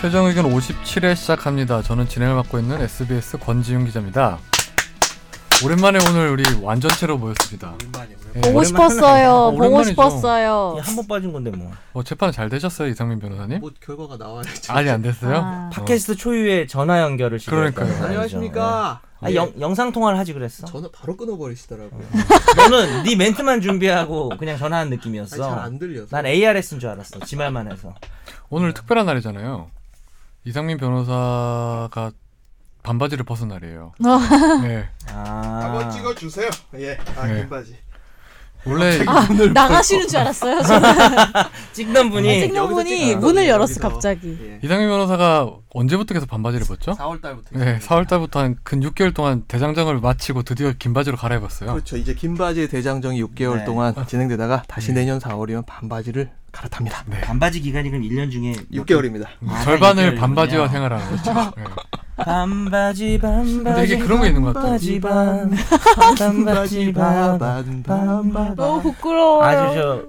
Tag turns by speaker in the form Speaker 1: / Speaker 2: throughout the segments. Speaker 1: 최종 의견 57회 시작합니다. 저는 진행을 맡고 있는 SBS 권지윤 기자입니다. 오랜만에 오늘 우리 완전체로 모였습니다.
Speaker 2: 오랜만에
Speaker 1: 예.
Speaker 2: 오랜만에
Speaker 3: 보고
Speaker 1: 오랜만에
Speaker 3: 싶었어요.
Speaker 1: 오랜만이죠.
Speaker 3: 보고 싶었어요.
Speaker 4: 한 번 빠진 건데 뭐.
Speaker 1: 뭐 재판 잘 되셨어요, 이상민 변호사님?
Speaker 2: 뭐 결과가 나와야죠.
Speaker 1: 아니 안 됐어요?
Speaker 3: 아.
Speaker 1: 어.
Speaker 4: 팟캐스트 초유의 전화 연결을 시도했다.
Speaker 1: 그러니까요. 예.
Speaker 2: 안녕하십니까.
Speaker 4: 아, 영, 음, 영상 통화를 하지 그랬어.
Speaker 2: 저는 바로 끊어버리시더라고요.
Speaker 4: 너는 네 멘트만 준비하고 그냥 전화한
Speaker 2: 아니 잘
Speaker 4: 느낌이었어.
Speaker 2: 안 들려서.
Speaker 4: 난 ARS인 줄 알았어. 지 말만 해서.
Speaker 1: 오늘 특별한 날이잖아요. 이상민 변호사가 반바지를 벗은 날이에요. 네.
Speaker 4: 아.
Speaker 5: 한번 찍어 주세요. 예. 아,
Speaker 1: 네.
Speaker 5: 긴바지.
Speaker 1: 원래
Speaker 3: 아, 나가시는 줄 알았어요. 저는
Speaker 4: 찍던 분이
Speaker 3: 찍는
Speaker 2: 여기서
Speaker 3: 분이
Speaker 2: 찍어요.
Speaker 3: 문을 열었어
Speaker 2: 여기서.
Speaker 3: 갑자기.
Speaker 2: 예.
Speaker 1: 이상민 변호사가 언제부터 계속 반바지를 벗죠?
Speaker 2: 4월 달부터.
Speaker 1: 네, 4월 달부터 한 근 6개월 동안 대장정을 마치고 드디어 긴 바지로 갈아입었어요.
Speaker 2: 그렇죠. 이제 긴 바지 대장정이 6개월
Speaker 4: 네.
Speaker 2: 동안
Speaker 1: 아.
Speaker 2: 진행되다가 다시
Speaker 1: 네.
Speaker 2: 내년 4월이면 반바지를 갈아탑니다.
Speaker 4: 반바지 기간이 그럼 1년 중에 몇 개-
Speaker 5: 6개월입니다.
Speaker 4: 아,
Speaker 1: 절반을
Speaker 4: 6개월이군요.
Speaker 1: 반바지와 생활하는 거죠. 네.
Speaker 4: 반바지 반바지.
Speaker 1: 근데 이게 그런 거 있는 것 같아.
Speaker 4: 반바지 반. 반바지 반.
Speaker 2: 반바.
Speaker 3: 너무 부끄러워요.
Speaker 4: 아주 저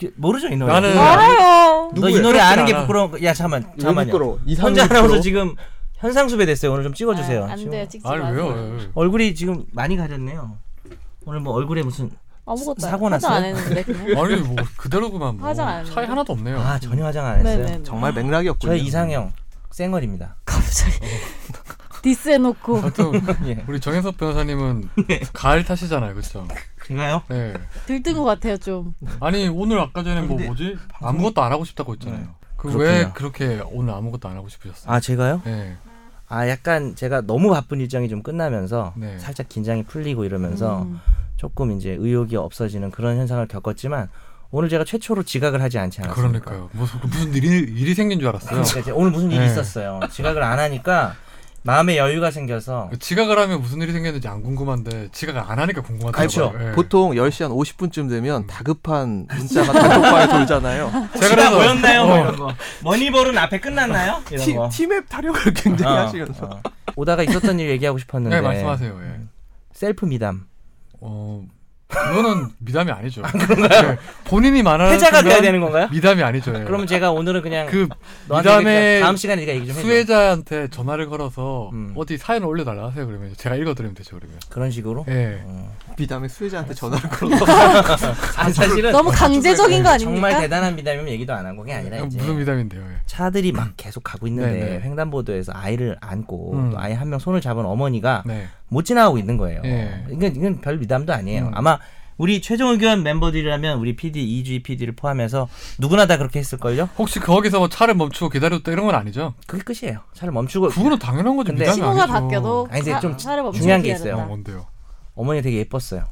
Speaker 4: 그, 모르죠 이 노래.
Speaker 1: 나는
Speaker 3: 알아요.
Speaker 4: 너 이
Speaker 1: 누구예요?
Speaker 4: 노래 아는 게
Speaker 1: 알아.
Speaker 4: 부끄러운 거. 야 잠만
Speaker 5: 왜
Speaker 4: 잠만요.
Speaker 5: 부끄러워?
Speaker 4: 현재
Speaker 5: 이상민
Speaker 4: 아나운서
Speaker 5: 부끄러워?
Speaker 4: 지금 현상 수배 됐어요. 오늘 좀 찍어주세요.
Speaker 3: 아, 안
Speaker 4: 지금
Speaker 3: 돼요. 찍지
Speaker 1: 아니
Speaker 3: 마세요.
Speaker 1: 왜요? 예,
Speaker 4: 얼굴이 지금 많이 가렸네요. 오늘 뭐 얼굴에 무슨
Speaker 3: 아무것도
Speaker 4: 사고
Speaker 3: 안- 화장 안
Speaker 4: 났어요?
Speaker 3: 했는데 그냥.
Speaker 1: 아니 뭐 그대로구만 뭐
Speaker 3: 화장 안
Speaker 1: 차이
Speaker 3: 했는데?
Speaker 1: 하나도 없네요.
Speaker 4: 아 전혀 화장 안 했어요.
Speaker 3: 네네.
Speaker 2: 정말 맥락이 없군요.
Speaker 4: 저의 이상형 쌩얼입니다.
Speaker 3: 갑자기 디스해놓고
Speaker 1: 아무튼
Speaker 4: 예.
Speaker 1: 우리 정현석 변호사님은
Speaker 4: 네.
Speaker 1: 가을 탓이잖아요, 그렇죠?
Speaker 4: 제가요?
Speaker 1: 네.
Speaker 3: 들뜬 것 같아요 좀.
Speaker 1: 아니 오늘 아까 전에 뭐 뭐지 아무것도 안 하고 싶다고 했잖아요. 그 왜
Speaker 4: 네. 그렇군요.
Speaker 1: 그렇게 오늘 아무것도 안 하고 싶으셨어요?
Speaker 4: 아 제가요?
Speaker 1: 네.
Speaker 4: 아 약간 제가 너무 바쁜 일정이 좀 끝나면서
Speaker 1: 네.
Speaker 4: 살짝 긴장이 풀리고 이러면서
Speaker 3: 음.
Speaker 4: 조금 이제 의욕이 없어지는 그런 현상을 겪었지만 오늘 제가 최초로 지각을 하지 않지 않았습니까?
Speaker 1: 그러니까요. 무슨 무슨 일이 일이 생긴 줄 알았어요.
Speaker 4: 그러니까 이제 오늘 무슨 일이
Speaker 1: 네.
Speaker 4: 있었어요. 지각을 안 하니까 마음의 여유가 생겨서
Speaker 1: 그 지각을 하면 무슨 일이 생겼는지 안 궁금한데 지각 안 하니까 궁금하더라고요.
Speaker 4: 그렇죠.
Speaker 1: 예.
Speaker 2: 보통 10시 한 50분쯤
Speaker 1: 음.
Speaker 2: 되면 다급한 문자가 단톡방에 돌잖아요.
Speaker 1: 제가 그래서-
Speaker 4: 모였나요? 뭐
Speaker 1: 어.
Speaker 4: 이런 거. 머니볼은 앞에 끝났나요? 이런
Speaker 2: 아, 티,
Speaker 4: 거.
Speaker 2: 팀앱 타령을 굉장히
Speaker 4: 어,
Speaker 2: 하시면서.
Speaker 4: 어. 오다가 있었던 일 얘기하고
Speaker 1: 네,
Speaker 4: 싶었는데
Speaker 1: 말씀하세요. 예.
Speaker 4: 셀프 미담
Speaker 1: 어 그거는 미담이 아니죠. 그런가요? 본인이 말하는
Speaker 4: 회자가
Speaker 1: 순간
Speaker 4: 돼야 되는 건가요?
Speaker 1: 미담이 아니죠. 예.
Speaker 4: 그러면 제가 오늘은 그냥
Speaker 1: 그
Speaker 4: 너한테
Speaker 1: 미담의
Speaker 4: 얘기할게요. 다음 시간에 네가 얘기 좀 해줘
Speaker 1: 수혜자한테 전화를 걸어서
Speaker 4: 음.
Speaker 1: 어디 사연을 올려달라 하세요 그러면 제가 읽어드리면 되죠 그러면
Speaker 4: 그런 식으로
Speaker 1: 예
Speaker 4: 네,
Speaker 2: 미담의 수혜자한테 전화를 걸어.
Speaker 4: 아, 사실은
Speaker 3: 너무 강제적인 거
Speaker 4: 정말
Speaker 3: 아닙니까?
Speaker 4: 대단한 미담이면 얘기도 안 한 거게 아니라 이제
Speaker 1: 무슨 미담인데요 예.
Speaker 4: 차들이 막 계속 가고 있는데
Speaker 1: 네, 네.
Speaker 4: 횡단보도에서 아이를 안고
Speaker 1: 음.
Speaker 4: 또 아이 한 명 손을 잡은 어머니가
Speaker 1: 네
Speaker 4: 못 지나가고 있는 거예요. 그러니까
Speaker 1: 예.
Speaker 4: 이건 이건 별 미담도 아니에요.
Speaker 1: 음.
Speaker 4: 아마 우리 최종 의견 멤버들이라면 우리 PD 이주희 PD를 포함해서 누구나 다 그렇게 했을걸요?
Speaker 1: 혹시 거기서 뭐 차를 멈추고 기다렸다 이런 건 아니죠?
Speaker 4: 그게 끝이에요. 차를 멈추고
Speaker 1: 그거는 당연한 거죠
Speaker 4: 근데
Speaker 1: 미담이
Speaker 3: 신호가
Speaker 1: 아니죠
Speaker 3: 바뀌어도
Speaker 4: 아니, 근데
Speaker 3: 사-
Speaker 4: 좀
Speaker 3: 사람 없이
Speaker 4: 중요한 게
Speaker 3: 피해야
Speaker 1: 어,
Speaker 4: 있어요.
Speaker 3: 된다.
Speaker 1: 뭔데요
Speaker 4: 어머니 되게 예뻤어요.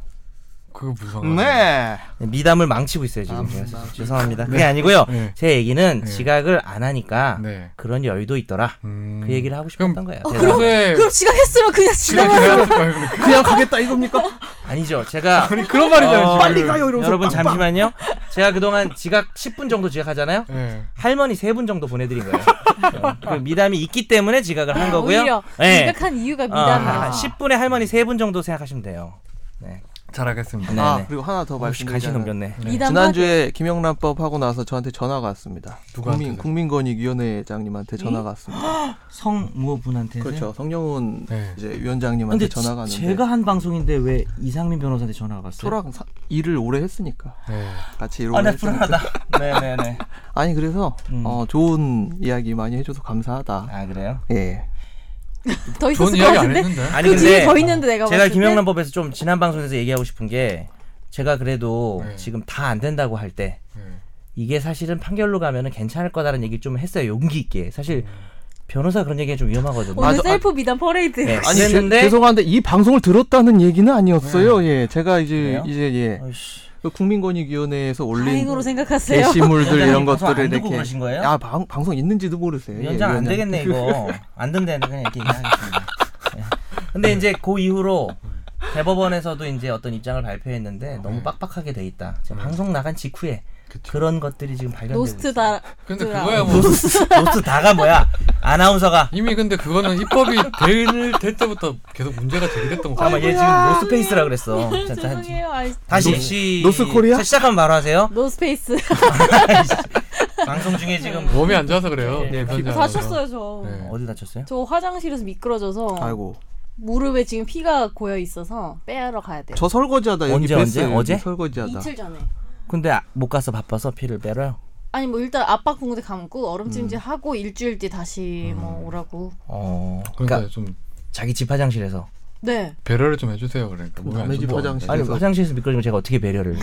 Speaker 1: 그거 무슨 상관이에요?
Speaker 5: 네.
Speaker 4: 미담을 망치고 있어요 지금
Speaker 2: 아,
Speaker 4: 제가.
Speaker 2: 망치고
Speaker 4: 죄송합니다. 그게 아니고요.
Speaker 1: 네.
Speaker 4: 제 얘기는
Speaker 1: 네.
Speaker 4: 지각을 안 하니까
Speaker 1: 네.
Speaker 4: 그런 여유도 있더라.
Speaker 1: 음.
Speaker 4: 그 얘기를 하고 싶었던 거예요.
Speaker 3: 어,
Speaker 4: 제가-
Speaker 3: 그럼-
Speaker 1: 그래
Speaker 3: 그럼 지각했으면 그냥
Speaker 1: 그냥
Speaker 3: 지나가.
Speaker 1: 그냥 그냥
Speaker 2: 그냥 가겠다 이겁니까?
Speaker 4: 네, 아니죠. 제가
Speaker 1: 아니 그런 말이잖아요
Speaker 4: 어,
Speaker 1: 지금.
Speaker 2: 빨리 가요 이러면서
Speaker 4: 여러분
Speaker 2: 빵빵.
Speaker 4: 잠시만요. 제가 그동안 지각 10분 정도 지각하잖아요.
Speaker 1: 예.
Speaker 4: 할머니 3분 정도 보내드린 거예요. 어, 그 미담이 있기 때문에 지각을 한 거고요.
Speaker 3: 아, 오히려
Speaker 4: 네.
Speaker 3: 지각한 이유가
Speaker 4: 어, 한
Speaker 3: 미담이야.
Speaker 4: 10분에 할머니 3분 정도 생각하시면 돼요.
Speaker 1: 잘 알겠습니다
Speaker 4: 네네.
Speaker 2: 아 그리고 하나 더
Speaker 4: 혹시 간신
Speaker 2: 말씀드리자면
Speaker 4: 넘겼네.
Speaker 1: 네.
Speaker 3: 미담
Speaker 2: 지난주에 김영란법 하고 나서 저한테 전화가 왔습니다.
Speaker 1: 누구한테요?
Speaker 2: 국민 국민권익위원회장님한테 전화가 왔습니다.
Speaker 4: 성무호 분한테.
Speaker 2: 그렇죠. 성영훈
Speaker 1: 네.
Speaker 2: 이제 위원장님한테
Speaker 4: 근데
Speaker 2: 전화가
Speaker 4: 지-
Speaker 2: 왔는데
Speaker 4: 제가 한 방송인데 왜 이상민 변호사한테 전화가 왔어요?
Speaker 2: 소랑 사- 일을 오래 했으니까
Speaker 1: 네.
Speaker 2: 같이 일을
Speaker 4: 아,
Speaker 2: 오래
Speaker 4: 나
Speaker 2: 했으니까.
Speaker 4: 불안하다. 네네네.
Speaker 2: 아니 그래서
Speaker 4: 음.
Speaker 2: 어, 좋은 이야기 많이 해줘서 감사하다.
Speaker 4: 아 그래요?
Speaker 2: 예.
Speaker 3: 더
Speaker 1: 좋은
Speaker 3: 있었을 것
Speaker 1: 이야기 안
Speaker 3: 같은데.
Speaker 1: 했는데
Speaker 4: 아니
Speaker 3: 그 뒤에
Speaker 4: 근데
Speaker 3: 더 있는데 내가
Speaker 4: 제가
Speaker 3: 봤을 때?
Speaker 4: 김영란법에서 좀 지난 방송에서 얘기하고 싶은 게 제가 그래도
Speaker 1: 네.
Speaker 4: 지금 다 안 된다고 할 때
Speaker 1: 네.
Speaker 4: 이게 사실은 판결로 가면은 괜찮을 거다라는 얘기를 좀 했어요 용기 있게 사실 변호사 그런 얘기 좀 위험하거든요.
Speaker 3: 오늘
Speaker 2: 아, 저-
Speaker 3: 셀프 미담 퍼레이드.
Speaker 4: 네.
Speaker 2: 아니 제-
Speaker 4: 그랬는데-
Speaker 2: 죄송한데 이 방송을 들었다는 얘기는 아니었어요.
Speaker 1: 네.
Speaker 2: 예. 제가 이제
Speaker 4: 그래요?
Speaker 2: 이제 예.
Speaker 4: 아이씨.
Speaker 2: 그 국민권익위원회에서 올린
Speaker 3: 다행으로 생각하세요.
Speaker 2: 네, 게시물들
Speaker 4: 위원장님
Speaker 2: 이런
Speaker 4: 방송
Speaker 2: 것들을
Speaker 4: 안 듣고
Speaker 2: 이렇게
Speaker 4: 그러신 거예요?
Speaker 2: 아 방, 방송 있는지도 모르세요. 예,
Speaker 4: 연장 안
Speaker 2: 위원장님.
Speaker 4: 되겠네 이거 안 된다는데 그냥 이렇게 얘기하겠습니다. 예. 근데 이제 그 이후로 대법원에서도 이제 어떤 입장을 발표했는데 너무 빡빡하게 돼 있다. 지금 방송 나간 직후에
Speaker 1: 그쵸.
Speaker 4: 네. 그런 것들이 지금 발견되고
Speaker 3: 노스트다.
Speaker 1: 근데
Speaker 3: 그거야.
Speaker 1: 그거야
Speaker 4: 있어요.
Speaker 1: 뭐
Speaker 4: 노스 노스 다가 뭐야? 아나운서가
Speaker 1: 이미 근데 그거는 입법이 될, 될 때부터 계속 문제가 제기됐던 거
Speaker 4: 아마
Speaker 1: 같아요.
Speaker 4: 얘 지금 노스페이스라 그랬어. 자, 자,
Speaker 3: 죄송해요. 아이,
Speaker 4: 다시
Speaker 2: 노스-
Speaker 4: 시-
Speaker 2: 노스코리아?
Speaker 4: 자, 시작하면 바로 하세요.
Speaker 3: 노스페이스.
Speaker 4: 방송 중에 지금
Speaker 1: 몸이 안 좋아서 그래요. 그러니까 뭐.
Speaker 4: 네,
Speaker 1: 불편하지 않아서.
Speaker 3: 다쳤어요 저.
Speaker 1: 네.
Speaker 4: 어디 다쳤어요?
Speaker 3: 저 화장실에서 미끄러져서
Speaker 2: 아이고
Speaker 3: 무릎에 지금 피가 고여 있어서 빼러 가야 돼요.
Speaker 2: 저 설거지하다 여기
Speaker 4: 언제, 언제?
Speaker 2: 뺐어요. 여기
Speaker 4: 어제?
Speaker 2: 설거지하다.
Speaker 3: 이틀 전에.
Speaker 4: 근데 아- 못 가서 바빠서 피를 빼러요.
Speaker 3: 아니 뭐 일단 압박 공대 감고 얼음찜질 하고 일주일 뒤 다시 뭐 오라고.
Speaker 4: 어.
Speaker 1: 그러니까
Speaker 4: 그러니까
Speaker 1: 좀
Speaker 4: 자기 집 화장실에서
Speaker 3: 네.
Speaker 1: 배려를 좀 해주세요. 그러니까 몸이 안
Speaker 2: 남의 집
Speaker 1: 좋고.
Speaker 2: 화장실.
Speaker 4: 아니
Speaker 2: 그래서-
Speaker 4: 화장실에서 미끄러지면 제가 어떻게 배려를?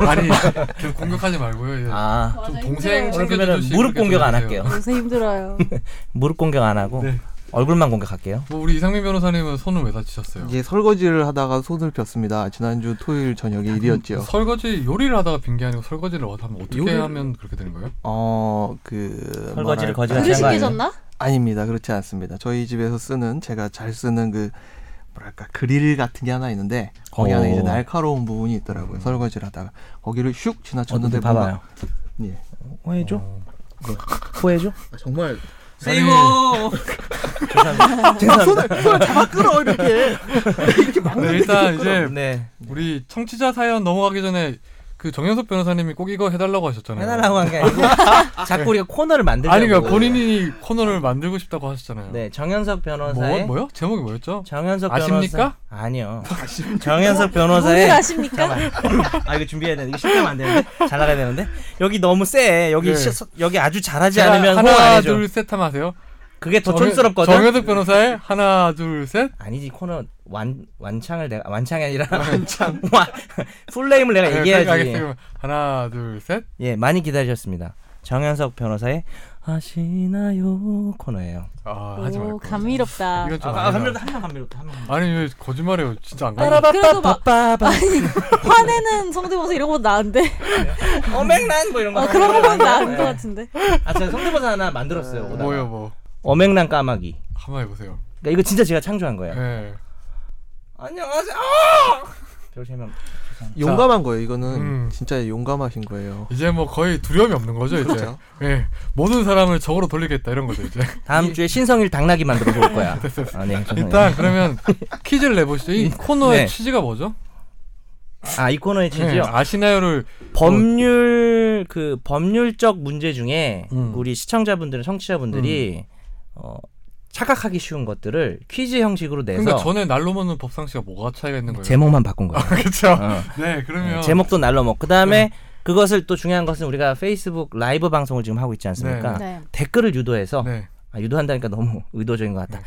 Speaker 1: 아니 계속 공격하지 말고요. 이제
Speaker 4: 아.
Speaker 1: 좀 동생
Speaker 4: 오늘
Speaker 1: 챙겨주듯이
Speaker 4: 그러면 무릎
Speaker 1: 그렇게
Speaker 4: 공격 안
Speaker 1: 도와주세요.
Speaker 4: 할게요.
Speaker 3: 요새 힘들어요.
Speaker 4: 무릎 공격 안 하고
Speaker 1: 네.
Speaker 4: 얼굴만 공격할게요.
Speaker 1: 뭐 우리 이상민 변호사님은 손을 왜 다치셨어요?
Speaker 2: 이제 설거지를 하다가 손을 폈습니다. 지난주 토요일 저녁에
Speaker 4: 아,
Speaker 2: 일이었지요.
Speaker 1: 설거지 요리를 하다가 빈 게 아니고 설거지를 하면 어떻게
Speaker 2: 예. 요리를-
Speaker 1: 하면 그렇게 되는 거예요?
Speaker 2: 어, 그
Speaker 4: 설거지를
Speaker 2: 뭐랄까.
Speaker 4: 거지같이
Speaker 3: 그릇이
Speaker 4: 한 거 아니에요?
Speaker 3: 깨졌나?
Speaker 2: 아닙니다. 그렇지 않습니다. 저희 집에서 쓰는 제가 잘 쓰는 그 뭐랄까 그릴 같은 게 하나 있는데 거기 안에
Speaker 4: 오.
Speaker 2: 이제 날카로운 부분이 있더라고요. 설거지를 하다가 거기를 슉 지나쳤는데
Speaker 4: 어떤데 봐봐요.
Speaker 2: 뭔가- 예.
Speaker 4: 호해줘? 어.
Speaker 1: 네.
Speaker 4: 호해줘?
Speaker 2: 아, 정말
Speaker 1: 세이버!
Speaker 4: 죄송합니다.
Speaker 2: 아,
Speaker 4: 죄송합니다.
Speaker 2: 다 끌어 이렇게
Speaker 1: 네, 일단 이제
Speaker 4: 네.
Speaker 1: 우리 청취자 사연 넘어가기 전에 그 정현석 변호사님이 꼭 이거 해달라고 하셨잖아요.
Speaker 4: 해달라고 한 게 아니고 자꾸 우리가 코너를 만들려고.
Speaker 1: 아니 그러니까 본인이 코너를 만들고 싶다고 하셨잖아요.
Speaker 4: 뭐. 네 정현석
Speaker 1: 뭐,
Speaker 4: 변호사의
Speaker 1: 뭐요? 제목이 뭐였죠?
Speaker 4: 정현석
Speaker 1: 아십니까?
Speaker 4: 변호사 아니요. 정현석 변호사의
Speaker 3: 오늘 아십니까?
Speaker 4: 아 이거 준비해야 되는데 이거 실패하면 안 되는데 잘 나가야 되는데 여기 너무 세 여기
Speaker 1: 네.
Speaker 4: 시- 서- 여기 아주 잘하지
Speaker 1: 제가
Speaker 4: 않으면 호응 안
Speaker 1: 하나
Speaker 4: 해줘
Speaker 1: 둘셋 하면 아세요?
Speaker 4: 그게 더
Speaker 1: 정현-
Speaker 4: 촌스럽거든
Speaker 1: 정현석 변호사의 하나 둘 셋.
Speaker 4: 아니지 코너 완 완창을 내가 완창이 아니라 완창 와 풀네임을 내가 얘기해야지
Speaker 1: 그러니까 알겠습니다. 하나 둘 셋.
Speaker 4: 예 많이 기다리셨습니다 정현석 변호사의 아시나요 코너예요
Speaker 1: 아 하지 말고.
Speaker 3: 오 감미롭다.
Speaker 1: 이건 좀
Speaker 4: 아,
Speaker 1: 아니다.
Speaker 4: 감미롭다 한명 감미롭다 한명
Speaker 1: 아니 왜 거짓말해요? 진짜 안 가.
Speaker 3: 그래도 뭐, 막
Speaker 4: 빠빠빠
Speaker 3: 아니 화내는 성대모사 이런 건 나은데
Speaker 4: 어맹란 뭐 이런 거
Speaker 3: 아, 그런 건 나은 것 같은데
Speaker 4: 아 제가 성대모사 하나 만들었어요 오다가.
Speaker 1: 뭐요 뭐.
Speaker 4: 어맹란 까마귀
Speaker 1: 한번 해보세요.
Speaker 4: 그러니까 이거 진짜 제가 창조한 거예요
Speaker 1: 예.
Speaker 4: 안녕하세요 아! 별 설명
Speaker 2: 용감한 거예요. 이거는
Speaker 1: 음.
Speaker 2: 진짜 용감하신 거예요.
Speaker 1: 이제 뭐 거의 두려움이 없는 거죠 이제.
Speaker 2: 그렇죠.
Speaker 1: 예. 모든 사람을 적으로 돌리겠다 이런 거죠 이제.
Speaker 4: 다음 주에 신성일 당나귀 만들어서 올 거야. 아, 네, 죄송해요.
Speaker 1: 일단 그러면 퀴즈를 내보시죠. 이 코너의
Speaker 4: 네.
Speaker 1: 취지가 뭐죠?
Speaker 4: 아, 이 코너의 취지요.
Speaker 1: 예, 아시나요를
Speaker 4: 법률 그 법률적 문제 중에
Speaker 1: 음.
Speaker 4: 우리 시청자분들은 청취자분들이 어, 착각하기 쉬운 것들을 퀴즈 형식으로 내서
Speaker 1: 그러니까 전에 날로 먹는 법상 씨가 뭐가 차이가 있는 거예요?
Speaker 4: 제목만 바꾼 거예요.
Speaker 1: 그렇죠.
Speaker 4: 어.
Speaker 1: 네, 그러면
Speaker 4: 제목도 날로 먹. 그다음에 그것을 또 중요한 것은 우리가 페이스북 라이브 방송을 지금 하고 있지 않습니까?
Speaker 1: 네.
Speaker 3: 네.
Speaker 4: 댓글을 유도해서
Speaker 1: 네.
Speaker 4: 아, 유도한다니까 너무 의도적인 것 같다.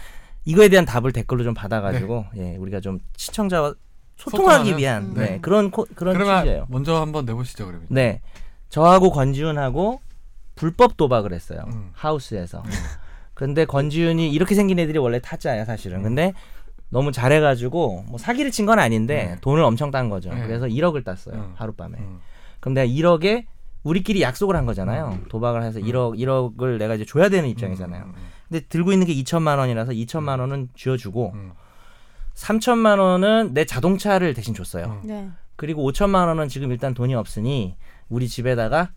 Speaker 4: 이거에 대한 답을 댓글로 좀 받아가지고 예, 우리가 좀 시청자와 소통하기
Speaker 1: 네. 소통하는?
Speaker 4: 위한
Speaker 1: 네.
Speaker 4: 네, 그런 코, 그런
Speaker 1: 그러면
Speaker 4: 취지예요.
Speaker 1: 먼저 한번 내보시죠 그러면.
Speaker 4: 네, 저하고 권지윤하고 불법 도박을 했어요
Speaker 1: 음.
Speaker 4: 하우스에서. 근데 권지윤이 이렇게 생긴 애들이 원래 타짜야 사실은. 근데 너무 잘해가지고 뭐 사기를 친 건 아닌데
Speaker 1: 네.
Speaker 4: 돈을 엄청 딴 거죠.
Speaker 1: 네.
Speaker 4: 그래서 1억을 땄어요
Speaker 1: 음.
Speaker 4: 하룻밤에.
Speaker 1: 음.
Speaker 4: 그럼 내가 1억에 우리끼리 약속을 한 거잖아요. 도박을 해서 1억 1억을 내가 이제 줘야 되는 입장이잖아요.
Speaker 1: 음, 음,
Speaker 4: 근데 들고 있는 게 2천만 원이라서 2천만 원은 쥐어주고
Speaker 1: 음.
Speaker 4: 3천만 원은 내 자동차를 대신 줬어요.
Speaker 1: 음.
Speaker 3: 네.
Speaker 4: 그리고 5천만 원은 지금 일단 돈이 없으니 우리 집에다가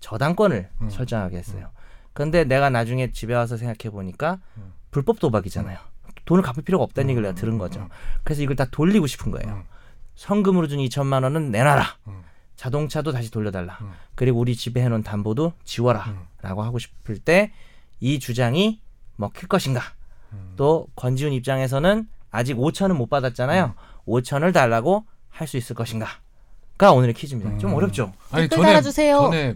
Speaker 4: 저당권을
Speaker 1: 음.
Speaker 4: 설정하게 했어요. 근데 내가 나중에 집에 와서 생각해 보니까
Speaker 1: 음.
Speaker 4: 불법 도박이잖아요. 돈을 갚을 필요가 없다는 얘기를 내가 들은 거죠. 그래서 이걸 다 돌리고 싶은 거예요.
Speaker 1: 음.
Speaker 4: 성금으로 준 2천만 원은 내놔라.
Speaker 1: 음.
Speaker 4: 자동차도 다시 돌려달라.
Speaker 1: 음.
Speaker 4: 그리고 우리 집에 해놓은 담보도 지워라.
Speaker 1: 음.
Speaker 4: 라고 하고 싶을 때 이 주장이 먹힐 것인가.
Speaker 1: 음.
Speaker 4: 또 권지훈 입장에서는 아직 5천은 못
Speaker 1: 음.
Speaker 4: 받았잖아요. 5천을 달라고 할 수 있을 것인가. 가 오늘의 퀴즈입니다. 좀
Speaker 1: 음.
Speaker 4: 어렵죠?
Speaker 1: 아니
Speaker 3: 댓글
Speaker 1: 전에
Speaker 3: 달아주세요.
Speaker 1: 전에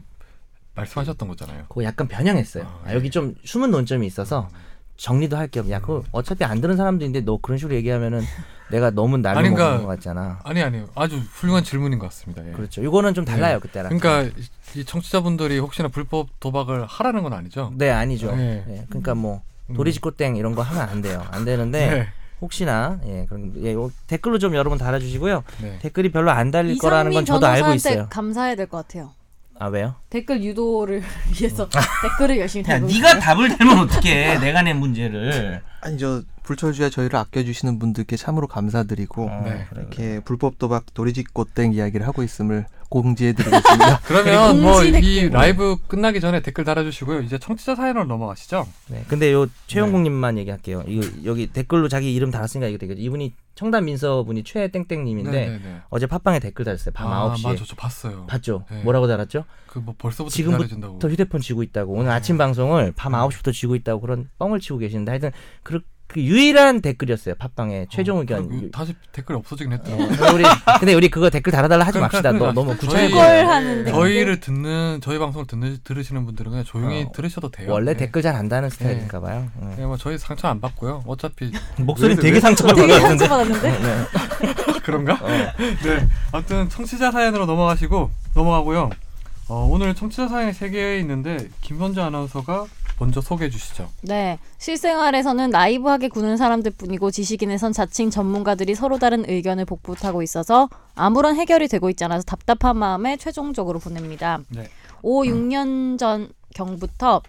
Speaker 1: 말씀하셨던 거잖아요. 네. 음.
Speaker 4: 그거 약간 변형했어요. 아, 여기 좀 숨은 논점이 있어서 정리도 할게요. 야, 그거 어차피 안 들은 사람들인데 너 그런 식으로 얘기하면은 내가 너무 날로
Speaker 1: 아니, 그러니까-
Speaker 4: 먹는 것 같잖아.
Speaker 1: 아니 아니요. 아주 훌륭한 질문인 것 같습니다. 예.
Speaker 4: 그렇죠. 이거는 좀 달라요, 그때랑.
Speaker 1: 그러니까 이- 이 청취자분들이 혹시나 불법 도박을 하라는 건 아니죠?
Speaker 4: 네, 아니죠.
Speaker 1: 네. 음.
Speaker 4: 예, 그러니까 뭐 도리지코땡 이런 거 하면 안 돼요. 안 되는데
Speaker 1: 네.
Speaker 4: 혹시나 예, 그런 예, 요 댓글로 좀 여러분 달아주시고요.
Speaker 1: 네.
Speaker 4: 댓글이 별로 안 달릴 거라는 건
Speaker 3: 이상민
Speaker 4: 저도 알고
Speaker 3: 변호사한테
Speaker 4: 있어요.
Speaker 3: 감사해야 될 것 같아요.
Speaker 4: 아 왜요?
Speaker 3: 댓글 유도를 위해서 댓글을 열심히
Speaker 4: 아. 야,
Speaker 3: 달고
Speaker 4: 네가 답을 대면 어떡해? 내가 낸 문제를.
Speaker 2: 아니 저 불철주야 저희를 아껴주시는 분들께 참으로 감사드리고
Speaker 4: 어,
Speaker 1: 네.
Speaker 4: 그래, 그래.
Speaker 2: 이렇게 불법 도박 도리지꽃땡 이야기를 하고 있음을 공지해드리겠습니다.
Speaker 1: 그러면 뭐이
Speaker 3: 공지
Speaker 4: 음.
Speaker 3: 댓글.
Speaker 1: 라이브 끝나기 전에 댓글 달아주시고요. 이제 청취자 사연으로 넘어가시죠.
Speaker 4: 네. 근데 요 최영국님만 얘기할게요. 이거 여기 댓글로 자기 이름 달았으니까 이거 되게 이분이 청담 민서 분이 최땡땡님인데
Speaker 1: 네네네.
Speaker 4: 어제 팟빵에 댓글 달았어요. 밤
Speaker 1: 아,
Speaker 4: 9시에.
Speaker 1: 맞아, 저 봤어요.
Speaker 4: 봤죠?
Speaker 1: 네.
Speaker 4: 뭐라고 달았죠?
Speaker 1: 그 뭐 벌써부터
Speaker 4: 지금부터
Speaker 1: 기다려준다고. 네.
Speaker 4: 또 휴대폰 쥐고 있다고 오늘 아침 방송을 밤 9시부터 쥐고 있다고 그런 뻥을 치고 계시는데 하여튼 그, 그 유일한 댓글이었어요. 팟빵에 최종
Speaker 1: 어,
Speaker 4: 의견.
Speaker 1: 그리고 다시 댓글 없어지긴
Speaker 4: 어,
Speaker 1: 했더라고. 요
Speaker 4: 근데 우리 근데 우리 그거 댓글 달아달라 하지
Speaker 1: 그럼
Speaker 4: 맙시다.
Speaker 1: 그럼 그럼
Speaker 4: 너, 너무
Speaker 1: 저희-
Speaker 4: 구체적이야.
Speaker 1: 저희-
Speaker 3: 뭘 하는 댓글?
Speaker 1: 저희를 듣는 저희 방송을 듣는 들으시는 분들은 그냥 조용히
Speaker 4: 어,
Speaker 1: 들으셔도 돼요.
Speaker 4: 원래
Speaker 1: 네.
Speaker 4: 댓글 잘 안다는 스타일인가 봐요. 네.
Speaker 1: 네, 뭐 저희 상처 안 받고요. 어차피 아,
Speaker 4: 목소리
Speaker 1: 왜-
Speaker 4: 되게
Speaker 1: 왜-
Speaker 4: 상처받는
Speaker 3: 되게
Speaker 4: 것 같은데.
Speaker 3: 상처받았는데
Speaker 1: 그런가?
Speaker 4: 어.
Speaker 1: 네. 아무튼 청취자 사연으로 넘어가시고 넘어가고요. 어, 오늘 청취자 사연이 세 개 있는데 김선재 아나운서가 먼저 소개해 주시죠.
Speaker 3: 네. 실생활에서는 라이브하게 구는 사람들 뿐이고 지식인에선 자칭 전문가들이 서로 다른 의견을 복붙하고 있어서 아무런 해결이 되고 있지 않아서 답답한 마음에 최종적으로 보냅니다.
Speaker 1: 네.
Speaker 3: 5, 6년 전 경부터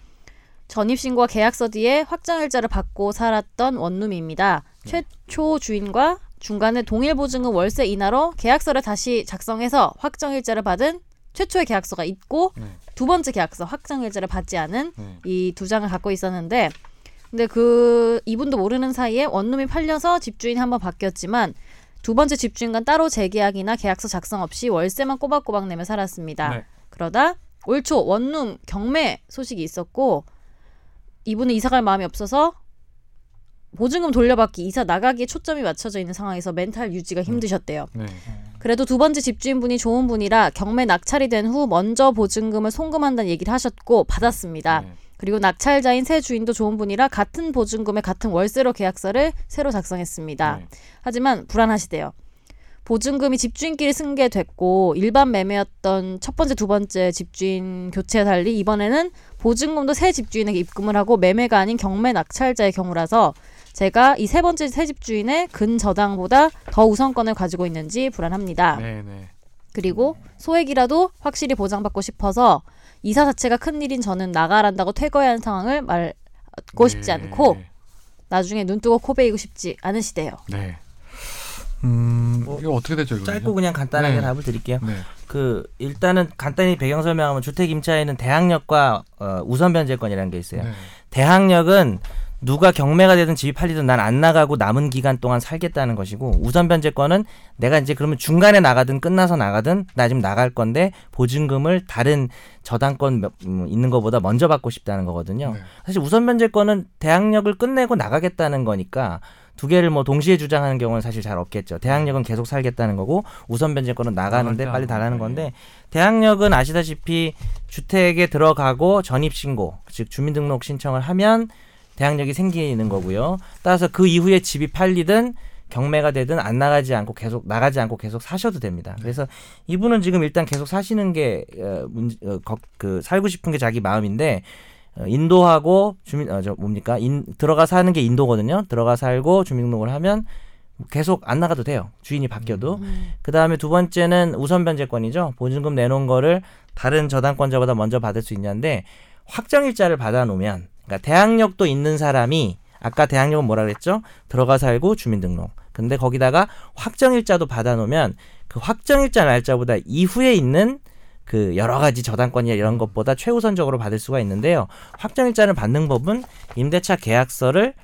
Speaker 3: 전입신고와 계약서 뒤에 확정일자를 받고 살았던 원룸입니다.
Speaker 1: 네.
Speaker 3: 최초 주인과 중간에 동일 보증금 월세 인하로 계약서를 다시 작성해서 확정일자를 받은 최초의 계약서가 있고
Speaker 1: 네.
Speaker 3: 두 번째 계약서 확정일자를 받지 않은
Speaker 1: 네.
Speaker 3: 이 두 장을 갖고 있었는데 근데 그 이분도 모르는 사이에 원룸이 팔려서 집주인이 한번 바뀌었지만 두 번째 집주인간 따로 재계약이나 계약서 작성 없이 월세만 꼬박꼬박 내며 살았습니다.
Speaker 1: 네.
Speaker 3: 그러다 올 초 원룸 경매 소식이 있었고 이분은 이사갈 마음이 없어서 보증금 돌려받기 이사 나가기에 초점이 맞춰져 있는 상황에서 멘탈 유지가 힘드셨대요.
Speaker 1: 네.
Speaker 3: 그래도 두 번째 집주인분이 좋은 분이라 경매 낙찰이 된 후 먼저 보증금을 송금한다는 얘기를 하셨고 받았습니다.
Speaker 1: 네.
Speaker 3: 그리고 낙찰자인 새 주인도 좋은 분이라 같은 보증금에 같은 월세로 계약서를 새로 작성했습니다.
Speaker 1: 네.
Speaker 3: 하지만 불안하시대요. 보증금이 집주인끼리 승계됐고 일반 매매였던 첫 번째 두 번째 집주인 교체에 달리 이번에는 보증금도 새 집주인에게 입금을 하고 매매가 아닌 경매 낙찰자의 경우라서 제가 이 세 번째 새 집주인의 근저당보다 더 우선권을 가지고 있는지 불안합니다.
Speaker 1: 네. 네.
Speaker 3: 그리고 소액이라도 확실히 보장받고 싶어서 이사 자체가 큰일인 저는 나가란다고 퇴거해야 하는 상황을 말고 싶지
Speaker 1: 네.
Speaker 3: 않고 나중에 눈 뜨고 코베이고 싶지 않으시대요.
Speaker 1: 네. 음, 이거 어떻게 되죠, 이거?
Speaker 4: 뭐 짧고 그냥 간단하게
Speaker 1: 네.
Speaker 4: 답을 드릴게요.
Speaker 1: 네.
Speaker 4: 그 일단은 간단히 배경 설명하면 주택 임차에는 대항력과 어, 우선 변제권이라는 게 있어요.
Speaker 1: 네.
Speaker 4: 대항력은 누가 경매가 되든 집이 팔리든 난 안 나가고 남은 기간 동안 살겠다는 것이고 우선 변제권은 내가 이제 그러면 중간에 나가든 끝나서 나가든 나 지금 나갈 건데 보증금을 다른 저당권 몇- 음, 있는 것보다 먼저 받고 싶다는 거거든요.
Speaker 1: 네.
Speaker 4: 사실 우선 변제권은 대항력을 끝내고 나가겠다는 거니까 두 개를 뭐 동시에 주장하는 경우는 사실 잘 없겠죠. 대항력은 계속 살겠다는 거고 우선 변제권은 나가는데
Speaker 1: 네. 나가지 않고,
Speaker 4: 빨리 달라는
Speaker 1: 네.
Speaker 4: 건데 대항력은 아시다시피 주택에 들어가고 전입 신고 즉 주민등록 신청을 하면 대항력이 생기는 거고요. 따라서 그 이후에 집이 팔리든 경매가 되든 안 나가지 않고 계속 나가지 않고 계속 사셔도 됩니다. 그래서 이분은 지금 일단 계속 사시는 게 어, 문, 어, 거- 그 살고 싶은 게 자기 마음인데 어, 인도하고 주민 어, 저 뭡니까 인, 들어가 사는 게 인도거든요. 들어가 살고 주민등록을 하면 계속 안 나가도 돼요. 주인이 바뀌어도 그 다음에 두 번째는 우선 변제권이죠. 보증금 내놓은 거를 다른 저당권자보다 먼저 받을 수 있냐인데 확정일자를 받아놓으면 그러니까 대항력도 있는 사람이 아까 대항력은 뭐라 그랬죠? 들어가 살고 주민등록. 근데 거기다가 확정일자도 받아놓으면 그 확정일자 날짜보다 이후에 있는 그 여러 가지 저당권이나 이런 것보다 최우선적으로 받을 수가 있는데요. 확정일자를 받는 법은 임대차 계약서를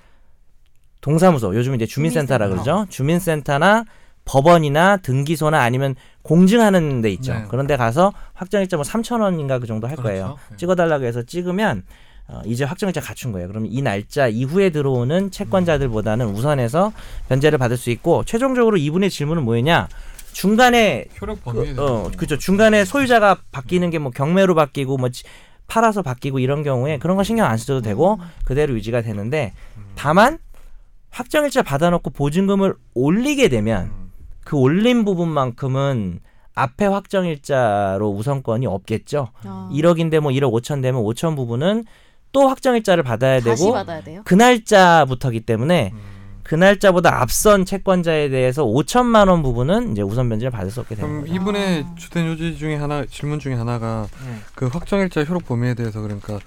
Speaker 4: 동사무소 요즘 이제 주민센터라
Speaker 3: 주민센터.
Speaker 4: 그러죠. 주민센터나 법원이나 등기소나 아니면 공증하는 데 있죠.
Speaker 1: 네.
Speaker 4: 그런데 가서 확정일자 뭐 3천 원인가 그 정도 할 거예요.
Speaker 1: 그렇죠. 네.
Speaker 4: 찍어달라고 해서 찍으면 어, 이제 확정일자 갖춘 거예요. 그럼 이 날짜 이후에 들어오는 채권자들보다는 우선해서 변제를 받을 수 있고 최종적으로 이분의 질문은 뭐였냐? 중간에
Speaker 1: 네. 효력 범위에
Speaker 4: 그,
Speaker 1: 대해서.
Speaker 4: 어, 그죠. 중간에 소유자가 바뀌는 게 뭐 경매로 바뀌고 뭐 지- 팔아서 바뀌고 이런 경우에 그런 거 신경 안 써도 되고 그대로 유지가 되는데 다만 확정일자 받아놓고 보증금을 올리게 되면
Speaker 1: 음.
Speaker 4: 그 올린 부분만큼은 앞에 확정일자로 우선권이 없겠죠. 1억인데 뭐 1억 5천 되면 5천 부분은 또 확정일자를 받아야
Speaker 3: 다시
Speaker 4: 되고
Speaker 3: 받아야 돼요.
Speaker 4: 그 날짜부터기 때문에
Speaker 1: 음.
Speaker 4: 그 날짜보다 앞선 채권자에 대해서 5천만 원 부분은 이제 우선 변제를 받을 수 없게 되는
Speaker 1: 그럼
Speaker 4: 거죠.
Speaker 1: 이분의
Speaker 3: 아.
Speaker 1: 주된 요지 중에 하나 질문 중에 하나가
Speaker 2: 네.
Speaker 1: 그 확정일자 효력 범위에 대해서 그러니까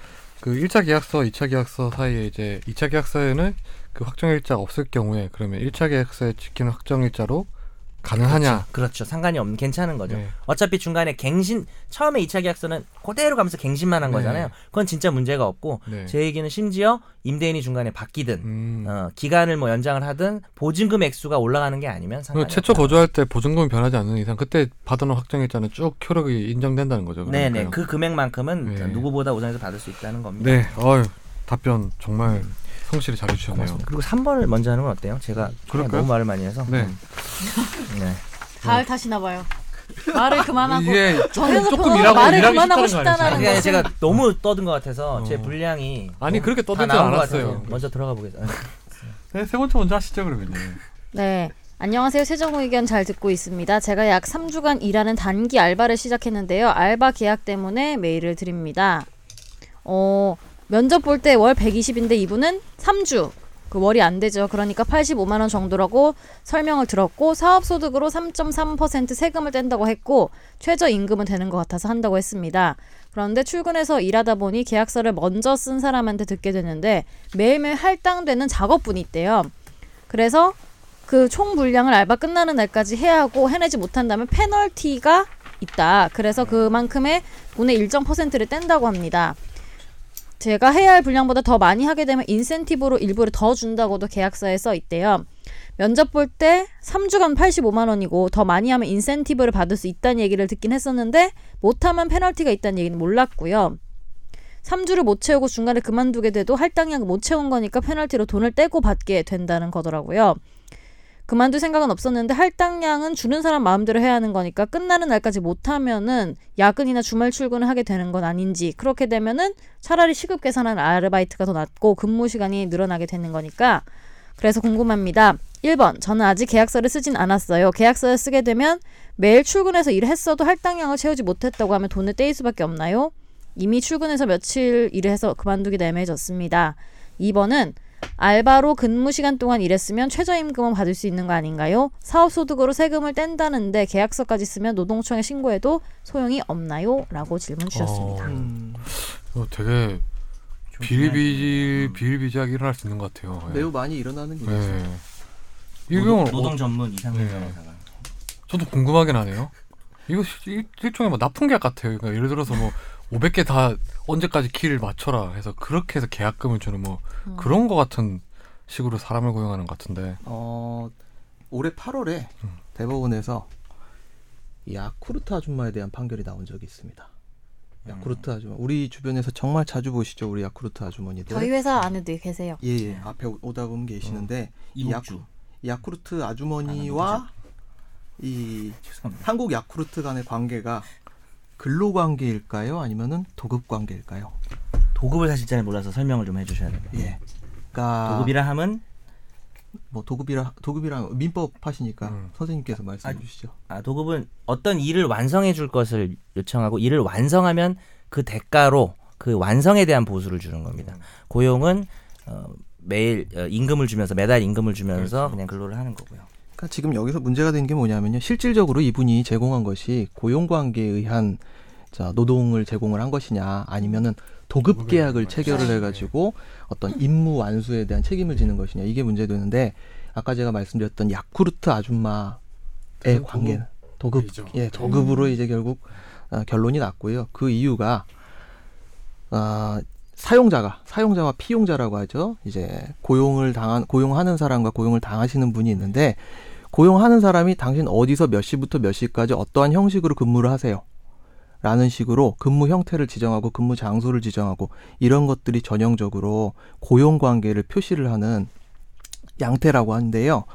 Speaker 1: 그 1차 계약서, 2차 계약서 사이에 이제 2차 계약서에는 그 확정일자 없을 경우에 그러면 1차 계약서에 지키는 확정일자로 가능하냐.
Speaker 4: 그렇죠. 상관이 없는 괜찮은 거죠.
Speaker 1: 네.
Speaker 4: 어차피 중간에 갱신 처음에 이차 계약서는 그대로 가면서 갱신만 한
Speaker 1: 네.
Speaker 4: 거잖아요. 그건 진짜 문제가 없고
Speaker 1: 네.
Speaker 4: 제 얘기는 심지어 임대인이 중간에 바뀌든
Speaker 1: 음.
Speaker 4: 어, 기간을 뭐 연장을 하든 보증금 액수가 올라가는 게 아니면
Speaker 1: 그리고
Speaker 4: 상관이 없다.
Speaker 1: 최초 거주할 때 보증금이 변하지 않는 이상 그때 받아놓은 확정일자는 쭉 효력이 인정된다는 거죠.
Speaker 4: 네네
Speaker 1: 그러니까요.
Speaker 4: 그 금액만큼은
Speaker 1: 네.
Speaker 4: 누구보다 우선해서 받을 수 있다는 겁니다.
Speaker 1: 네. 어휴, 답변 정말
Speaker 4: 음.
Speaker 1: 성실히 잘해주셨네요.
Speaker 4: 고맙습니다. 그리고 3번을 먼저 하는 건 어때요? 제가 그냥
Speaker 1: 그럴까요?
Speaker 4: 너무 말을 많이 해서
Speaker 1: 네.
Speaker 4: 음. 네.
Speaker 3: 가을 타시나 봐요. 말을 그만하고
Speaker 1: 이게
Speaker 3: 정해서
Speaker 1: 조금
Speaker 3: 변호사
Speaker 1: 일하고
Speaker 3: 말을
Speaker 1: 일하기
Speaker 3: 그만하고
Speaker 1: 싫다는 거 아니에요?
Speaker 3: 싶다는
Speaker 4: 그게 아니라
Speaker 3: 거지.
Speaker 4: 그러니까 제가 너무 떠든 것 같아서 제
Speaker 1: 어.
Speaker 4: 분량이
Speaker 1: 아니,
Speaker 4: 너무
Speaker 1: 그렇게
Speaker 4: 다
Speaker 1: 떠들진
Speaker 4: 나온 것
Speaker 1: 않았어요.
Speaker 4: 같아서 먼저 들어가 보겠습니다.
Speaker 1: 네, 세 번째 먼저 하시죠 그러면.
Speaker 3: 네. 안녕하세요. 세정 의견 잘 듣고 있습니다. 제가 약 3주간 일하는 단기 알바를 시작했는데요. 알바 계약 때문에 메일을 드립니다. 어, 면접 볼 때 월 120인데 이분은 3주. 그 월이 안 되죠. 그러니까 85만 원 정도라고 설명을 들었고 사업 소득으로 3.3% 세금을 뗀다고 했고 최저 임금은 되는 것 같아서 한다고 했습니다. 그런데 출근해서 일하다 보니 계약서를 먼저 쓴 사람한테 듣게 되는데 매일매일 할당되는 작업분이 있대요. 그래서 그 총 분량을 알바 끝나는 날까지 해야 하고 해내지 못한다면 페널티가 있다. 그래서 그만큼의 돈의 일정 퍼센트를 뗀다고 합니다. 제가 해야 할 분량보다 더 많이 하게 되면 인센티브로 일부를 더 준다고도 계약서에 써 있대요. 면접 볼 때 3주간 85만 원이고 더 많이 하면 인센티브를 받을 수 있다는 얘기를 듣긴 했었는데 못하면 페널티가 있다는 얘기는 몰랐고요. 3주를 못 채우고 중간에 그만두게 돼도 할당량을 못 채운 거니까 페널티로 돈을 떼고 받게 된다는 거더라고요. 그만둘 생각은 없었는데 할당량은 주는 사람 마음대로 해야 하는 거니까 끝나는 날까지 못하면은 야근이나 주말 출근을 하게 되는 건 아닌지 그렇게 되면은 차라리 시급 계산한 아르바이트가 더 낫고 근무 시간이 늘어나게 되는 거니까 그래서 궁금합니다. 1번 저는 아직 계약서를 쓰진 않았어요. 계약서를 쓰게 되면 매일 출근해서 일을 했어도 할당량을 채우지 못했다고 하면 돈을 떼일 수밖에 없나요? 이미 출근해서 며칠 일을 해서 그만두기 애매해졌습니다. 2번은 알바로 근무 시간 동안 일했으면 최저임금은 받을 수 있는 거 아닌가요? 사업소득으로 세금을 뗀다는데 계약서까지 쓰면 노동청에 신고해도 소용이 없나요? 라고 질문 주셨습니다.
Speaker 1: 어,
Speaker 4: 음.
Speaker 1: 이거 되게 비일비재 비일비재하게 일어날 수 있는 것 같아요.
Speaker 4: 네.
Speaker 1: 예.
Speaker 2: 음. 매우 많이 일어나는 일이죠.
Speaker 1: 네. 이 경우는 어,
Speaker 4: 전문 이상민
Speaker 1: 네. 변호사가. 저도 궁금하긴 하네요. 이거 시- 일, 일종의 뭐 납품 계약 같아요. 그러니까 예를 들어서 뭐 500개 다 언제까지 키를 맞춰라 해서 그렇게 해서 계약금을 주는 뭐
Speaker 3: 음.
Speaker 1: 그런 거 같은 식으로 사람을 고용하는 것 같은데
Speaker 2: 어, 올해 8월에
Speaker 1: 음.
Speaker 2: 대법원에서 야쿠르트 아줌마에 대한 판결이 나온 적이 있습니다.
Speaker 4: 음.
Speaker 2: 야쿠르트 아줌마 우리 주변에서 정말 자주 보시죠 우리 야쿠르트 아주머니들.
Speaker 3: 저희 회사 안에도 계세요.
Speaker 2: 예,
Speaker 4: 네.
Speaker 2: 예. 앞에 오- 오다 보면
Speaker 4: 어,
Speaker 2: 계시는데 이 야쿠, 야쿠르트
Speaker 4: 아,
Speaker 2: 아주머니와 이
Speaker 4: 죄송합니다.
Speaker 2: 한국 야쿠르트 간의 관계가 근로 관계일까요? 아니면은 도급 관계일까요?
Speaker 4: 도급을 사실 잘 몰라서 설명을 좀 해주셔야 돼요.
Speaker 2: 예. 그러니까
Speaker 4: 네. 도급이라 함은
Speaker 2: 뭐 도급이라 도급이라 민법 하시니까
Speaker 1: 음.
Speaker 2: 선생님께서 말씀해
Speaker 4: 아,
Speaker 2: 주시죠.
Speaker 4: 아, 도급은 어떤 일을 완성해 줄 것을 요청하고 일을 완성하면 그 대가로 그 완성에 대한 보수를 주는 겁니다. 고용은 어, 매일 어, 임금을 주면서 매달 임금을
Speaker 1: 그렇죠.
Speaker 4: 주면서 그냥 근로를 하는 거고요.
Speaker 2: 그러니까 지금 여기서 문제가 된 게 뭐냐면요. 실질적으로 이분이 제공한 것이 고용 관계에 의한 자, 노동을 제공을 한 것이냐 아니면은 도급
Speaker 1: 도급에
Speaker 2: 계약을 네.
Speaker 1: 대한
Speaker 2: 체결을
Speaker 1: 거죠.
Speaker 2: 해 가지고 어떤 임무 완수에 대한 책임을 지는 것이냐 이게 문제되는데 아까 제가 말씀드렸던 야쿠르트 아줌마의
Speaker 1: 그건
Speaker 2: 관계는 도급
Speaker 1: 이죠.
Speaker 2: 예, 도급으로 이제 결국 어, 결론이 났고요. 그 이유가 아, 사용자가 사용자와 피용자라고 하죠. 이제 고용을 당한 고용하는 사람과 고용을 당하시는 분이 있는데 고용하는 사람이 당신 어디서 몇 시부터 몇 시까지 어떠한 형식으로 근무를 하세요. 라는 식으로 근무 형태를 지정하고 근무 장소를 지정하고 이런 것들이 전형적으로 고용 관계를 표시를 하는 양태라고 하는데요. 어,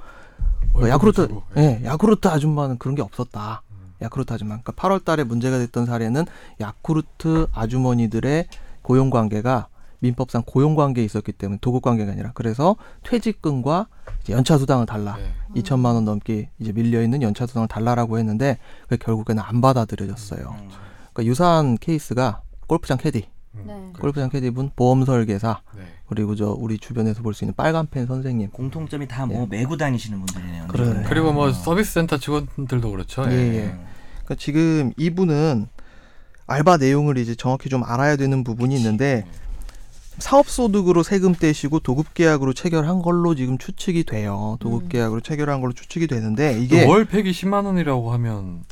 Speaker 1: 월급을
Speaker 2: 야쿠르트
Speaker 1: 주고, 예.
Speaker 2: 예, 야쿠르트 아줌마는 그런 게 없었다. 야쿠르트 아줌마. 그러니까 8월 달에 문제가 됐던 사례는 야쿠르트 아주머니들의 고용 관계가 민법상 고용 관계에 있었기 때문에 도급 관계가 아니라 그래서 퇴직금과 이제 연차 수당을 달라.
Speaker 1: 네.
Speaker 2: 2천만 원 넘게 이제 밀려 있는 연차 수당을 달라라고 했는데 그게 결국에는 안 받아들여졌어요.
Speaker 4: 음.
Speaker 2: 그러니까 유사한 케이스가 골프장 캐디,
Speaker 1: 음,
Speaker 3: 네.
Speaker 1: 그래.
Speaker 2: 골프장 캐디분, 보험 설계사,
Speaker 1: 네.
Speaker 2: 그리고 저 우리 주변에서 볼 수 있는 빨간 펜 선생님.
Speaker 4: 공통점이 다 뭐 메고 다니시는 분들이네요. 네.
Speaker 2: 그러네.
Speaker 1: 네. 그리고 뭐 서비스 센터 직원들도 그렇죠.
Speaker 2: 아. 예, 예. 그러니까 지금 이분은 알바 내용을 이제 정확히 좀 알아야 되는 부분이 있는데 사업소득으로 세금 떼시고 도급계약으로 체결한 걸로 지금 추측이 돼요.
Speaker 3: 음.
Speaker 2: 도급계약으로 체결한 걸로 추측이 되는데 이게
Speaker 1: 근데 월팩이 10만 원이라고 하면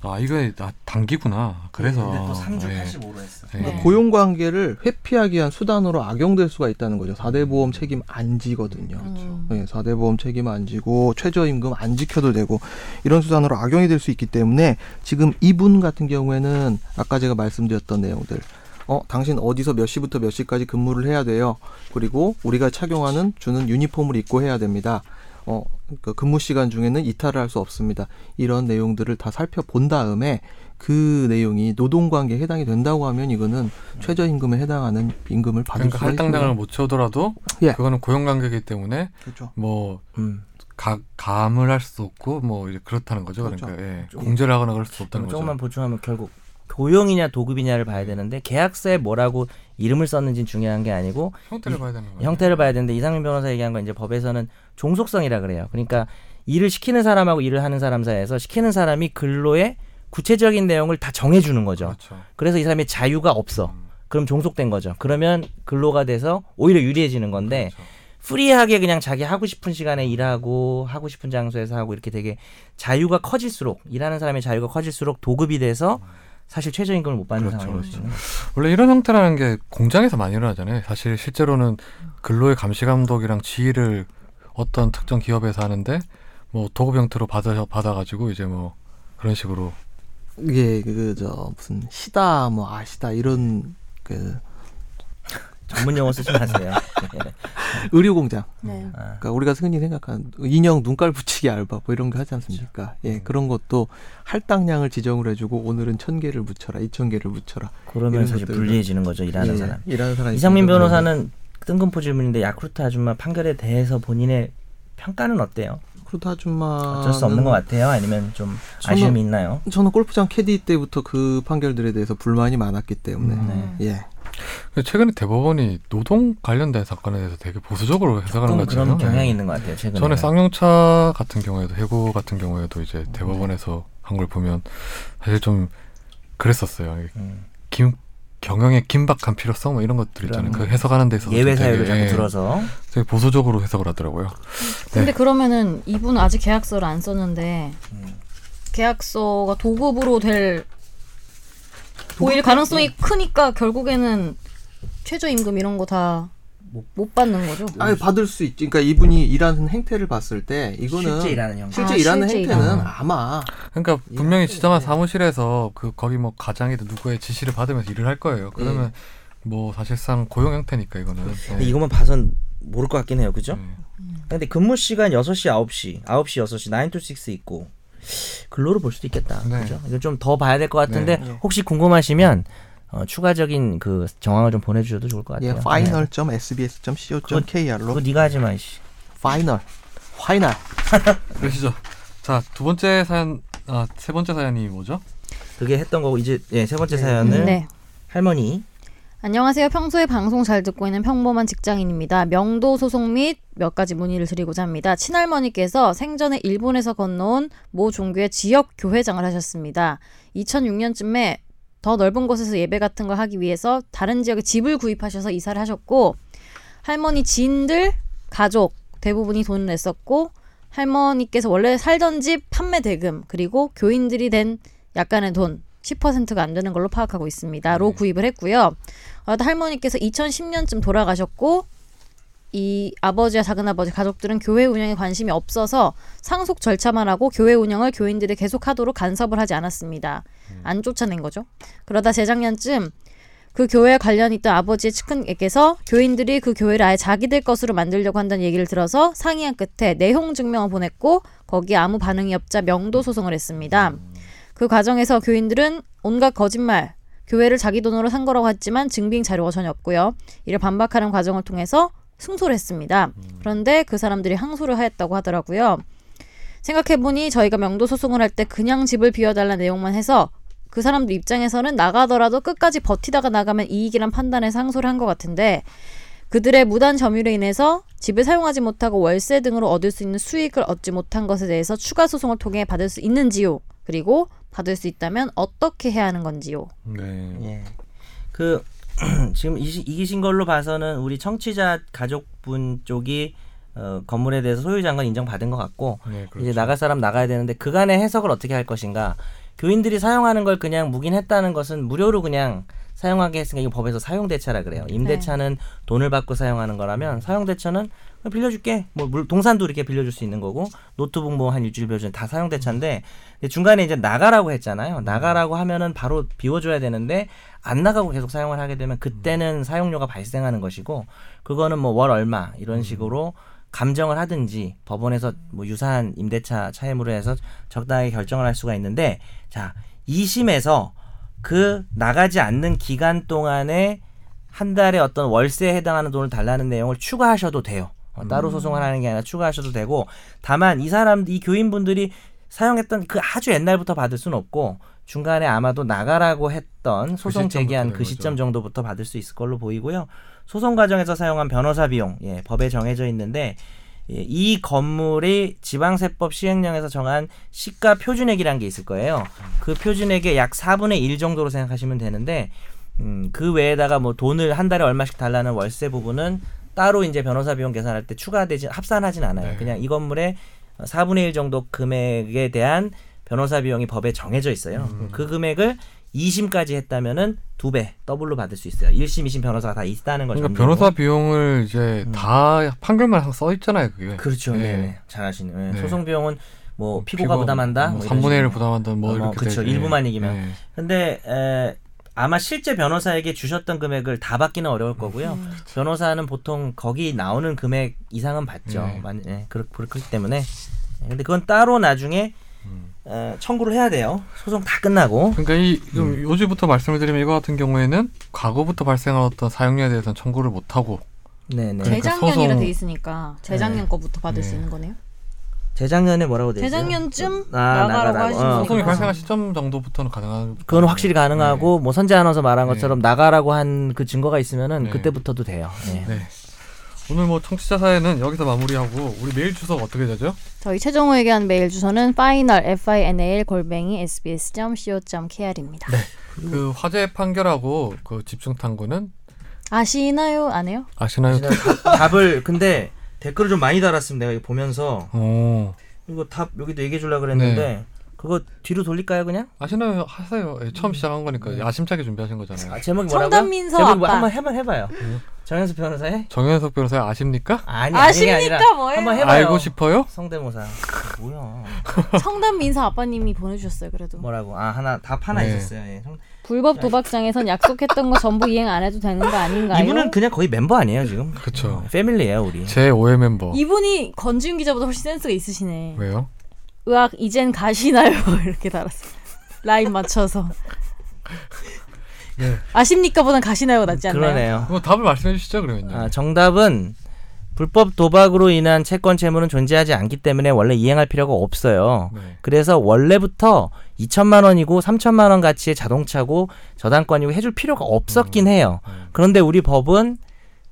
Speaker 1: 아 이거 나 단기구나.
Speaker 2: 네,
Speaker 1: 그래서
Speaker 4: 근데 또 3주
Speaker 1: 예.
Speaker 4: 85로 했어.
Speaker 1: 예.
Speaker 3: 네.
Speaker 2: 그러니까 고용관계를 회피하기 위한 수단으로 악용될 수가 있다는 거죠. 4대 보험 책임 안 지거든요.
Speaker 1: 그렇죠.
Speaker 2: 예, 4대 보험 책임 안 지고 최저임금 안 지켜도 되고 이런 수단으로 악용이 될 수 있기 때문에 지금 이분 같은 경우에는 아까 제가 말씀드렸던 내용들 어, 당신 어디서 몇 시부터 몇 시까지 근무를 해야 돼요. 그리고 우리가 착용하는 주는 유니폼을 입고 해야 됩니다. 어, 그 근무 시간 중에는 이탈을 할 수 없습니다. 이런 내용들을 다 살펴본 다음에 그 내용이 노동관계에 해당이 된다고 하면 이거는 최저임금에 해당하는 임금을 받을
Speaker 1: 그러니까
Speaker 2: 수가
Speaker 1: 할당량을
Speaker 2: 있어요.
Speaker 1: 못 채우더라도
Speaker 2: 예.
Speaker 1: 그거는 고용관계이기 때문에
Speaker 2: 그렇죠.
Speaker 1: 뭐
Speaker 4: 음.
Speaker 1: 가, 감을 할 수도 없고 뭐 이제 그렇다는 거죠. 그러니까
Speaker 2: 그렇죠.
Speaker 1: 예.
Speaker 4: 좀-
Speaker 1: 공제를 하거나 그럴 수도 없다는
Speaker 4: 그럼
Speaker 1: 거죠.
Speaker 4: 조금만 보충하면 결국 고용이냐 도급이냐를 봐야 되는데 계약서에 뭐라고 이름을 썼는지 는 중요한 게 아니고
Speaker 1: 형태를 봐야 되는 거예요.
Speaker 4: 형태를 봐야 되는데 이상민 변호사 얘기한 건 이제 법에서는 종속성이라 그래요. 그러니까 일을 시키는 사람하고 일을 하는 사람 사이에서 시키는 사람이 근로의 구체적인 내용을 다 정해주는 거죠.
Speaker 1: 그렇죠.
Speaker 4: 그래서 이 사람이 자유가 없어.
Speaker 1: 음.
Speaker 4: 그럼 종속된 거죠. 그러면 근로가 돼서 오히려 유리해지는 건데
Speaker 1: 그렇죠.
Speaker 4: 프리하게 그냥 자기 하고 싶은 시간에 일하고 하고 싶은 장소에서 하고 이렇게 되게 자유가 커질수록 일하는 사람의 자유가 커질수록 도급이 돼서 사실 최저임금을 못 받는
Speaker 1: 음. 그렇죠,
Speaker 4: 상황이거든요.
Speaker 1: 원래 이런 형태라는 게 공장에서 많이 일어나잖아요. 사실 실제로는 근로의 감시 감독이랑 지휘를 어떤 특정 기업에서 하는데 뭐 도급 형태로 받아 받아가지고 이제 뭐 그런 식으로
Speaker 2: 이게 그저 무슨 시다 뭐 아시다 이런 그
Speaker 4: 전문 용어 쓰지 마세요. 네.
Speaker 2: 의료 공장
Speaker 3: 네.
Speaker 4: 아,
Speaker 2: 그러니까 우리가 흔히 생각하는 인형 눈깔 붙이기 알바 뭐 이런 거 하지 않습니까?
Speaker 4: 그렇죠. 네.
Speaker 2: 예 그런 것도 할당량을 지정을 해주고 오늘은 천 개를 붙여라 이천 개를 붙여라
Speaker 4: 그러면
Speaker 2: 이런
Speaker 4: 사실
Speaker 2: 것들은-
Speaker 4: 불리해지는 거죠 일하는
Speaker 2: 예,
Speaker 4: 사람.
Speaker 2: 일하는
Speaker 1: 아,
Speaker 2: 사람
Speaker 4: 이상민 변호사는 뜬금포 질문인데 야쿠르트 아줌마 판결에 대해서 본인의 평가는 어때요?
Speaker 2: 그렇다 아줌마
Speaker 4: 어쩔 수 없는 것 같아요? 아니면 좀 아쉬움이 있나요?
Speaker 2: 저는 골프장 캐디 때부터 그 판결들에 대해서 불만이 많았기 때문에
Speaker 4: 네.
Speaker 2: 예
Speaker 1: 근데 최근에 대법원이 노동 관련된 사건에 대해서 되게 보수적으로 해석하는
Speaker 4: 조금
Speaker 1: 것 같아요.
Speaker 4: 그런 경향이 있는 것 같아요 최근에.
Speaker 1: 전에 쌍용차 같은 경우에도 해고 같은 경우에도 이제 대법원에서 한 걸 보면 사실 좀 그랬었어요.
Speaker 4: 음.
Speaker 1: 김 경영의 긴박한 필요성 뭐 이런 것들 있잖아요. 그
Speaker 4: 그럼.
Speaker 1: 해석하는 데 있어서
Speaker 4: 예외 사유를
Speaker 1: 되게,
Speaker 4: 자꾸
Speaker 1: 예,
Speaker 4: 들어서
Speaker 1: 되게 보수적으로 해석을 하더라고요.
Speaker 3: 근데 그러면은 이분 은 아직 계약서를 안 썼는데
Speaker 4: 음.
Speaker 3: 계약서가 도급으로 될 보일 가능성이 크니까 결국에는 최저임금 이런 거 다 못 받는 거죠.
Speaker 2: 아예 받을 수 있지 그러니까 이분이 일하는 행태를 봤을 때 이거는
Speaker 4: 실제 일하는 형.
Speaker 2: 실제
Speaker 3: 아,
Speaker 2: 일하는
Speaker 3: 실제
Speaker 2: 행태는
Speaker 1: 일하는.
Speaker 2: 아마
Speaker 1: 그러니까
Speaker 4: 예,
Speaker 1: 분명히 지정한 사무실에서 그 거기 뭐 과장이든 누구의 지시를 받으면서 일을 할 거예요. 그러면 뭐 사실상 고용 형태니까 이거는.
Speaker 4: 근데
Speaker 1: 예.
Speaker 4: 그렇죠. 이것만 봐선 모를 것 같긴 해요, 그죠?
Speaker 1: 예.
Speaker 4: 근데 근무 시간 6시, 9시, 9시, 6시, 9 to 6 있고 근로로 볼 수도 있겠다,
Speaker 1: 네.
Speaker 4: 그죠? 이건 좀 더 봐야 될 것 같은데
Speaker 2: 네.
Speaker 4: 혹시 궁금하시면 어, 추가적인 그 정황을 좀 보내주셔도 좋을 것 같아요. 네.
Speaker 2: 예, final.sbs.co.kr로
Speaker 4: 그거 네가 하지 마, 이씨.
Speaker 2: 파이널 파이널
Speaker 1: 그러시죠. 자 두 번째 사연, 아 세 번째 사연이 뭐죠?
Speaker 4: 그게 했던 거고 이제 예, 세 번째 사연은
Speaker 3: 네.
Speaker 4: 할머니.
Speaker 3: 안녕하세요. 평소에 방송 잘 듣고 있는 평범한 직장인입니다. 명도 소송 및 몇 가지 문의를 드리고자 합니다. 친할머니께서 생전에 일본에서 건너온 모 종교의 지역 교회장을 하셨습니다. 2006년쯤에 더 넓은 곳에서 예배 같은 걸 하기 위해서 다른 지역에 집을 구입하셔서 이사를 하셨고 할머니 지인들 가족 대부분이 돈을 냈었고 할머니께서 원래 살던 집 판매 대금 그리고 교인들이 된 약간의 돈 10%가 안 되는 걸로 파악하고 있습니다.로
Speaker 1: 네.
Speaker 3: 구입을 했고요. 어, 할머니께서 2010년쯤 돌아가셨고 이 아버지와 작은아버지 가족들은 교회 운영에 관심이 없어서 상속 절차만 하고 교회 운영을 교인들이 계속하도록 간섭을 하지 않았습니다. 안 쫓아낸 거죠. 그러다 재작년쯤 그 교회에 관련 있던 아버지의 측근에게서 교인들이 그 교회를 아예 자기들 것으로 만들려고 한다는 얘기를 들어서 상의한 끝에 내용 증명을 보냈고 거기에 아무 반응이 없자 명도 소송을 했습니다. 그 과정에서 교인들은 온갖 거짓말, 교회를 자기 돈으로 산 거라고 했지만 증빙 자료가 전혀 없고요. 이를 반박하는 과정을 통해서 승소를 했습니다. 그런데 그 사람들이 항소를 하였다고 하더라고요. 생각해보니 저희가 명도 소송을 할 때 그냥 집을 비워달라는 내용만 해서 그 사람들 입장에서는 나가더라도 끝까지 버티다가 나가면 이익이란 판단에서 항소를 한 것 같은데 그들의 무단 점유로 인해서 집을 사용하지 못하고 월세 등으로 얻을 수 있는 수익을 얻지 못한 것에 대해서 추가 소송을 통해 받을 수 있는지요. 그리고 받을 수 있다면 어떻게 해야 하는 건지요.
Speaker 1: 네.
Speaker 4: 예. 그 지금 이시- 이기신 걸로 봐서는 우리 청취자 가족분 쪽이 어, 건물에 대해서 소유자인 건 인정받은 것 같고
Speaker 1: 네,
Speaker 4: 이제 나갈 사람 나가야 되는데 그간의 해석을 어떻게 할 것인가 교인들이 사용하는 걸 그냥 묵인했다는 것은 무료로 그냥 사용하게 했으니까 이거 법에서 사용대차라 그래요 임대차는 돈을 받고 사용하는 거라면 사용대차는 그냥 빌려줄게 뭐 물- 동산도 이렇게 빌려줄 수 있는 거고 노트북 뭐 한 일주일 빌려주는 다 사용대차인데 근데 중간에 이제 나가라고 했잖아요 나가라고 하면은 바로 비워줘야 되는데 안 나가고 계속 사용을 하게 되면 그때는 사용료가 발생하는 것이고 그거는 뭐 월 얼마 이런 식으로 감정을 하든지 법원에서 뭐 유사한 임대차 차임으로 해서 적당하게 결정을 할 수가 있는데 자 2심에서 그 나가지 않는 기간 동안에 한 달에 어떤 월세에 해당하는 돈을 달라는 내용을 추가하셔도 돼요. 어,
Speaker 1: 음.
Speaker 4: 따로 소송을 하는 게 아니라 추가하셔도 되고 다만 이 사람 이 교인분들이 사용했던 그 아주 옛날부터 받을 수는 없고 중간에 아마도 나가라고 했던 소송
Speaker 1: 시점부터
Speaker 4: 제기한
Speaker 1: 되는
Speaker 4: 그
Speaker 1: 거죠.
Speaker 4: 시점 정도부터 받을 수 있을 걸로 보이고요. 소송 과정에서 사용한 변호사 비용, 예, 법에 정해져 있는데 예, 이 건물이 지방세법 시행령에서 정한 시가 표준액이라는 게 있을 거예요. 그 표준액의 약 4분의 1 정도로 생각하시면 되는데 음, 그 외에다가 뭐 돈을 한 달에 얼마씩 달라는 월세 부분은 따로 이제 변호사 비용 계산할 때 추가되지 합산하진 않아요.
Speaker 1: 네.
Speaker 4: 그냥 이 건물의 4분의 1 정도 금액에 대한 변호사 비용이 법에 정해져 있어요.
Speaker 1: 음.
Speaker 4: 그 금액을 2심까지 했다면은 두 배 더블로 받을 수 있어요. 1심, 2심 변호사가 다 있다는 거죠.
Speaker 1: 그러니까 변호사 비용을 이제 다 판결만 항상 써 있잖아요, 그게.
Speaker 4: 그렇죠.
Speaker 1: 예.
Speaker 4: 네. 잘하시네. 요
Speaker 1: 네.
Speaker 4: 소송 비용은 뭐 피고가
Speaker 1: 피고,
Speaker 4: 부담한다.
Speaker 1: 뭐
Speaker 4: 뭐 이런
Speaker 1: 3분의 1을
Speaker 4: 식으로.
Speaker 1: 부담한다. 뭐
Speaker 4: 어,
Speaker 1: 이렇게
Speaker 4: 그쵸.
Speaker 1: 되죠. 예.
Speaker 4: 일부만 얘기면.
Speaker 1: 예.
Speaker 4: 근데 에, 아마 실제 변호사에게 주셨던 금액을 다 받기는 어려울 거고요. 변호사는 보통 거기 나오는 금액 이상은 받죠.
Speaker 1: 네.
Speaker 4: 만- 예, 그렇, 그렇기 때문에. 예, 근데 그건 따로 나중에
Speaker 1: 음.
Speaker 4: 어, 청구를 해야 돼요. 소송 다 끝나고.
Speaker 1: 그러니까 이 좀
Speaker 4: 음.
Speaker 1: 요지부터 말씀을 드리면 이거 같은 경우에는 과거부터 발생한 어떤 사용료에 대해서는 청구를 못 하고
Speaker 4: 네네.
Speaker 1: 그러니까
Speaker 3: 재작년이라
Speaker 1: 소송-
Speaker 3: 돼 있으니까 재작년 거부터 받을 수
Speaker 1: 네.
Speaker 3: 있는 거네요.
Speaker 4: 재작년에 뭐라고 되죠?
Speaker 3: 재작년쯤
Speaker 4: 아,
Speaker 3: 나가라고
Speaker 4: 나가라고.
Speaker 3: 하시는
Speaker 4: 어.
Speaker 3: 거니까.
Speaker 1: 소송이 발생한 시점 정도부터는 가능한.
Speaker 4: 그건 확실히 가능하고 뭐 선재 아나운서 말한
Speaker 1: 네.
Speaker 4: 것처럼 나가라고 한 그 증거가 있으면은
Speaker 1: 네.
Speaker 4: 그때부터도 돼요. 예.
Speaker 1: 네. 오늘 뭐 청취자 사회는 여기서 마무리하고 우리 메일 주소가 어떻게 되죠?
Speaker 3: 저희 최종호에게 한 메일 주소는 final f i n a l 골뱅이 s b s c o k r입니다.
Speaker 1: 그 화재 판결하고 그 집중 탐구는
Speaker 3: 아시나요? 안 해요?
Speaker 1: 아시나요?
Speaker 4: 답을 근데 댓글을 좀 많이 달았습니다. 내가 이거 보면서
Speaker 1: 어
Speaker 4: 이거 답 여기도 얘기해 주려고 그랬는데
Speaker 1: 네.
Speaker 4: 그거 뒤로 돌릴까요 그냥?
Speaker 1: 아시나요? 하세요. 예, 처음 시작한 거니까 야심차게 준비하신
Speaker 4: 아,
Speaker 1: 거잖아요.
Speaker 4: 제목이 뭐라고요?
Speaker 3: 청담민서
Speaker 4: 제목이 뭐
Speaker 3: 아빠.
Speaker 4: 한번 해봐 해봐요. 정현수 변호사의
Speaker 1: 정현석 변호사 아십니까?
Speaker 4: 아니
Speaker 3: 아십니까?
Speaker 4: 아니, 그게 아니라
Speaker 3: 뭐예요?
Speaker 4: 한번 해봐요.
Speaker 1: 알고 싶어요?
Speaker 4: 성대모사 뭐야?
Speaker 3: 청담 민서 아빠님이 보내주셨어요. 그래도
Speaker 4: 뭐라고? 아 하나 답 하나
Speaker 1: 네.
Speaker 4: 있었어요. 예. 성-
Speaker 3: 불법 도박장에선 약속했던 거 전부 이행 안 해도 되는 거 아닌가요?
Speaker 4: 이분은 그냥 거의 멤버 아니에요 지금?
Speaker 1: 그쵸.
Speaker 4: 패밀리예요 우리.
Speaker 1: 제 5회 멤버.
Speaker 3: 이분이 건지윤 기자보다 훨씬 센스가 있으시네.
Speaker 1: 왜요?
Speaker 3: 의학 이젠 가시나요? 이렇게 달았어요. 라인 맞춰서.
Speaker 1: 네.
Speaker 3: 아십니까? 보단 가시나요? 가 낫지 않나요?
Speaker 4: 그러네요.
Speaker 1: 뭐 답을 말씀해 주시죠 그러면요.
Speaker 4: 아, 정답은 불법 도박으로 인한 채권 채무는 존재하지 않기 때문에 원래 이행할 필요가 없어요.
Speaker 1: 네.
Speaker 4: 그래서 원래부터 2천만 원이고 3천만 원 가치의 자동차고 저당권이고 해줄 필요가 없었긴 해요.
Speaker 1: 음.
Speaker 4: 그런데 우리 법은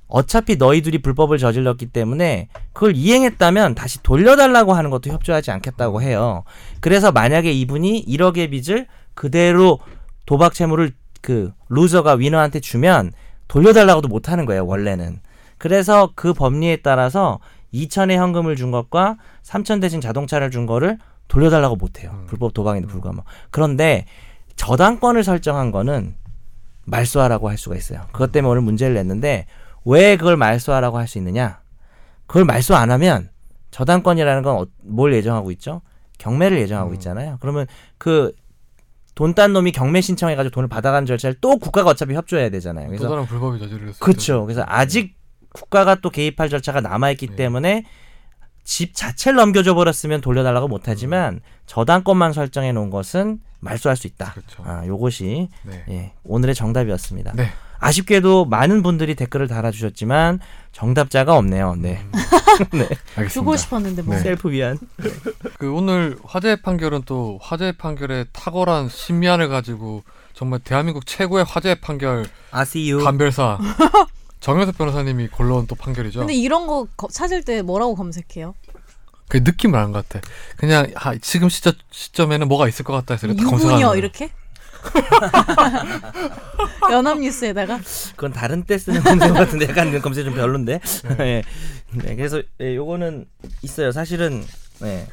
Speaker 4: 어차피 너희들이 불법을 저질렀기 때문에 그걸 이행했다면 다시 돌려달라고 하는 것도 협조하지 않겠다고 해요. 그래서 만약에 이분이 1억의 빚을 그대로 도박 채무를 그 루저가 위너한테 주면 돌려달라고도 못 하는 거예요, 원래는. 그래서 그 법리에 따라서 2천의 현금을 준 것과 3천 대신 자동차를 준 거를 돌려달라고 못 해요.
Speaker 1: 음.
Speaker 4: 불법 도박인데 불구하고. 그런데 저당권을 설정한 거는 말소하라고 할 수가 있어요. 그것 때문에 오늘 문제를 냈는데 왜 그걸 말소하라고 할 수 있느냐? 그걸 말소 안 하면 저당권이라는 건 어, 뭘 예정하고 있죠? 경매를 예정하고
Speaker 1: 음.
Speaker 4: 있잖아요. 그러면 그 돈 딴 놈이 경매 신청해가지고 돈을 받아가는 절차를 또 국가가 어차피 협조해야 되잖아요.
Speaker 1: 또
Speaker 4: 그래서
Speaker 1: 다른 불법이 저지를 했을
Speaker 4: 그렇죠. 그래서 아직 국가가 또 개입할 절차가 남아있기
Speaker 1: 네.
Speaker 4: 때문에 집 자체를 넘겨줘 버렸으면 돌려달라고
Speaker 1: 음.
Speaker 4: 못하지만 저당권만 설정해 놓은 것은 말소할 수 있다.
Speaker 1: 그렇죠.
Speaker 4: 아, 요것이
Speaker 1: 때. 네.
Speaker 4: 예, 오늘의 정답이었습니다.
Speaker 1: 네.
Speaker 4: 아쉽게도 많은 분들이 댓글을 달아주셨지만 정답자가 없네요. 네.
Speaker 1: 알겠습니다.
Speaker 3: 주고 싶었는데
Speaker 1: 음,
Speaker 3: 뭐.
Speaker 1: 네.
Speaker 4: 셀프 위안.
Speaker 1: 그 오늘 화재 판결은 또 화재 판결의 탁월한 심리안을 가지고 정말 대한민국 최고의 화재 판결
Speaker 4: 아시유.
Speaker 1: 감별사 정현석 변호사님이 골라온 또 판결이죠.
Speaker 3: 근데 이런 거 거- 찾을 때 뭐라고 검색해요?
Speaker 1: 그 느낌을 아는 것 같아. 그냥 아, 지금 시점, 시점에는 뭐가 있을 것 같다 해서 이렇게 다 검색하는
Speaker 3: 유부녀
Speaker 1: 거예요.
Speaker 3: 이렇게? 연합뉴스에다가
Speaker 4: 그건 다른 때 쓰는 검색 같은데 약간 검색 좀 별론데. 예. 네, 그래서 예, 요거는 있어요. 사실은 예,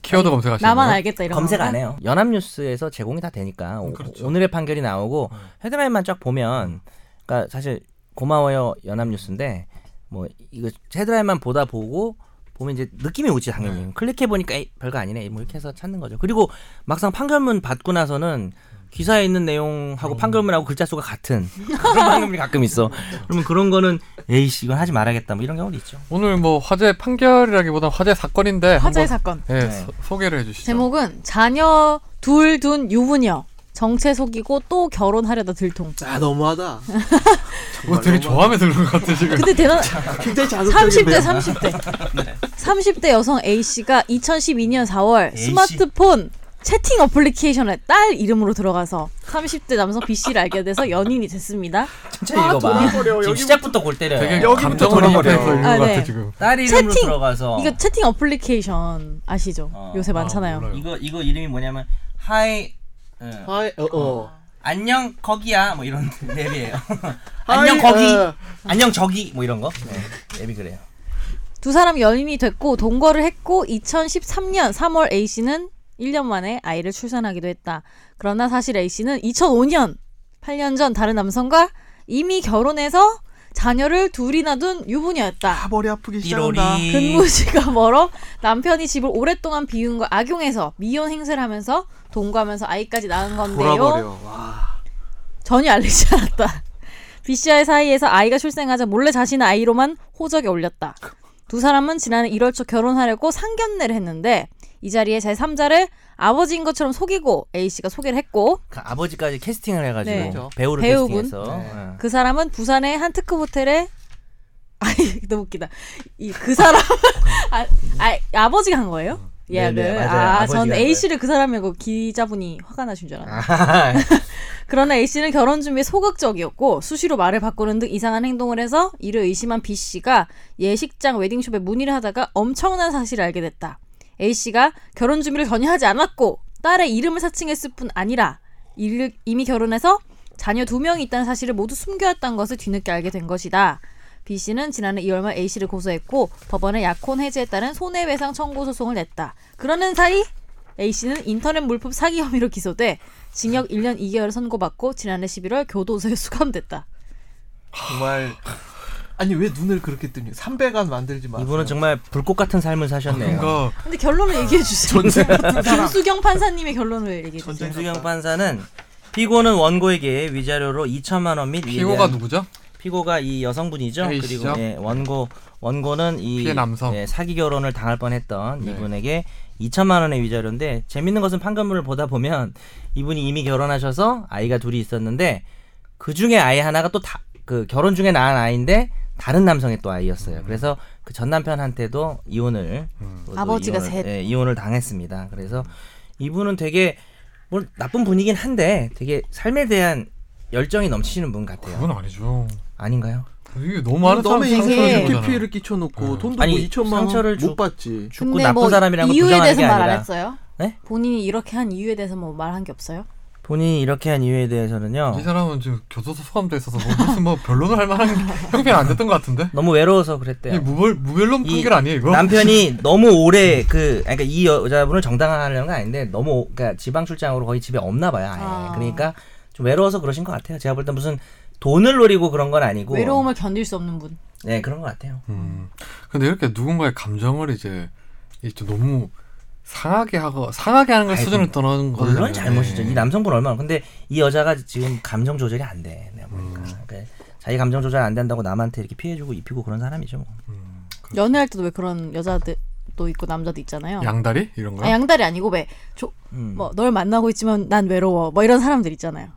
Speaker 1: 키워드 검색하시는
Speaker 3: 나만
Speaker 1: 거예요?
Speaker 3: 알겠다 이런
Speaker 4: 검색 안
Speaker 3: 건가?
Speaker 4: 해요. 연합뉴스에서 제공이 다 되니까 오,
Speaker 1: 음, 그렇죠.
Speaker 4: 늘의 판결이 나오고 헤드라인만 쫙 보면, 그러니까 사실 고마워요 연합뉴스인데 뭐 이거 헤드라인만 보다 보고 보면 이제 느낌이 오지 당연히 클릭해 보니까 별거 아니네 뭐 이렇게 해서 찾는 거죠. 그리고 막상 판결문 받고 나서는 기사에 있는 내용하고 판결문하고 글자 수가 같은 그런 판결문이 가끔 있어. 그러면 그런 거는 에이씨 이건 하지 말아야겠다 뭐 이런 경우도 있죠.
Speaker 1: 오늘 뭐 화재 판결이라기보단 화재 사건인데
Speaker 3: 화재
Speaker 1: 한번
Speaker 3: 사건
Speaker 1: 예,
Speaker 4: 네.
Speaker 1: 소- 소개를 해주시죠.
Speaker 3: 제목은 자녀 둘 둔 유부녀 정체 속이고 또 결혼하려다 들통.
Speaker 2: 아 너무하다.
Speaker 1: 뭐 되게 좋아하면 들은 것 같아 지금.
Speaker 3: 근데 대단
Speaker 2: 굉장히 자극적인
Speaker 3: 30대
Speaker 2: 배우.
Speaker 3: 30대
Speaker 4: 네.
Speaker 3: 30대 여성 A 씨가 2012년 4월
Speaker 4: A씨.
Speaker 3: 스마트폰 채팅 어플리케이션에 딸 이름으로 들어가서 30대 남성 B 씨를 알게 돼서 연인이 됐습니다.
Speaker 4: 천천히
Speaker 3: 아,
Speaker 4: 읽어봐. 지금 시작부터 골 때려.
Speaker 1: 되게
Speaker 4: 요
Speaker 2: 여기부터
Speaker 1: 감정을
Speaker 2: 돌아버려.
Speaker 1: 입혀서 읽는
Speaker 3: 아,
Speaker 1: 것
Speaker 3: 네.
Speaker 1: 같아 지금.
Speaker 4: 딸 이름으로
Speaker 3: 채팅!
Speaker 4: 들어가서
Speaker 3: 이거 채팅 어플리케이션 아시죠?
Speaker 4: 어,
Speaker 3: 요새
Speaker 4: 아,
Speaker 1: 몰라요.
Speaker 3: 많잖아요.
Speaker 4: 이거 이거 이름이 뭐냐면 하이 응.
Speaker 2: 하이 어, 어.
Speaker 4: 안녕 거기야 뭐 이런 랩이에요.
Speaker 2: 하이,
Speaker 4: 안녕 거기
Speaker 2: 어.
Speaker 4: 안녕 저기 뭐 이런 거 네, 랩이 그래요.
Speaker 3: 두 사람 연인이 됐고 동거를 했고 2013년 3월 A 씨는 1년 만에 아이를 출산하기도 했다. 그러나 사실 A 씨는 2005년 8년 전 다른 남성과 이미 결혼해서 자녀를 둘이나 둔 유부녀였다.
Speaker 2: 아 머리 아프기
Speaker 4: 띠로리
Speaker 2: 시작한다.
Speaker 3: 근무지가 멀어 남편이 집을 오랫동안 비운과 악용해서 미혼 행세를 하면서 동거하면서 아이까지 낳은 건데요.
Speaker 2: 돌아버려. 와.
Speaker 3: 전혀 알리지 않았다. B씨와의 사이에서 아이가 출생하자 몰래 자신의 아이로만 호적에 올렸다. 두 사람은 지난해 1월 초 결혼하려고 상견례를 했는데 이 자리에 제3자를 아버지인 것처럼 속이고 A씨가 소개를 했고
Speaker 4: 그 아버지까지 캐스팅을 해가지고
Speaker 3: 네.
Speaker 2: 그렇죠.
Speaker 4: 배우를
Speaker 3: 배우분.
Speaker 4: 캐스팅해서
Speaker 2: 네.
Speaker 4: 응.
Speaker 3: 그 사람은 부산의 한 특급 호텔에 아이 너무 웃기다. 이 그 사람 아, 아 아버지가 한 거예요?
Speaker 4: 네,
Speaker 3: 예약을
Speaker 4: 네, 맞아요.
Speaker 3: 아,
Speaker 4: 아버지가
Speaker 3: 전
Speaker 4: 한
Speaker 3: A 씨를 그 사람이고 기자분이 화가 나신 줄 알았네.
Speaker 4: 아하하.
Speaker 3: 그러나 A 씨는 결혼 준비에 소극적이었고 수시로 말을 바꾸는 등 이상한 행동을 해서 이를 의심한 B 씨가 예식장 웨딩숍에 문의를 하다가 엄청난 사실을 알게 됐다. A 씨가 결혼 준비를 전혀 하지 않았고 딸의 이름을 사칭했을 뿐 아니라 일- 이미 결혼해서 자녀 두 명이 있다는 사실을 모두 숨겨왔던 것을 뒤늦게 알게 된 것이다. B 씨는 지난해 2월 말 A 씨를 고소했고 법원에 약혼 해지에 따른 손해배상 청구 소송을 냈다. 그러는 사이 A 씨는 인터넷 물품 사기 혐의로 기소돼 징역 1년 2개월을 선고받고 지난해 11월 교도소에 수감됐다.
Speaker 2: 정말 아니 왜 눈을 그렇게 뜹니까? 300안 만들지 마.
Speaker 4: 어. 이분은 정말 불꽃 같은 삶을 사셨네요.
Speaker 1: 뭔가
Speaker 3: 근데 결론을 얘기해 주세요. 김수경 판사님의 결론을 얘기해
Speaker 1: 아,
Speaker 3: 주세요.
Speaker 2: 전쟁-
Speaker 4: 김수경 판사는 피고는 원고에게 위자료로 2천만 원 및
Speaker 1: 피고가
Speaker 4: 위대한
Speaker 1: 누구죠?
Speaker 4: 피고가 이 여성분이죠.
Speaker 1: A 씨죠?
Speaker 4: 그리고 예, 원고 원고는 이
Speaker 1: 피해 남성.
Speaker 4: 예, 사기 결혼을 당할 뻔했던
Speaker 1: 네.
Speaker 4: 이분에게 2천만 원의 위자료인데 재밌는 것은 판결문을 보다 보면 이분이 이미 결혼하셔서 아이가 둘이 있었는데 그 중에 아이 하나가 또 그 결혼 중에 낳은 아이인데 다른 남성의 또
Speaker 1: 음.
Speaker 4: 아이였어요. 그래서 그 전 남편한테도 이혼을 또
Speaker 3: 아버지가
Speaker 4: 이혼을,
Speaker 3: 셋.
Speaker 4: 예, 이혼을 당했습니다. 그래서 이분은 되게 뭐 나쁜 분이긴 한데 되게 삶에 대한 열정이 넘치시는 분 같아요.
Speaker 1: 그건 아니죠.
Speaker 4: 아닌가요?
Speaker 1: 이게 너무 많은 사람
Speaker 2: 너무
Speaker 3: 상처를
Speaker 2: 인생에
Speaker 3: 주는
Speaker 2: 깊이
Speaker 1: 상처를 주잖아.
Speaker 2: 피해를 끼쳐놓고
Speaker 1: 네.
Speaker 2: 돈도
Speaker 4: 음. 아니,
Speaker 2: 뭐 2천만
Speaker 4: 상처를
Speaker 2: 원못
Speaker 4: 주-
Speaker 2: 받지.
Speaker 4: 죽고 나쁜 사람이라고
Speaker 3: 이유에
Speaker 4: 부정하는
Speaker 3: 대해서
Speaker 4: 게
Speaker 3: 말 안
Speaker 4: 아니라
Speaker 3: 했어요?
Speaker 4: 네?
Speaker 3: 본인이 이렇게 한 이유에 대해서 뭐 말한 게 없어요?
Speaker 4: 본인이 이렇게 한 이유에 대해서는요
Speaker 1: 이 사람은 지금 교도소 소감돼 있어서 뭐 무슨 뭐 변론을 할 만한 형편이 안 됐던 것 같은데.
Speaker 4: 너무 외로워서
Speaker 1: 이
Speaker 4: 그랬대요.
Speaker 1: 무별 무변론
Speaker 4: 네. 이
Speaker 1: 판결 아니에요 뭐- 이거?
Speaker 4: 남편이 너무 오래 그 아니, 그러니까 이 여자분을 정당화하려는 건 아닌데 너무 오- 그러니까 지방 출장으로 거의 집에 없나 봐요. 아예.
Speaker 3: 아.
Speaker 4: 그러니까 좀 외로워서 그러신 것 같아요. 제가 볼 때 무슨 돈을 노리고 그런 건 아니고
Speaker 3: 외로움을 견딜 수 없는 분.
Speaker 4: 네 그런 것 같아요.
Speaker 1: 음. 근데 이렇게 누군가의 감정을 이제 이제 너무 상하게 하고 상하게 하는 걸
Speaker 4: 아이고,
Speaker 1: 수준을 떠나는 거
Speaker 4: 물론 잘못이죠.
Speaker 1: 네.
Speaker 4: 이 남성분 얼마나 근데 이 여자가 지금 감정 조절이 안 돼. 내가
Speaker 1: 음.
Speaker 4: 보니까 그러니까 자기 감정 조절 안 된다고 남한테 이렇게 피해주고 입히고 그런 사람이죠. 뭐.
Speaker 3: 연애할 때도 왜 그런 여자들도 있고 남자도 있잖아요.
Speaker 1: 양다리 이런 거.
Speaker 3: 아, 양다리 아니고 왜뭐널
Speaker 4: 음.
Speaker 3: 만나고 있지만 난 외로워 뭐 이런 사람들 있잖아요.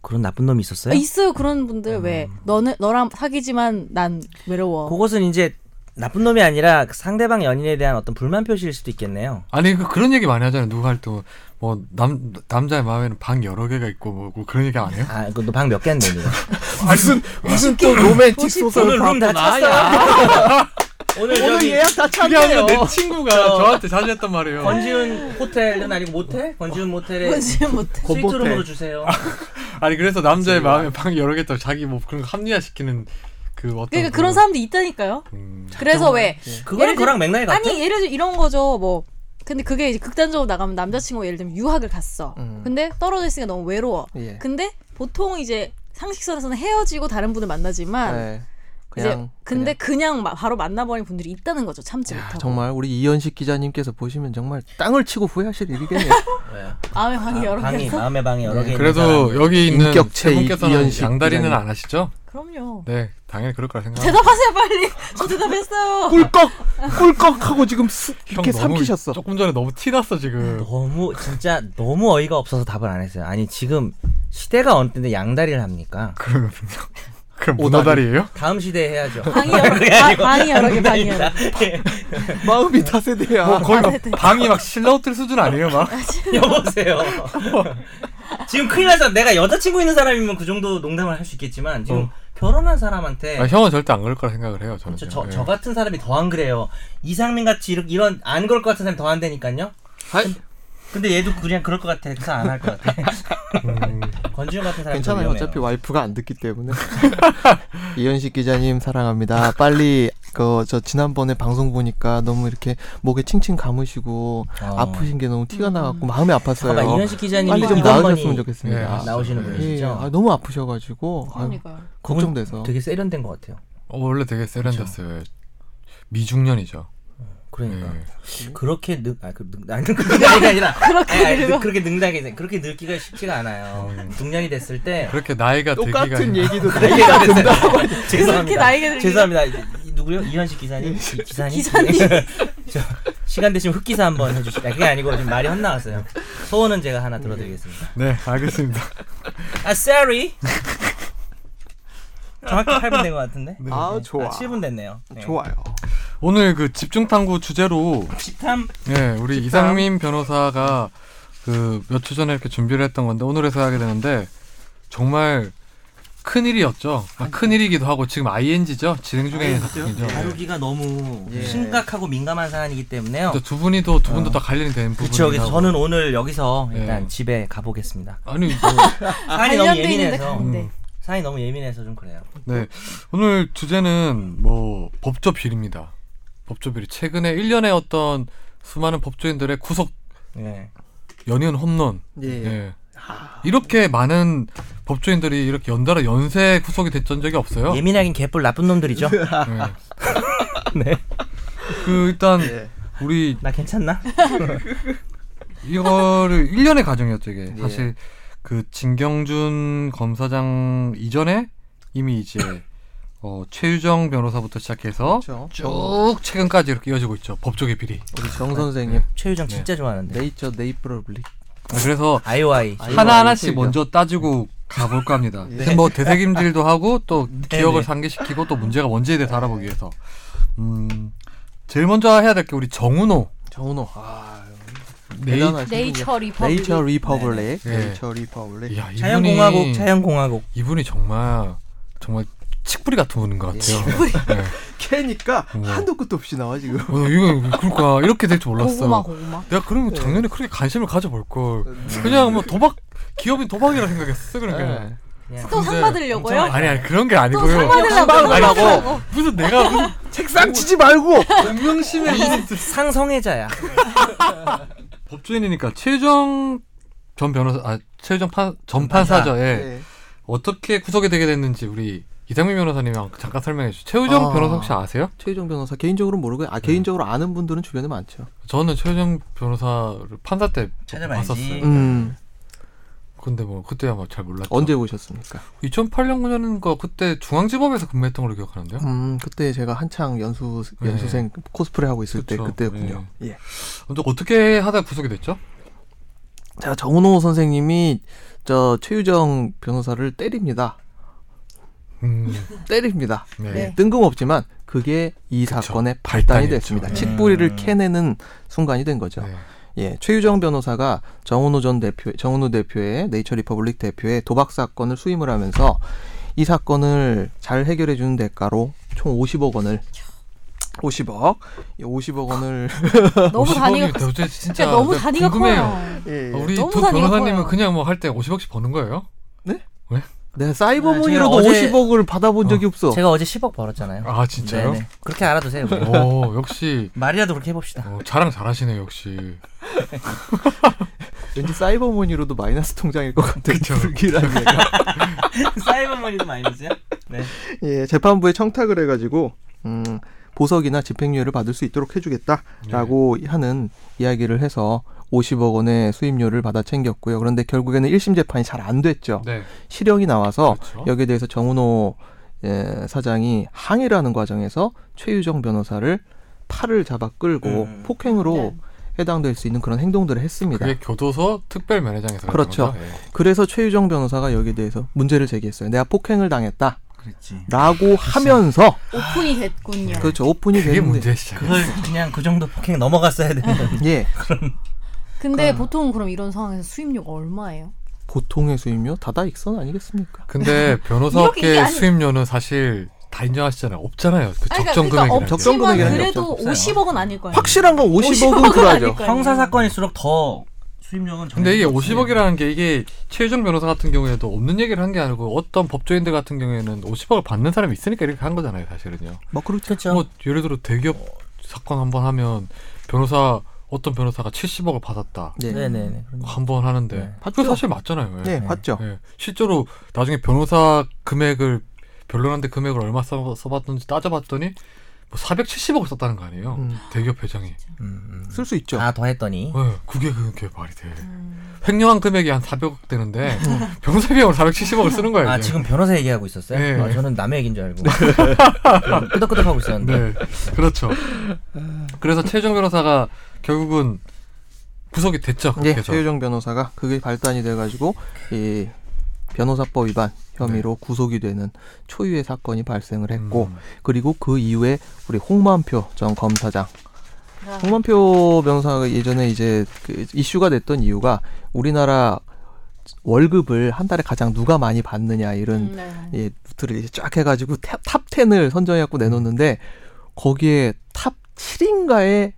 Speaker 4: 그런 나쁜
Speaker 3: 아,
Speaker 4: 놈이 있었어요?
Speaker 3: 있어요 그런 분들 왜 너는 너랑 사귀지만 난 외로워.
Speaker 4: 그것은 이제 나쁜 놈이 아니라 그 상대방 연인에 대한 어떤 불만 표시일 수도 있겠네요.
Speaker 1: 아니 그 그런 얘기 많이 하잖아요. 누가 할때뭐남 남자의 마음에는 방 여러 개가 있고 뭐, 뭐 그런 얘기 안 해요?
Speaker 4: 아, 그너 방 몇 개인데?
Speaker 3: 뭐
Speaker 2: 무슨 무슨 또 로맨틱
Speaker 3: 오십
Speaker 2: 소설을
Speaker 4: 룸다
Speaker 2: 봤구나.
Speaker 4: 찼어요. 오늘 저
Speaker 2: 오늘 예약 다
Speaker 1: 그게 아니라
Speaker 2: 찼네요.
Speaker 1: 내 친구가 저한테 자주 했단 말이에요.
Speaker 4: 권지훈 호텔은 아니고 모텔? 권지훈 모텔에
Speaker 3: 뭔지 못해.
Speaker 4: 스위트룸으로 주세요.
Speaker 1: 아니 그래서 남자의 마음에 방 여러 개 있다고 자기 뭐 그런 거 합리화시키는 그 어떤
Speaker 4: 음.
Speaker 3: 그러니까 그런 사람도 있다니까요.
Speaker 1: 음,
Speaker 3: 그래서 왜
Speaker 4: 그거랑
Speaker 3: 예를 들-
Speaker 4: 그랑 맥락이 같아?
Speaker 3: 아니 예를 들어 이런 거죠 뭐 근데 그게 이제 극단적으로 나가면 남자친구가 예를 들면 유학을 갔어
Speaker 2: 음.
Speaker 3: 근데 떨어져 있으니까 너무 외로워
Speaker 2: 예.
Speaker 3: 근데 보통 이제 상식선에서는 헤어지고 다른 분을 만나지만
Speaker 2: 네.
Speaker 3: 이제
Speaker 2: 그냥
Speaker 3: 근데 그냥, 마- 바로 만나버린 분들이 있다는 거죠 참지
Speaker 2: 그냥. 야,
Speaker 3: 못하고
Speaker 2: 아, 정말 우리 이현식 기자님께서 보시면 정말 땅을 치고 후회하실 일이겠네요.
Speaker 4: 왜?
Speaker 3: 마음의 방이
Speaker 4: 아,
Speaker 3: 여러
Speaker 4: 방이
Speaker 3: 개서
Speaker 4: 마음의 방이 여러
Speaker 2: 네,
Speaker 4: 개. 있는
Speaker 1: 그래도
Speaker 4: 사람.
Speaker 1: 여기 있는
Speaker 2: 인격체
Speaker 1: 세 분께서는
Speaker 2: 이현식
Speaker 1: 양다리는
Speaker 2: 기자님.
Speaker 1: 안 하시죠?
Speaker 3: 그럼요
Speaker 1: 네, 당연히 그럴 거라
Speaker 4: 아.
Speaker 1: 생각합니다.
Speaker 3: 대답하세요 빨리 저 대답했어요
Speaker 2: 꿀꺽 꿀꺽 하고 지금 수,
Speaker 1: 형
Speaker 2: 이렇게
Speaker 1: 너무
Speaker 2: 삼키셨어. 음.
Speaker 1: 조금 전에 너무 티났어 지금.
Speaker 4: 너무 진짜 너무 어이가 없어서 답을 안 했어요. 아니 지금 시대가 어느 때인데 양다리를 합니까?
Speaker 1: 그럼 그럼 문어다리예요?
Speaker 4: 다음 시대에 해야죠.
Speaker 3: 방이 여러 개
Speaker 4: 그게
Speaker 3: 방-
Speaker 4: 아니고
Speaker 3: 방이 여러 개 방이 여러 개
Speaker 4: 양다리다.
Speaker 2: 마음이 다세대야.
Speaker 1: 뭐 거의 막
Speaker 3: 네, 네.
Speaker 1: 방이 막 실라우틀 수준 아니에요 막.
Speaker 4: 여보세요. 지금 큰일 나서 내가 여자친구 있는 사람이면 그 정도 농담을 할 수 있겠지만 지금
Speaker 1: 어.
Speaker 4: 결혼한 사람한테
Speaker 1: 아, 형은 절대 안 그럴 거라 생각을 해요 저는. 예.
Speaker 4: 저, 네. 그렇죠.
Speaker 2: 예.
Speaker 4: 저, 저 같은 사람이 더 안 그래요. 이상민 같이 이런, 이런 안 그럴 것 같은 사람이 더 안 되니까요.
Speaker 2: 아이,
Speaker 4: 근데 얘도 그냥 그럴 것 같아. 그래서 안 할 것 같아. 권지훈 같은 사람이
Speaker 2: 괜찮아요.
Speaker 4: 더 위험해요.
Speaker 2: 어차피 와이프가 안 듣기 때문에. 이현식 기자님 사랑합니다. 빨리 그 저 지난번에 방송 보니까 너무 이렇게 목에 칭칭 감으시고
Speaker 4: 어.
Speaker 2: 아프신 게 너무 티가 나갖고 마음이 아팠어요.
Speaker 4: 잠깐만 이현식 기자님이
Speaker 2: 빨리 좀
Speaker 4: 이번
Speaker 2: 나으셨으면
Speaker 4: 번이
Speaker 1: 예,
Speaker 2: 좋겠습니다.
Speaker 1: 아,
Speaker 4: 나오시는
Speaker 2: 예,
Speaker 4: 분이시죠.
Speaker 2: 아, 너무 아프셔가지고 아유,
Speaker 3: 그러니까요
Speaker 2: 걱정돼서.
Speaker 4: 되게 세련된 것 같아요.
Speaker 1: 어, 원래 되게 세련됐어요. 미중년이죠.
Speaker 4: 그러니까
Speaker 1: 예.
Speaker 4: 그렇게 늙, 아, 그, 늙, 아니, 그게 아니라
Speaker 3: 그렇게
Speaker 4: 아니, 아니,
Speaker 3: 늙어.
Speaker 4: 그렇게 음. 늙다게 그렇게 늙기가 쉽지가 않아요. 중년이 됐을 때
Speaker 1: 그렇게 나이가
Speaker 2: 똑같은
Speaker 1: 들기가
Speaker 2: 얘기도
Speaker 4: 나이가 됐어요. 죄송합니다.
Speaker 3: 그렇게 나이가 들기.
Speaker 4: 죄송합니다. 이- 이- 누구요? 이현식 기사님? 기- 기사님? 예.
Speaker 3: 기사님.
Speaker 4: 저, 시간 되시면 흑기사 한번 해주시다. 그게 아니고 좀 말이 헛나왔어요. 소원은 제가 하나 들어드리겠습니다.
Speaker 1: 네 알겠습니다.
Speaker 4: 아, sorry. 정확히 8분 된 것 같은데?
Speaker 2: 아
Speaker 4: 네.
Speaker 2: 좋아.
Speaker 4: 아, 7분 됐네요. 네.
Speaker 2: 좋아요.
Speaker 1: 오늘 그 집중 탐구 주제로
Speaker 4: 시탐.
Speaker 1: 예, 우리 이상민 변호사가 그 몇 주 전에 이렇게 준비를 했던 건데 오늘에서 하게 되는데 정말 큰 일이었죠. 아, 큰 일이기도 하고 지금 ING죠. 진행 중에 있는
Speaker 4: 네.
Speaker 1: 사건이죠.
Speaker 4: 다루기가 너무
Speaker 2: 예.
Speaker 4: 심각하고 민감한 사안이기 때문에요.
Speaker 1: 그래서 두 분이도 두 분도 다 관련이 되는
Speaker 4: 그렇죠.
Speaker 1: 부분이라고.
Speaker 4: 그래서 저는 오늘 여기서 일단
Speaker 1: 예.
Speaker 4: 집에 가보겠습니다.
Speaker 1: 아니 뭐
Speaker 4: 사안이 너무
Speaker 3: 관련돼 있는데 네.
Speaker 4: 예민해서
Speaker 3: 가는데
Speaker 1: 음.
Speaker 4: 사안이 너무 예민해서 좀 그래요.
Speaker 1: 네 오늘 주제는 뭐 법조 비리입니다. 법조 비리 최근에 1년에 어떤 수많은 법조인들의 구속
Speaker 4: 네.
Speaker 1: 연이은 홈런
Speaker 2: 예.
Speaker 1: 예. 이렇게 많은 법조인들이 이렇게 연달아 연쇄 구속이 됐던 적이 없어요.
Speaker 4: 예민하긴 개뿔 나쁜 놈들이죠.
Speaker 1: 예.
Speaker 4: 네.
Speaker 1: 그 일단
Speaker 2: 아. 예.
Speaker 1: 우리
Speaker 4: 나 괜찮나?
Speaker 1: 이거를 1년의 과정이었죠 이게
Speaker 2: 예.
Speaker 1: 사실 그 진경준 검사장 이전에 이미 이제 어, 최유정 변호사부터 시작해서
Speaker 2: 그렇죠.
Speaker 1: 쭉 최근까지 이렇게 이어지고 있죠 법조계 비리.
Speaker 2: 우리
Speaker 1: 네.
Speaker 2: 정 선생님
Speaker 4: 최유정 진짜 좋아하는데.
Speaker 2: 네이처 네이프러블릭.
Speaker 1: 그래서
Speaker 4: 아이오아이.
Speaker 2: 아이오아이.
Speaker 1: 하나 하나씩
Speaker 2: 최유정.
Speaker 1: 먼저 따지고 가볼까 합니다. 뭐 되새김질도 하고 또 기억을
Speaker 4: 네.
Speaker 1: 상기시키고 또 문제가 뭔지에 대해서 알아보기 위해서. 음, 제일 먼저 해야 될 게 우리 정은호
Speaker 2: 정은호. 아,
Speaker 1: 네이-
Speaker 2: 대단하신 분이야.
Speaker 3: 네이처 리퍼블릭
Speaker 2: 네이처 리퍼블릭.
Speaker 1: 네.
Speaker 2: 네이처 리퍼블릭.
Speaker 1: 야, 이분이
Speaker 4: 자연공화국, 자연공화국.
Speaker 1: 이분이 정말 정말 칡뿌리 같은 분인 것 같아요. 네.
Speaker 2: 캐니까
Speaker 1: 우와.
Speaker 2: 한도 끝도 없이 나와 지금.
Speaker 1: 어, 이거 그러니까 이렇게 될 줄 몰랐어.
Speaker 3: 고구마 고구마
Speaker 1: 내가 그러면 작년에 그렇게 관심을 가져볼 걸. 그냥 뭐 도박 기업인 도박이라 생각했어 그런 게.
Speaker 2: 네.
Speaker 3: 또 상 받으려고요
Speaker 1: 아니 아니 그런 게
Speaker 3: 또
Speaker 1: 아니고요.
Speaker 3: 상 받으려고
Speaker 2: 상 받으려고.
Speaker 3: 상 받으려고.
Speaker 1: 무슨 내가 무슨
Speaker 2: 책상 치지 말고.
Speaker 1: 공명심의 무슨
Speaker 4: 상성애자야.
Speaker 1: 법조인이니까 최정 전 변호사 아 최정 판전 판사죠. 예.
Speaker 2: 네.
Speaker 1: 어떻게 구속이 되게 됐는지 우리 이상민 변호사님이랑 잠깐 설명해 주시죠. 최우정
Speaker 2: 아.
Speaker 1: 변호사 혹시 아세요?
Speaker 2: 최유정 변호사 개인적으로는 모르고요.
Speaker 1: 네.
Speaker 2: 아 개인적으로 아는 분들은 주변에 많죠.
Speaker 1: 저는 최우정 변호사를 판사 때
Speaker 4: 찾아봐야지.
Speaker 1: 봤었어요.
Speaker 2: 음.
Speaker 1: 근데 뭐 그때 아마 잘 몰랐죠.
Speaker 2: 언제 보셨습니까?
Speaker 1: 2008년 9년 거 그때 중앙지법에서 근무했던 걸로 기억하는데요.
Speaker 2: 음 그때 제가 한창 연수
Speaker 1: 네.
Speaker 2: 연수생 코스프레 하고 있을
Speaker 1: 그쵸. 네.
Speaker 2: 때 그때였군요. 예.
Speaker 1: 근데 어떻게 하다 구속이 됐죠?
Speaker 2: 자 정은호 선생님이 저 최유정 변호사를 때립니다.
Speaker 1: 음,
Speaker 2: 때립니다.
Speaker 1: 네.
Speaker 3: 네.
Speaker 2: 뜬금없지만 그게 이 사건의 발단이
Speaker 1: 발단이었죠.
Speaker 2: 됐습니다.
Speaker 1: 네.
Speaker 2: 칡뿌리를 캐내는 순간이 된 거죠.
Speaker 1: 네.
Speaker 2: 예, 최유정 변호사가 정은호 전 대표, 정은호 대표의 네이처 리퍼블릭 대표의 도박 사건을 수임을 하면서 이 사건을 잘 해결해 주는 대가로 총 50억 원을 50억. 이 50억 원을
Speaker 3: 너무
Speaker 1: 50억이
Speaker 3: 단위가
Speaker 1: 도대체 진짜
Speaker 3: 커- 진짜 너무
Speaker 1: 네,
Speaker 3: 단위가
Speaker 1: 궁금해요.
Speaker 3: 커요.
Speaker 2: 예, 예.
Speaker 1: 어, 우리 두
Speaker 3: 너무 단위가
Speaker 1: 변호사님은
Speaker 3: 커요.
Speaker 1: 그냥 뭐 할 때 50억씩 버는 거예요?
Speaker 2: 네,
Speaker 4: 아,
Speaker 2: 사이버머니로도
Speaker 4: 제가 어제-
Speaker 2: 50억을 받아본 적이 없어.
Speaker 4: 제가 어제 10억 벌었잖아요.
Speaker 1: 아 진짜요?
Speaker 4: 네네. 그렇게 알아두세요. 우리.
Speaker 1: 오 역시
Speaker 4: 말이라도 그렇게 해봅시다.
Speaker 1: 어, 자랑 잘하시네요 역시.
Speaker 2: 왠지 사이버머니로도 마이너스 통장일 것 같은
Speaker 1: 그쵸.
Speaker 2: 불길한 얘가.
Speaker 4: 사이버머니도 많이 드세요? 네.
Speaker 2: 예, 재판부에 청탁을 해가지고 음, 보석이나 집행유예를 받을 수 있도록 해주겠다라고
Speaker 1: 네.
Speaker 2: 하는 이야기를 해서 50억 원의 수임료를 받아 챙겼고요. 그런데 결국에는 1심 재판이 잘 안 됐죠.
Speaker 1: 네.
Speaker 2: 실형이 나와서
Speaker 1: 그렇죠.
Speaker 2: 여기에 대해서 정은호 예, 사장이 항의를 하는 과정에서 최유정 변호사를 팔을 잡아 끌고
Speaker 4: 음.
Speaker 2: 폭행으로
Speaker 3: 네.
Speaker 2: 해당될 수 있는 그런 행동들을 했습니다.
Speaker 3: 그러니까.
Speaker 1: 그게 교도소 특별 면회장에서 그랬던
Speaker 2: 그렇죠.
Speaker 1: 거죠? 예.
Speaker 2: 그래서 최유정 변호사가 여기에 대해서 문제를 제기했어요. 내가 폭행을 당했다라고
Speaker 4: 그렇지.
Speaker 2: 하면서
Speaker 3: 오픈이 됐군요.
Speaker 2: 그렇죠 오픈이
Speaker 1: 그게
Speaker 2: 되는데
Speaker 1: 문제의 시작.
Speaker 4: 그걸 그냥 그 정도 폭행 넘어갔어야 되는데.
Speaker 2: 예
Speaker 3: 근데
Speaker 1: 음.
Speaker 3: 보통 그럼 이런 상황에서 수임료가 얼마예요?
Speaker 2: 보통의 수임료 다다익선 아니겠습니까?
Speaker 1: 근데
Speaker 3: 그 이렇게 이게
Speaker 1: 변호사업계
Speaker 3: 아니-
Speaker 1: 수임료는 사실 다 인정하시잖아요. 없잖아요. 그
Speaker 3: 아니, 그러니까-
Speaker 1: 적정
Speaker 3: 그러니까
Speaker 1: 금액이라는
Speaker 2: 적정
Speaker 1: 게.
Speaker 3: 없지만
Speaker 2: 금액이라는 게
Speaker 3: 그래도
Speaker 2: 없죠.
Speaker 3: 50억은 아닐 거예요.
Speaker 2: 확실한 건 50억은
Speaker 3: 50억 은
Speaker 2: 들어야죠.
Speaker 3: 아닐까요?
Speaker 4: 형사 사건일수록 더 수임료는.
Speaker 1: 근데 이게 50억이라는 게 이게 최유정 변호사 같은 경우에도 없는 얘기를 한 게 아니고 어떤 법조인들 같은 경우에는 50억을 받는 사람이 있으니까 이렇게 한 거잖아요, 사실은요.
Speaker 2: 뭐 그렇죠.
Speaker 4: 그렇죠.
Speaker 1: 뭐 예를 들어 대기업 사건 한 번 하면 변호사 어떤 변호사가 70억을 받았다.
Speaker 2: 예. 네.
Speaker 4: 네네네. 아,
Speaker 1: 한 번 하는데
Speaker 4: 네.
Speaker 1: 그거
Speaker 2: 받죠.
Speaker 1: 사실 맞잖아요.
Speaker 3: 네.
Speaker 1: 예.
Speaker 2: 네, 봤죠.
Speaker 1: 예. 실제로 나중에 변호사 금액을 변론한데 금액을 얼마 써, 써봤는지 따져봤더니 뭐 470억을 썼다는 거 아니에요.
Speaker 2: 음.
Speaker 1: 대기업 회장이.
Speaker 4: 음,
Speaker 2: 쓸 수 있죠.
Speaker 4: 음. 아더 했더니.
Speaker 1: 예, 그게 그게 말이 돼.
Speaker 3: 음.
Speaker 1: 횡령한 금액이 한 400억 되는데 변호사 비용으로 470억을 쓰는 거예요.
Speaker 4: 아
Speaker 1: 이제.
Speaker 4: 지금 변호사 얘기하고 있었어요?
Speaker 1: 네.
Speaker 4: 아, 저는 남의 얘기인 줄 알고 끄덕끄덕하고 있었는데
Speaker 1: 네, 그렇죠. 그래서 최정 변호사가 결국은 구속이 됐죠.
Speaker 2: 예,
Speaker 1: 그래서
Speaker 2: 최유정 변호사가 그게 발단이 돼가지고 이 변호사법 위반 혐의로 구속이 되는 초유의 사건이 발생을 했고
Speaker 1: 음.
Speaker 2: 그리고 그 이후에 우리 홍만표 전 검사장
Speaker 3: 아.
Speaker 2: 음. 홍만표 변호사가 예전에 이제 그 이슈가 됐던 이유가 우리나라 월급을 한 달에 가장 누가 많이 받느냐 이런
Speaker 3: 음, 네.
Speaker 2: 예, 루트를 이제 쫙 해가지고 탭, 탑 10을 선정해갖고 내놓는데 거기에 탑 7인가에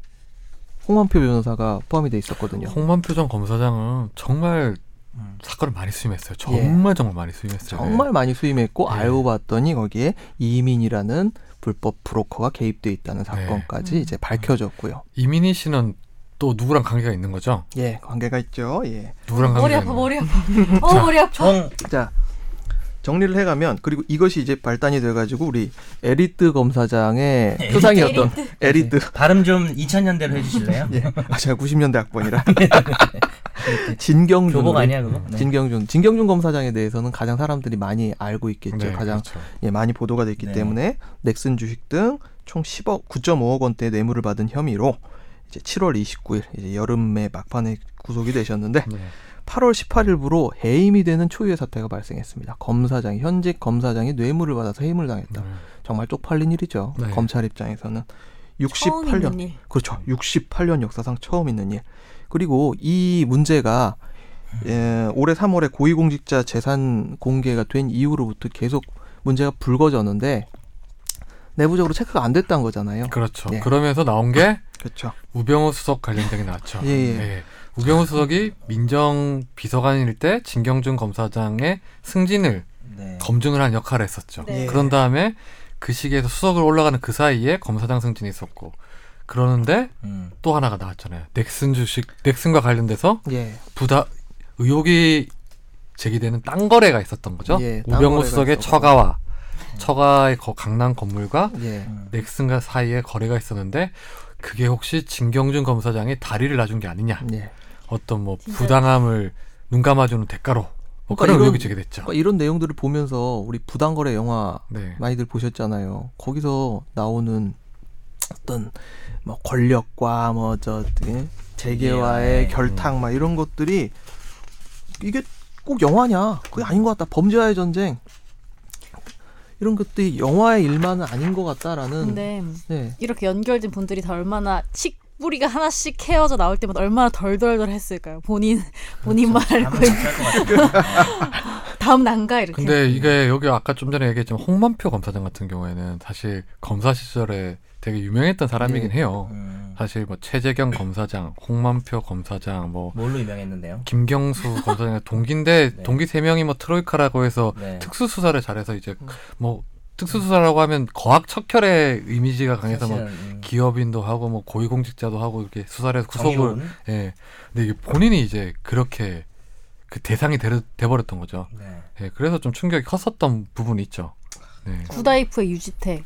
Speaker 2: 홍만표 변호사가 포함이 돼 있었거든요.
Speaker 1: 홍만표 전 검사장은 정말
Speaker 4: 음.
Speaker 1: 사건을 많이 수임했어요.
Speaker 2: 예.
Speaker 1: 정말 정말 많이 수임했어요.
Speaker 2: 정말 많이 수임했고
Speaker 1: 네.
Speaker 2: 알고 봤더니 거기에 이민이라는 불법 브로커가 개입돼 있다는
Speaker 1: 네.
Speaker 2: 사건까지
Speaker 3: 음.
Speaker 2: 이제 밝혀졌고요.
Speaker 1: 이민희 씨는 또 누구랑 관계가 있는 거죠?
Speaker 2: 예, 관계가 있죠. 예.
Speaker 1: 누구랑 관계가
Speaker 3: 머리
Speaker 1: 있는
Speaker 3: 아파
Speaker 1: 거예요?
Speaker 3: 머리
Speaker 1: 음.
Speaker 3: 아파. 어 머리 아파.
Speaker 2: 음.
Speaker 4: 정
Speaker 2: 자 정리를 해가면 그리고 이것이 이제 발단이 돼가지고 우리 에리트 검사장의
Speaker 4: 에리트?
Speaker 2: 표상이었던 네. 에리트.
Speaker 4: 발음 좀 2000년대로 해주실래요?
Speaker 2: 예, 아 제가 90년대 학번이라 진경준
Speaker 4: 교복 아니야 그거? 네.
Speaker 2: 진경준 진경준 검사장에 대해서는 가장 사람들이 많이 알고 있겠죠.
Speaker 1: 네,
Speaker 2: 가장
Speaker 1: 그렇죠.
Speaker 2: 예, 많이 보도가 됐기
Speaker 4: 네.
Speaker 2: 때문에 넥슨 주식 등 총 10억 9.5억 원대 뇌물을 받은 혐의로 이제 7월 29일 이제 여름에 막판에 구속이 되셨는데
Speaker 1: 네.
Speaker 2: 8월 18일부로 해임이 되는 초유의 사태가 발생했습니다. 검사장이 현직 검사장이 뇌물을 받아서 해임을 당했다.
Speaker 1: 네.
Speaker 2: 정말 쪽팔린 일이죠.
Speaker 1: 네.
Speaker 2: 검찰 입장에서는
Speaker 3: 처음
Speaker 2: 68년
Speaker 3: 있는 일.
Speaker 2: 그렇죠. 68년 역사상 처음 있는 일. 그리고 이 문제가 예, 올해 3월에 고위공직자 재산 공개가 된 이후로부터 계속 문제가 불거졌는데 내부적으로 체크가 안 됐다는 거잖아요.
Speaker 1: 그렇죠.
Speaker 2: 예.
Speaker 1: 그러면서 나온 게
Speaker 2: 그렇죠.
Speaker 1: 우병우 수석 관련된 게 나왔죠. 네.
Speaker 2: 예, 예.
Speaker 1: 우병우 수석이 민정 비서관일 때 진경준 검사장의 승진을
Speaker 4: 네.
Speaker 1: 검증을 한 역할을 했었죠.
Speaker 3: 네.
Speaker 1: 그런 다음에 그 시기에서 수석을 올라가는 그 사이에 검사장 승진이 있었고 그러는데
Speaker 4: 음.
Speaker 1: 또 하나가 나왔잖아요. 넥슨 주식 넥슨과 관련돼서
Speaker 2: 예.
Speaker 1: 부다 의혹이 제기되는 땅 거래가 있었던 거죠.
Speaker 2: 예, 땅
Speaker 1: 우병우
Speaker 2: 거래가
Speaker 1: 수석의
Speaker 2: 있었고.
Speaker 1: 처가와 처가의 거- 강남 건물과
Speaker 2: 예.
Speaker 1: 넥슨과 사이에 거래가 있었는데 그게 혹시 진경준 검사장이 다리를 놔준 게 아니냐
Speaker 2: 예.
Speaker 1: 어떤 뭐
Speaker 3: 진짜.
Speaker 1: 부당함을 눈 감아주는 대가로 뭐
Speaker 2: 그러니까
Speaker 1: 그런 의혹이
Speaker 2: 이런-
Speaker 1: 제기됐죠.
Speaker 2: 그러니까 이런 내용들을 보면서 우리 부당거래 영화
Speaker 1: 네.
Speaker 2: 많이들 보셨잖아요. 거기서 나오는 어떤 뭐 권력과 뭐 저 재계와의
Speaker 4: 예.
Speaker 2: 결탁 막 이런 것들이 이게 꼭 영화냐? 그게 아닌 것 같다. 범죄와의 전쟁 이런 것들이 영화의 일만은 아닌 것 같다라는.
Speaker 3: 근데
Speaker 2: 네.
Speaker 3: 이렇게 연결된 분들이 다 얼마나 칙 뿌리가 하나씩 헤어져 나올 때마다 얼마나 덜덜덜 했을까요? 본인 본인만
Speaker 1: 그렇죠.
Speaker 3: 알고
Speaker 4: 다음은 잘것 같아요.
Speaker 3: 다음 난가 이렇게.
Speaker 1: 근데 이게 여기 아까 좀 전에 얘기했지만 홍만표 검사장 같은 경우에는 사실 검사 시절에 되게 유명했던 사람이긴
Speaker 2: 네.
Speaker 1: 해요.
Speaker 4: 음,
Speaker 1: 사실 뭐 최재경 검사장, 홍만표 검사장, 뭐
Speaker 4: 뭘로 유명했는데요?
Speaker 1: 김경수 검사장 동기인데
Speaker 4: 네.
Speaker 1: 동기 세 명이 뭐 트로이카라고 해서
Speaker 4: 네.
Speaker 1: 특수 수사를 잘해서 이제
Speaker 2: 음.
Speaker 1: 뭐 특수 수사라고 하면 거학 척결의 이미지가 강해서 뭐
Speaker 4: 사실은, 음,
Speaker 1: 기업인도 하고 뭐 고위공직자도 하고 이렇게 수사를 해서 구속을
Speaker 4: 정의로운. 네.
Speaker 1: 예. 근데 이게 본인이 이제 그렇게 그 대상이 되, 돼버렸던 거죠.
Speaker 4: 네.
Speaker 1: 예. 그래서 좀 충격이 컸었던 부분이 있죠. 네.
Speaker 3: 구다이프의 유지태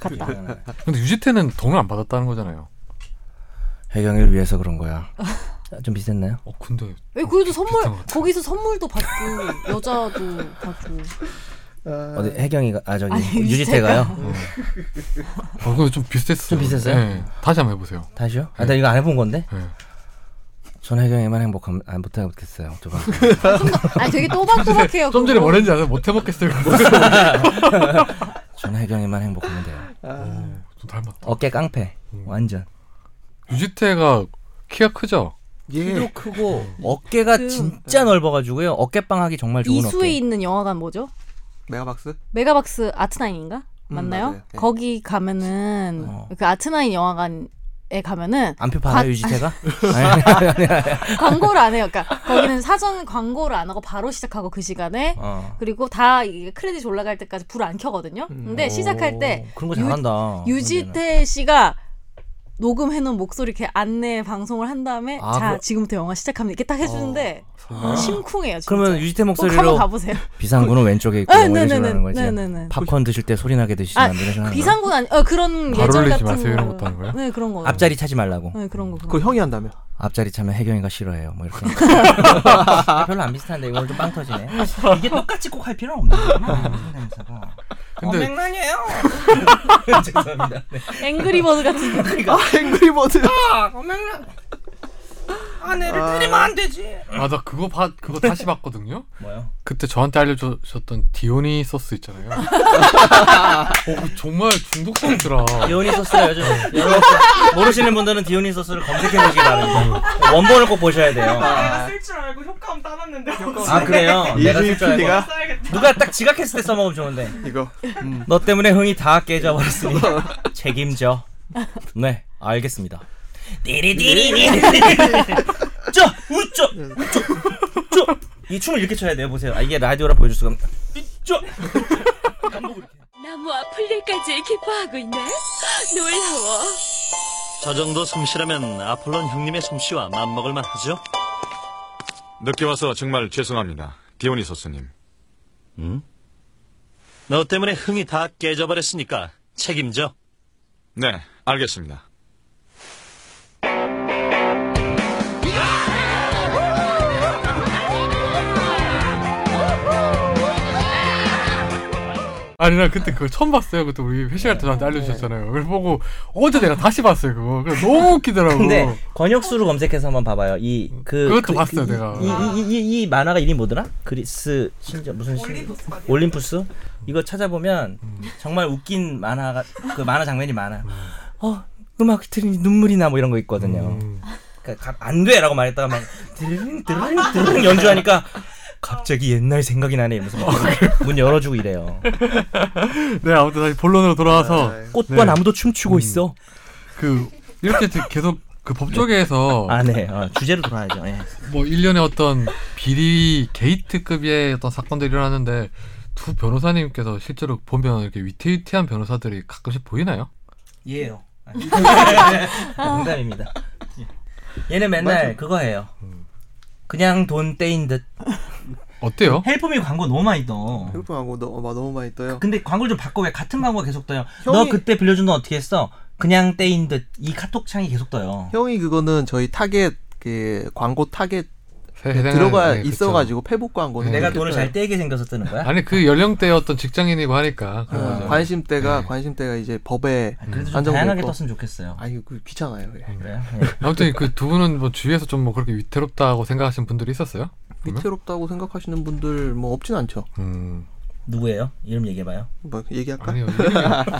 Speaker 3: 같다.
Speaker 4: 당연하네.
Speaker 1: 근데 유지태는 돈을 안 받았다는 거잖아요.
Speaker 4: 해경이를 위해서 그런 거야. 아, 좀 비슷했나요?
Speaker 1: 어 근데
Speaker 3: 왜 그래도 선물
Speaker 1: 비슷한 것 같아.
Speaker 3: 거기서 선물도 받고 여자도 받고
Speaker 4: 어디 해경이가 아 저기
Speaker 3: 아니,
Speaker 4: 유지태가요?
Speaker 1: 어 근데 좀 비슷했어요.
Speaker 4: 좀 비슷했어요?
Speaker 1: 예. 다시 한번 해보세요.
Speaker 4: 다시요? 아, 나 이거 안 해본 건데.
Speaker 1: 예.
Speaker 4: 전 해경이만 행복함 안 못하겠어요. 두 번.
Speaker 3: 아니 되게 또박또박해요.
Speaker 1: 좀 전에
Speaker 3: 그거.
Speaker 1: 뭐라 했는지 아세요? 못 해먹겠어요.
Speaker 4: 전 해경이만 행복하면 돼요.
Speaker 1: 오, 좀 닮았다.
Speaker 4: 어깨 깡패 완전.
Speaker 1: 유지태가 키가 크죠?
Speaker 2: 예.
Speaker 4: 키도 크고 어깨가
Speaker 3: 그-
Speaker 4: 진짜 넓어가지고요. 어깨빵 하기 정말 좋은
Speaker 3: 이수에
Speaker 4: 어깨.
Speaker 3: 있는 영화관 뭐죠?
Speaker 2: 메가박스?
Speaker 3: 메가박스 아트나인인가
Speaker 2: 음,
Speaker 3: 맞나요?
Speaker 2: 맞아요. 네.
Speaker 3: 거기 가면은
Speaker 4: 어.
Speaker 3: 그 아트나인 영화관에 가면은
Speaker 4: 안표 봐요
Speaker 3: 과-
Speaker 4: 유지태가? 아니, 아니, 아니, 아니.
Speaker 3: 광고를 안 해요. 그러니까 거기는 사전 광고를 안 하고 바로 시작하고 그 시간에
Speaker 4: 어.
Speaker 3: 그리고 다 이게 크레딧 올라갈 때까지 불 안 켜거든요.
Speaker 2: 음.
Speaker 3: 근데 네, 시작할 때
Speaker 4: 오, 그런 거
Speaker 3: 유-
Speaker 4: 잘한다.
Speaker 3: 유지태 씨가 녹음해놓은 목소리 이렇게 안내 방송을 한 다음에
Speaker 4: 아,
Speaker 3: 자
Speaker 4: 그럼-
Speaker 3: 지금부터 영화 시작합니다 이렇게 딱 해주는데
Speaker 1: 설마.
Speaker 3: 심쿵해요. 진짜.
Speaker 4: 그러면 유지태
Speaker 3: 꼭 한번
Speaker 4: 목소리로
Speaker 3: 가보세요.
Speaker 4: 비상구는 왼쪽에 있고
Speaker 3: 아,
Speaker 4: 뭐 이런 식으로 하는 거지.
Speaker 3: 네네네.
Speaker 4: 팝콘 드실 때 소리 나게 드시면
Speaker 3: 아,
Speaker 4: 안 되는 거.
Speaker 3: 비상군 아니 어, 그런
Speaker 1: 발
Speaker 3: 예절
Speaker 1: 올리지
Speaker 3: 같은
Speaker 1: 마세요 이런
Speaker 3: 거.
Speaker 1: 것도 하는 거예요?
Speaker 3: 네 그런 거.
Speaker 4: 앞자리 차지 말라고.
Speaker 3: 네 그런 거. 그런
Speaker 2: 그거
Speaker 3: 거.
Speaker 2: 형이 한다며.
Speaker 4: 앞자리 차면 해경이가 싫어해요. 뭐 이렇게. 별로 안 비슷한데 이거 오늘 좀빵 터지네. 이게 똑같이 꼭 할 필요는 없는 거구나. 성대모사가.
Speaker 1: 근데-
Speaker 4: 어, 맹랑이에요. 죄송합니다. 네.
Speaker 3: 앵그리버드 같은 거.
Speaker 2: 아, 앵그리버드.
Speaker 4: 아, 맹랑. 아내를 때리면 안 되지.
Speaker 1: 아, 나 그거 봐, 그거 다시 봤거든요?
Speaker 4: 뭐요?
Speaker 1: 그때 저한테 알려주셨던 디오니 소스 있잖아요. 어, 그거 정말 중독성이더라.
Speaker 4: 디오니소스가 요즘 디오니소스. 모르시는 분들은 디오니소스를 검색해 보시기 바랍니다. 원본을 꼭 보셔야 돼요.
Speaker 5: 내가 쓸 줄 알고 아. 효과음 따놨는데
Speaker 4: 아 그래요? 내가 쓸줄 알고.
Speaker 2: PD가
Speaker 5: 써야겠다.
Speaker 4: 누가 딱 지각했을 때 써먹으면 좋은데.
Speaker 2: 이거.
Speaker 4: 너 때문에 흥이 다 깨져버렸으니 책임져. 네, 알겠습니다. 디리디리디리. 쪼, 우쪼, 우쪼, 쪼. 이 춤을 이렇게 춰야 돼요. 보세요. 아, 이게 라디오라 보여줄 수가. 없- 쪼.
Speaker 6: 나무와 풀잎까지 기뻐하고 있네. 놀라워.
Speaker 7: 저 정도 솜씨라면 아폴론 형님의 솜씨와 맞먹을만 하죠?
Speaker 8: 늦게 와서 정말 죄송합니다. 디오니소스님.
Speaker 7: 너 때문에 흥이 다 깨져버렸으니까 책임져.
Speaker 8: 네, 알겠습니다.
Speaker 1: 아니, 나 그때 그걸 처음 봤어요. 그때 우리 회식할 때 저한테
Speaker 4: 네.
Speaker 1: 알려주셨잖아요. 그걸 보고 어제 내가 다시 봤어요, 그거. 그래, 너무 웃기더라고.
Speaker 4: 근데 권혁수로 검색해서 한번 봐봐요. 이 그.
Speaker 1: 음. 그것도
Speaker 4: 그-
Speaker 1: 봤어요,
Speaker 4: 이-
Speaker 1: 내가.
Speaker 4: 이, 이, 이, 이 만화가 이름이 뭐더라? 그리스 신전 무슨 신- 올림푸스? 이거 찾아보면
Speaker 1: 음.
Speaker 4: 정말 웃긴 만화가 그 만화 장면이 많아요. 어 음악 들으니 눈물이 나 뭐 이런 거 있거든요.
Speaker 1: 음.
Speaker 4: 그러니까 가- 안 돼라고 말했다가 막 드릉 드릉 드릉 연주하니까 갑자기 옛날 생각이 나네 이러면서 막문 열어주고 이래요.
Speaker 1: 네, 아무튼 다시 본론으로 돌아와서
Speaker 4: 꽃과
Speaker 1: 네.
Speaker 4: 나무도 춤추고 있어.
Speaker 1: 그, 이렇게 계속 그 법조계에서
Speaker 4: 아 네. 어, 주제로 돌아야죠. 예.
Speaker 1: 뭐 일련의 어떤 비리 게이트급의 어떤 사건들이 일어나는데 두 변호사님께서 실제로 보면 이렇게 위태위태한 변호사들이 가끔씩 보이나요?
Speaker 4: 예요. 아니. 농담입니다. 예. 얘는 맨날 그거 해요. 그냥 돈 떼인 듯.
Speaker 1: 어때요?
Speaker 4: 헬프미 광고 너무 많이 떠.
Speaker 2: 헬프하고 너무 너무 많이 떠요.
Speaker 4: 근데 광고를 좀 바꿔 왜 같은 광고가 계속 떠요?
Speaker 2: 형이-
Speaker 4: 너 그때 빌려준 돈 어떻게 했어? 그냥 떼인 듯 이 카톡 창이 계속 떠요.
Speaker 2: 형이 그거는 저희 타겟 그 광고 타겟
Speaker 1: 새- 새-
Speaker 2: 뭐 들어가
Speaker 1: 네, 그쵸.
Speaker 2: 있어가지고 페북 광고는
Speaker 4: 내가
Speaker 2: 그렇게
Speaker 4: 돈을
Speaker 2: 떠요.
Speaker 4: 잘 떼게 생겨서 뜨는 거야?
Speaker 1: 아니 그 연령대 어떤 직장인이고 하니까 그런
Speaker 2: 어,
Speaker 1: 거죠. 네.
Speaker 2: 관심대가 관심대가 이제 법에
Speaker 4: 아니, 그래도 좀
Speaker 2: 안정돼
Speaker 4: 다양하게
Speaker 2: 있고.
Speaker 4: 떴으면 좋겠어요.
Speaker 2: 아니 그 귀찮아요. 예.
Speaker 4: 그래요? 예.
Speaker 1: 아무튼 그 두 분은 뭐 주위에서 좀 뭐 그렇게 위태롭다고 생각하시는 분들이 있었어요? 그러면?
Speaker 2: 위태롭다고 생각하시는 분들 뭐 없진 않죠.
Speaker 1: 음
Speaker 4: 누구예요? 이름 얘기해봐요.
Speaker 2: 뭐 얘기할까?
Speaker 1: 아니요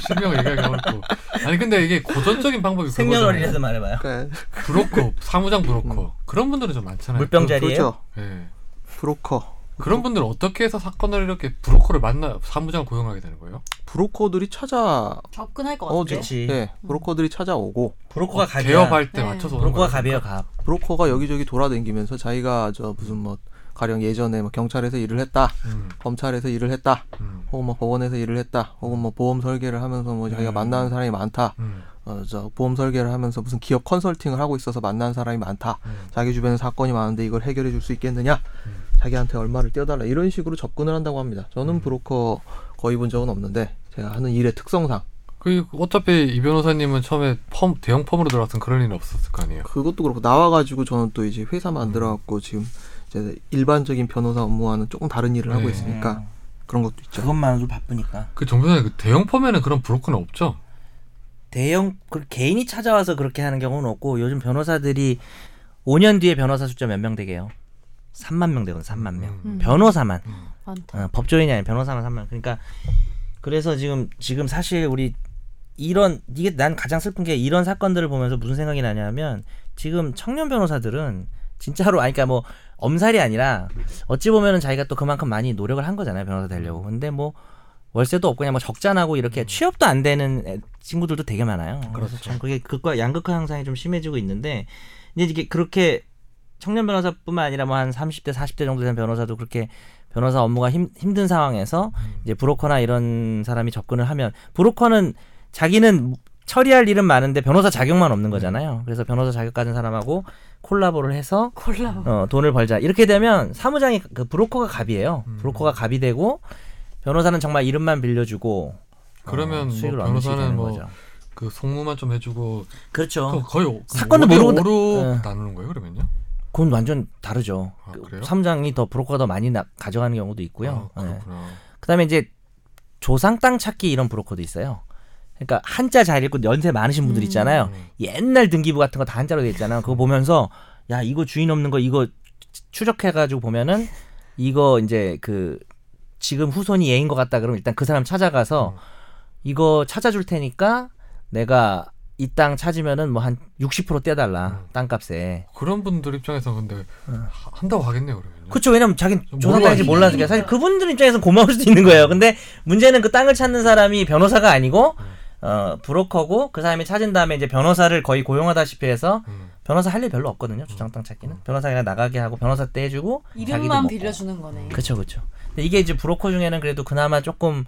Speaker 1: 실명 얘기하기 어렵고 아니 근데 이게 고전적인 방법이
Speaker 4: 생년월일이라도
Speaker 1: 그거잖아요.
Speaker 4: 말해봐요.
Speaker 2: 그러니까
Speaker 1: 브로커 사무장 브로커 그런 분들은 좀 많잖아요.
Speaker 4: 물병자리예요?
Speaker 2: 그렇죠.
Speaker 1: 예.
Speaker 2: 브로커.
Speaker 1: 그런 분들 은 어떻게 해서 사건을 이렇게 브로커를 만나 사무장을 고용하게 되는 거예요?
Speaker 2: 브로커들이 찾아
Speaker 3: 접근할 것
Speaker 2: 어,
Speaker 3: 같은데.
Speaker 4: 그치. 네.
Speaker 2: 네, 브로커들이 찾아오고
Speaker 4: 브로커가 갑이야.
Speaker 1: 개업할 때
Speaker 3: 네.
Speaker 1: 맞춰서 오는
Speaker 4: 브로커가
Speaker 1: 거예요?
Speaker 4: 갑이에요, 갑.
Speaker 2: 브로커가 여기저기 돌아다니면서 자기가 저 무슨 뭐 가령 예전에 뭐 경찰에서 일을 했다,
Speaker 1: 음,
Speaker 2: 검찰에서 일을 했다,
Speaker 1: 음,
Speaker 2: 혹은 뭐 법원에서 일을 했다, 혹은 뭐 보험 설계를 하면서 뭐 자기가
Speaker 1: 음.
Speaker 2: 만나는 사람이 많다,
Speaker 1: 음,
Speaker 2: 어, 저 보험 설계를 하면서 무슨 기업 컨설팅을 하고 있어서 만나는 사람이 많다.
Speaker 1: 음.
Speaker 2: 자기 주변에 사건이 많은데 이걸 해결해 줄 수 있겠느냐?
Speaker 1: 음.
Speaker 2: 자기한테 얼마를 떼어달라. 이런 식으로 접근을 한다고 합니다. 저는 브로커 거의 본 적은 없는데 제가 하는 일의 특성상
Speaker 1: 그 어차피 이 변호사님은 처음에 펌 대형 펌으로 들어갔던 그런 일은 없었을 거 아니에요.
Speaker 2: 그것도 그렇고 나와가지고 저는 또 이제 회사
Speaker 1: 음.
Speaker 2: 만들어갖고 지금 이제 일반적인 변호사 업무와는 조금 다른 일을 하고
Speaker 1: 네.
Speaker 2: 있으니까 그런 것도 있죠.
Speaker 4: 그것만으로 바쁘니까.
Speaker 1: 그 정변호사님 그 대형 펌에는 그런 브로커는 없죠?
Speaker 4: 대형 그 개인이 찾아와서 그렇게 하는 경우는 없고 요즘 변호사들이 5년 뒤에 변호사 숫자 몇 명 되게요? 3만 명 되거든, 3만 명.
Speaker 1: 음.
Speaker 3: 음.
Speaker 4: 변호사만.
Speaker 3: 많다.
Speaker 4: 어, 법조인이 아니라 변호사만 3만 명. 그러니까 그래서 지금 지금 사실 우리 이런 이게 난 가장 슬픈 게 이런 사건들을 보면서 무슨 생각이 나냐면 지금 청년 변호사들은 진짜로 아니 그러니까 뭐 엄살이 아니라 어찌 보면은 자기가 또 그만큼 많이 노력을 한 거잖아요 변호사 되려고 근데 뭐 월세도 없고 그냥 뭐 적자나고 이렇게 취업도 안 되는 애- 친구들도 되게 많아요 그래서
Speaker 1: 음. 그렇죠.
Speaker 4: 참 그게 극과 양극화 현상이 좀 심해지고 있는데 이제 이게 그렇게 청년 변호사뿐만 아니라 뭐 한 30대 40대 정도 된 변호사도 그렇게 변호사 업무가 힘, 힘든 상황에서
Speaker 1: 음.
Speaker 4: 이제 브로커나 이런 사람이 접근을 하면 브로커는 자기는 처리할 일은 많은데 변호사 자격만 없는
Speaker 1: 음.
Speaker 4: 거잖아요. 그래서 변호사 자격 가진 사람하고 콜라보를 해서
Speaker 3: 콜라.
Speaker 4: 어, 돈을 벌자. 이렇게 되면 사무장이 그 브로커가 갑이에요.
Speaker 1: 음.
Speaker 4: 브로커가 갑이 되고 변호사는 정말 이름만 빌려주고 어,
Speaker 1: 그러면 뭐
Speaker 4: 수익을 얻는 식이
Speaker 1: 변호사는
Speaker 4: 되는
Speaker 1: 뭐
Speaker 4: 거죠.
Speaker 1: 그 송무만 좀 해주고
Speaker 4: 그렇죠.
Speaker 1: 그럼 거의 오-
Speaker 4: 사건도
Speaker 1: 오 대
Speaker 4: 모르고
Speaker 1: 오로
Speaker 4: 네.
Speaker 1: 나누는 거예요 그러면요?
Speaker 4: 그건 완전 다르죠.
Speaker 1: 아,
Speaker 4: 그
Speaker 1: 그래요?
Speaker 4: 사무장이 더 브로커가 더 많이 나- 가져가는 경우도 있고요.
Speaker 1: 아,
Speaker 4: 네.
Speaker 1: 그렇구나.
Speaker 4: 그다음에 이제 조상 땅 찾기 이런 브로커도 있어요. 그러니까 한자 잘 읽고 연세 많으신 분들
Speaker 3: 음.
Speaker 4: 있잖아요.
Speaker 1: 음.
Speaker 4: 옛날 등기부 같은 거 다 한자로 돼 있잖아. 그거 보면서 야 이거 주인 없는 거 이거 추적해가지고 보면은 이거 이제 그 지금 후손이 얘인 것 같다 그러면 일단 그 사람 찾아가서
Speaker 1: 음.
Speaker 4: 이거 찾아줄 테니까 내가 이 땅 찾으면은 뭐 한 60% 떼달라
Speaker 1: 음.
Speaker 4: 땅값에.
Speaker 1: 그런 분들 입장에서
Speaker 4: 네.
Speaker 1: 근데 하- 한다고 하겠네요 네. 그러면.
Speaker 4: 그렇죠. 왜냐면 자기는
Speaker 1: 몰라.
Speaker 4: 조상 땅인지 몰라니까 사실 그분들 입장에서는 고마울 수도 있는 거예요. 근데 문제는 그 땅을 찾는 사람이 변호사가 아니고
Speaker 1: 네.
Speaker 4: 어 브로커고 그 사람이 찾은 다음에 이제 변호사를 거의 고용하다시피 해서
Speaker 1: 음.
Speaker 4: 변호사 할 일 별로 없거든요. 주장 땅 찾기는 변호사 그냥 나가게 하고 변호사 때 해주고 뭐
Speaker 3: 이름만 빌려주는 거네.
Speaker 4: 그렇죠, 그렇죠. 근데 이게 이제 브로커 중에는 그래도 그나마 조금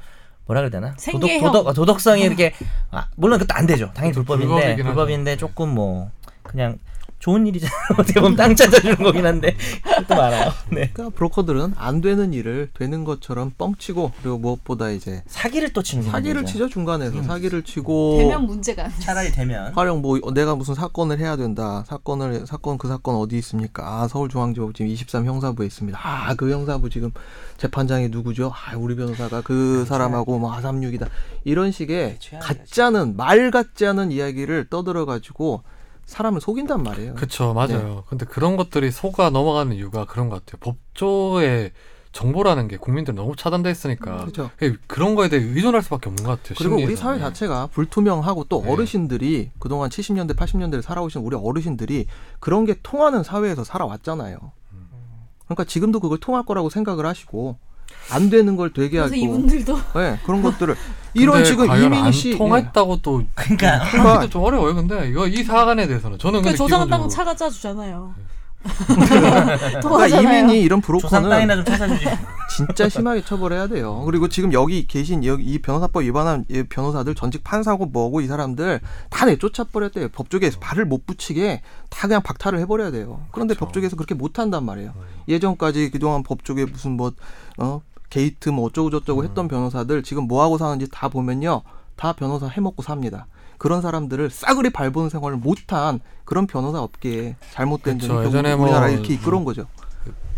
Speaker 4: 뭐라 그래야 되나 도덕
Speaker 3: 생계형. 어.
Speaker 4: 도덕 도덕성이 이렇게 아, 물론 그것도 안 되죠. 당연히
Speaker 1: 그것도
Speaker 4: 불법인데
Speaker 1: 그렇죠. 불법이긴 하죠. 네.
Speaker 4: 불법인데 조금 뭐 그냥 좋은 일이잖아요. 어떻게 보면 땅 찾아주는 거긴 한데 그것도 많아요. 네.
Speaker 2: 그러니까 브로커들은 안 되는 일을 되는 것처럼 뻥치고 그리고 무엇보다 이제
Speaker 4: 사기를 또 치는
Speaker 2: 사기를
Speaker 4: 경우죠.
Speaker 2: 치죠 중간에서 사기를 치고
Speaker 3: 되면 문제가 안 돼.
Speaker 4: 차라리 되면
Speaker 2: 활용 뭐 어, 내가 무슨 사건을 해야 된다. 사건을 사건 그 사건 어디 있습니까? 아 서울중앙지법 지금 23 형사부에 있습니다. 아 그 형사부 지금 재판장이 누구죠? 아 우리 변호사가 그 사람하고 뭐 아삼육이다. 이런 식의
Speaker 4: 최악이야,
Speaker 2: 같지 않은 말 같지 않은 이야기를 떠들어 가지고 사람을 속인단 말이에요. 네.
Speaker 1: 그쵸 맞아요. 근데 그런 것들이 속아 넘어가는 이유가 그런 것 같아요. 법조의 정보라는 게 국민들 너무 차단돼 있으니까
Speaker 2: 그렇죠.
Speaker 1: 예, 그런 거에 대해 의존할 수밖에 없는 것 같아요.
Speaker 2: 그리고 우리
Speaker 1: 심리에서.
Speaker 2: 사회 자체가 불투명하고 또
Speaker 1: 네.
Speaker 2: 어르신들이 그동안 70년대 80년대를 살아오신 우리 어르신들이 그런 게 통하는 사회에서 살아왔잖아요. 그러니까 지금도 그걸 통할 거라고 생각을 하시고 안 되는 걸 되게 하고
Speaker 3: 그래서 이분들도
Speaker 2: 네, 그런 것들을
Speaker 1: 근데
Speaker 2: 이런 지금
Speaker 1: 과연
Speaker 2: 이민희
Speaker 1: 안
Speaker 2: 씨 예.
Speaker 1: 통했다고 또
Speaker 4: 그러니까
Speaker 1: 하기도 좀 어려워요. 근데 이거 이 사안에 대해서는 저는
Speaker 3: 그
Speaker 1: 근데
Speaker 3: 조상 땅
Speaker 1: 기본적으로
Speaker 3: 찾아짜 주잖아요.
Speaker 2: 그러니까
Speaker 3: 도와잖아요.
Speaker 2: 이민희 이런
Speaker 4: 조상
Speaker 2: 브로커는
Speaker 4: 땅이나 좀 찾아주지.
Speaker 2: 진짜 심하게 처벌해야 돼요. 그리고 지금 여기 계신 여기 이 변호사법 위반한 이 변호사들 전직 판사고 뭐고 이 사람들 다 내쫓아 버려야 돼요. 법조계에서 발을 못 붙이게 다 그냥 박탈을 해버려야 돼요. 그런데
Speaker 1: 그렇죠.
Speaker 2: 법조계에서 그렇게 못 한단 말이에요.
Speaker 1: 네.
Speaker 2: 예전까지 그동안 법조계 무슨 뭐 어, 게이트 뭐 어쩌고 저쩌고
Speaker 1: 네.
Speaker 2: 했던 변호사들 지금 뭐 하고 사는지 다 보면요. 다 변호사 해먹고 삽니다. 그런 사람들을 싸그리 발보는 생활을 못한 그런 변호사 업계에 잘못된
Speaker 1: 그쵸.
Speaker 2: 점이 결국
Speaker 1: 예전에 뭐
Speaker 2: 우리나라 이렇게 이끌어온 거죠.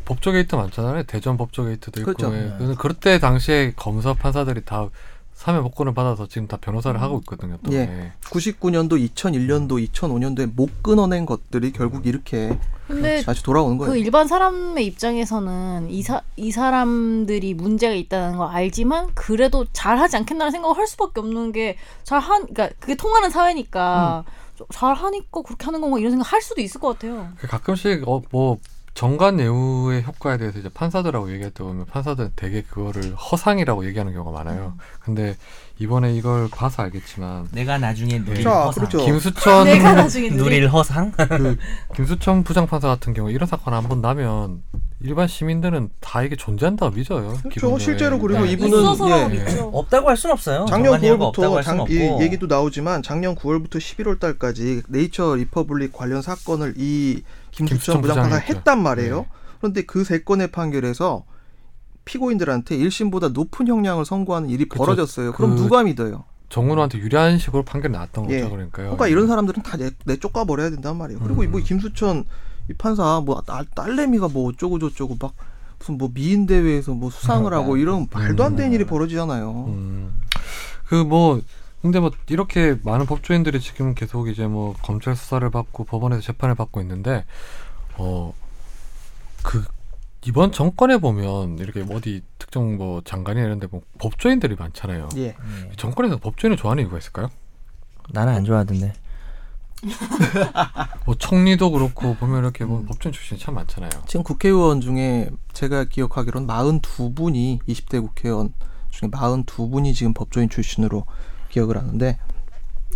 Speaker 1: 법조 게이트 많잖아요. 대전 법조 게이트도 있고.
Speaker 2: 그렇죠.
Speaker 1: 예. 그래서 그때 당시에 검사 판사들이 다 사면 복권을 받아서 지금 다 변호사를 하고 있거든요. 또.
Speaker 2: 예.
Speaker 1: 예.
Speaker 2: 99년도, 2001년도, 2005년도에 못 끊어낸 것들이 결국 이렇게
Speaker 4: 네,
Speaker 3: 근데
Speaker 2: 다시 돌아오는 거예요.
Speaker 3: 그 일반 사람의 입장에서는 이, 사, 이 사람들이 문제가 있다는 걸 알지만 그래도 잘하지 않겠나라는 생각을 할 수밖에 없는 게 잘한 그러니까 그게 통하는
Speaker 2: 음.
Speaker 3: 사회니까 좀 잘하니까 그렇게 하는 건가 이런 생각 할 수도 있을 것 같아요.
Speaker 1: 그 가끔씩 어, 뭐 정관 예우의 효과에 대해서 이제 판사들하고 얘기할 때 보면 판사들은 되게 그거를 허상이라고 얘기하는 경우가
Speaker 3: 음.
Speaker 1: 많아요. 근데 이번에 이걸 봐서 알겠지만
Speaker 4: 내가 나중에 누릴
Speaker 1: 자,
Speaker 4: 허상.
Speaker 2: 그렇죠.
Speaker 1: 김수천
Speaker 3: 아, 내가 나중에
Speaker 4: 누릴 허상?
Speaker 1: 그 김수천 부장판사 같은 경우 이런 사건 한 번 나면 일반 시민들은 다 이게 존재한다고 믿어요.
Speaker 2: 그렇죠.
Speaker 1: 기본적으로.
Speaker 2: 실제로 그리고
Speaker 1: 네.
Speaker 2: 이분은
Speaker 3: 있어서라고
Speaker 2: 예.
Speaker 3: 믿죠.
Speaker 4: 없다고 할 순 없어요.
Speaker 2: 작년
Speaker 4: 정관 예우가 없다고
Speaker 2: 9월부터
Speaker 4: 할순
Speaker 2: 장,
Speaker 4: 없고.
Speaker 2: 이 얘기도 나오지만 작년 9월부터 11월 달까지 네이처 리퍼블릭 관련 사건을 이 김수천
Speaker 1: 김수천
Speaker 2: 부장판사
Speaker 1: 부장이 했죠.
Speaker 2: 했단 말이에요.
Speaker 1: 네.
Speaker 2: 그런데 그 세 건의 판결에서 피고인들한테 1심보다 높은 형량을 선고하는 일이
Speaker 1: 그쵸.
Speaker 2: 벌어졌어요. 그럼
Speaker 1: 그-
Speaker 2: 누가 믿어요?
Speaker 1: 정은호한테 유리한 식으로 판결 나왔던 거죠,
Speaker 2: 예.
Speaker 1: 그러니까요.
Speaker 2: 그러니까 이런 사람들은 다 내, 내쫓가 버려야 된단 말이에요. 그리고
Speaker 1: 음.
Speaker 2: 뭐 김수천 이 판사 뭐 딸- 딸내미가 뭐 어쩌고 저쩌고 막 무슨 뭐 미인 대회에서 뭐 수상을 하고 이런 말도 안 되는 일이 벌어지잖아요.
Speaker 1: 음. 그 뭐 근데 뭐 이렇게 많은 법조인들이 지금 계속 이제 뭐 검찰 수사를 받고 법원에서 재판을 받고 있는데 어 그 이번 정권에 보면 이렇게 뭐 어디 특정 뭐 장관이 이런데 뭐 법조인들이 많잖아요.
Speaker 2: 예.
Speaker 1: 정권에서 법조인을 좋아하는 이유가 있을까요?
Speaker 4: 나는 안 좋아하던데.
Speaker 1: 네. 뭐 총리도 그렇고 보면 이렇게 뭐 법조인 출신이 참 많잖아요.
Speaker 2: 지금 국회의원 중에 제가 기억하기로는 42분이 20대 국회의원 중에 42분이 지금 법조인 출신으로 기억을 하는데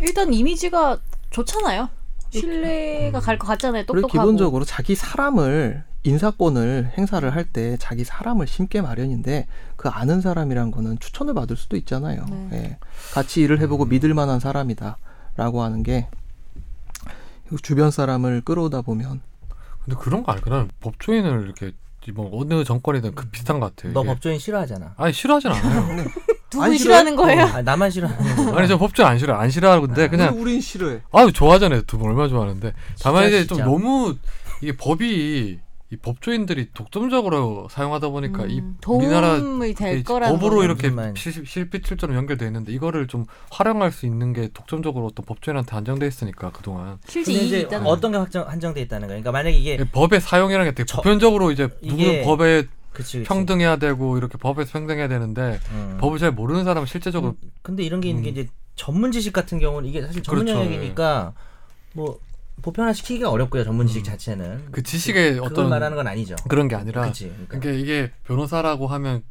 Speaker 3: 일단 이미지가 좋잖아요. 신뢰가 갈 것 같잖아요.
Speaker 2: 음. 그리고
Speaker 3: 똑똑하고.
Speaker 2: 기본적으로 자기 사람을 인사권을 행사를 할 때 자기 사람을 심게 마련인데 그 아는 사람이란 거는 추천을 받을 수도 있잖아요.
Speaker 3: 네.
Speaker 2: 예. 같이 일을 해보고 믿을 만한 사람이다라고 하는 게 주변 사람을 끌어오다 보면
Speaker 1: 근데 그런 거 아닐까? 난 법조인을 이렇게 뭐 어느 정권이든 그 비슷한 것 같아요.
Speaker 4: 너
Speaker 1: 이게.
Speaker 4: 법조인 싫어하잖아.
Speaker 1: 아니 싫어하진 않아요.
Speaker 3: 누구
Speaker 2: 안
Speaker 3: 싫어하는 거예요?
Speaker 4: 아, 나만 싫어하는 거.
Speaker 1: 아니 저 법조인 안 싫어, 안 싫어하는데 그냥
Speaker 2: 우린 싫어해.
Speaker 1: 아유 좋아하잖아요 두 분 얼마나 좋아하는데 다만
Speaker 4: 진짜,
Speaker 1: 이제 좀
Speaker 4: 진짜.
Speaker 1: 너무 이게 법이 이 법조인들이 독점적으로 사용하다 보니까 이
Speaker 3: 음,
Speaker 1: 우리나라
Speaker 3: 도움이 될
Speaker 1: 이
Speaker 3: 거라는
Speaker 1: 법으로
Speaker 3: 거는
Speaker 1: 이렇게
Speaker 4: 무슨 말.
Speaker 1: 실- 실핏줄처럼 연결돼 있는데 이거를 좀 활용할 수 있는 게 독점적으로 어떤 법조인한테 한정돼 있으니까 그동안
Speaker 3: 실제
Speaker 4: 근데
Speaker 3: 이익이
Speaker 4: 이제
Speaker 3: 있다는
Speaker 4: 어떤 게 확정 한정돼 있다는 거야. 그러니까 만약에 이게
Speaker 1: 법의 사용이라는 게 되게
Speaker 4: 저-
Speaker 1: 보편적으로 이제
Speaker 4: 이게
Speaker 1: 누구는 법에
Speaker 4: 그치, 그치.
Speaker 1: 평등해야 되고 이렇게 법에서 평등해야 되는데
Speaker 4: 음.
Speaker 1: 법을 잘 모르는 사람은 실제적으로
Speaker 4: 근데 이런 게 있는 게
Speaker 1: 음.
Speaker 4: 이제 전문 지식 같은 경우는 이게 사실 전문
Speaker 1: 그렇죠,
Speaker 4: 영역이니까 뭐 보편화 시키기가 어렵고요. 전문 지식 자체는.
Speaker 1: 그 지식의
Speaker 4: 음, 그걸
Speaker 1: 어떤
Speaker 4: 말하는 건 아니죠.
Speaker 1: 그런 게 아니라
Speaker 4: 그치. 그러니까
Speaker 1: 그러니까 이게 변호사라고 하면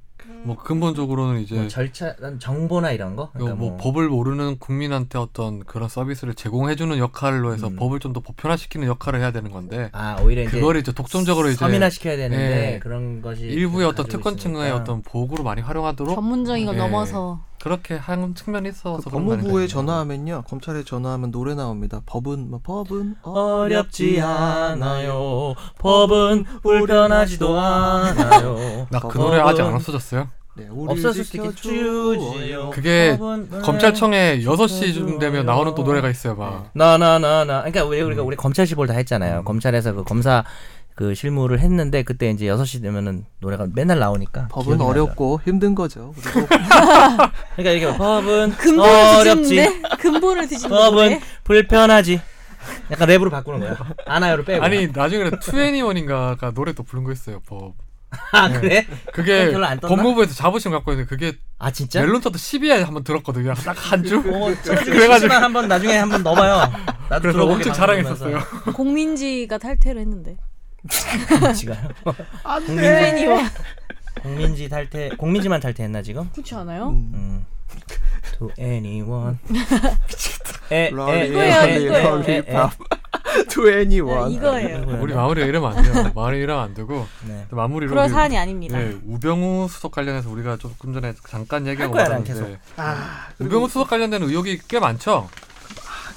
Speaker 1: 뭐 근본적으로는 이제
Speaker 4: 뭐 절차, 정보나 이런 거.
Speaker 1: 그
Speaker 4: 그러니까
Speaker 1: 네. 뭐 법을 모르는 국민한테 어떤 그런 서비스를 제공해주는 역할로 해서
Speaker 4: 음.
Speaker 1: 법을 좀 더 보편화시키는 역할을 해야 되는 건데
Speaker 4: 아 오히려 이제
Speaker 1: 그거를 이제 독점적으로 이제
Speaker 4: 서민화 시켜야 되는데
Speaker 1: 예.
Speaker 4: 그런 것이
Speaker 1: 일부의 어떤
Speaker 4: 가지고
Speaker 1: 특권층의
Speaker 4: 있으니까.
Speaker 1: 어떤 보호구로 많이 활용하도록
Speaker 3: 전문적인 걸
Speaker 1: 예.
Speaker 3: 넘어서
Speaker 1: 그렇게 한 측면이 있어서
Speaker 2: 그
Speaker 1: 그런 거 아닐까요?
Speaker 2: 법무부에 전화하면요 검찰에 전화하면 노래 나옵니다. 법은 뭐 법은
Speaker 4: 어렵지 않아요. 법은 불편하지도 않아요.
Speaker 1: 나 그 노래 아직 안
Speaker 4: 법은
Speaker 1: 없어졌어요?
Speaker 2: 네, 우리를
Speaker 4: 없었을 때
Speaker 2: 지켜줘요.
Speaker 4: 주지요.
Speaker 1: 그게
Speaker 4: 법은
Speaker 1: 검찰청에
Speaker 4: 네.
Speaker 1: 6시쯤 되면 나오는 또 노래가 있어요 막
Speaker 4: 나나나나. 그러니까 우리 우리가 우리 검찰 시볼 다 했잖아요. 검찰에서 그 검사 그 실무를 했는데 그때 이제 6시 되면은 노래가 맨날 나오니까
Speaker 2: 법은
Speaker 4: 기억이 나죠.
Speaker 2: 어렵고 힘든 거죠. 그리고
Speaker 4: 그러니까 이게 법은
Speaker 3: 근본을
Speaker 4: 어렵지.
Speaker 3: 뒤집네. 근본을 뒤집는
Speaker 4: 법은
Speaker 3: 거네.
Speaker 4: 불편하지. 약간 랩으로 바꾸는 거야. 아나요로 빼고.
Speaker 1: 아니 나중에 투애니원인가가 노래 또 부른 거 있어요 법
Speaker 4: 아 그래?
Speaker 1: 그게
Speaker 4: 별로 안 떴나?
Speaker 1: 법무부에서 자부심 갖고 있는데 그게
Speaker 4: 아 진짜?
Speaker 1: 멜론터도 12에 한번 들었거든요 딱 한줄
Speaker 4: 어,
Speaker 1: 그래가지고-
Speaker 4: 그래가지고 한번 나중에 한번 넣어봐요. 나도
Speaker 1: 그래서
Speaker 4: 들어보게
Speaker 1: 엄청
Speaker 4: 만들면서.
Speaker 1: 자랑했었어요.
Speaker 3: 공민지가 탈퇴를 했는데.
Speaker 1: 아,
Speaker 4: 지가요. 네.
Speaker 3: 공민지
Speaker 4: 공민지 탈퇴, 공민지만 탈퇴했나 지금?
Speaker 3: 그렇지 않아요?
Speaker 4: 음. To anyone. 에,
Speaker 2: 러리,
Speaker 4: 에,
Speaker 3: 이거예요,
Speaker 4: 에,
Speaker 3: 이거예요.
Speaker 4: 에, 에, 에,
Speaker 2: 러리
Speaker 4: 에.
Speaker 2: 밥. to anyone.
Speaker 4: 뭐
Speaker 3: 네, 이거예요.
Speaker 1: 우리 마무리 이러면 안 돼요. 마무리 이러면 안 되고
Speaker 4: 네.
Speaker 1: 또 마무리로
Speaker 3: 그럴
Speaker 1: 우리-
Speaker 3: 사안이 아닙니다.
Speaker 1: 네, 우병우 수석 관련해서 우리가 조금 전에 잠깐 얘기하고
Speaker 4: 거야, 난
Speaker 1: 왔는데 네.
Speaker 2: 아,
Speaker 1: 우병우 수석 관련된 의혹이 꽤 많죠.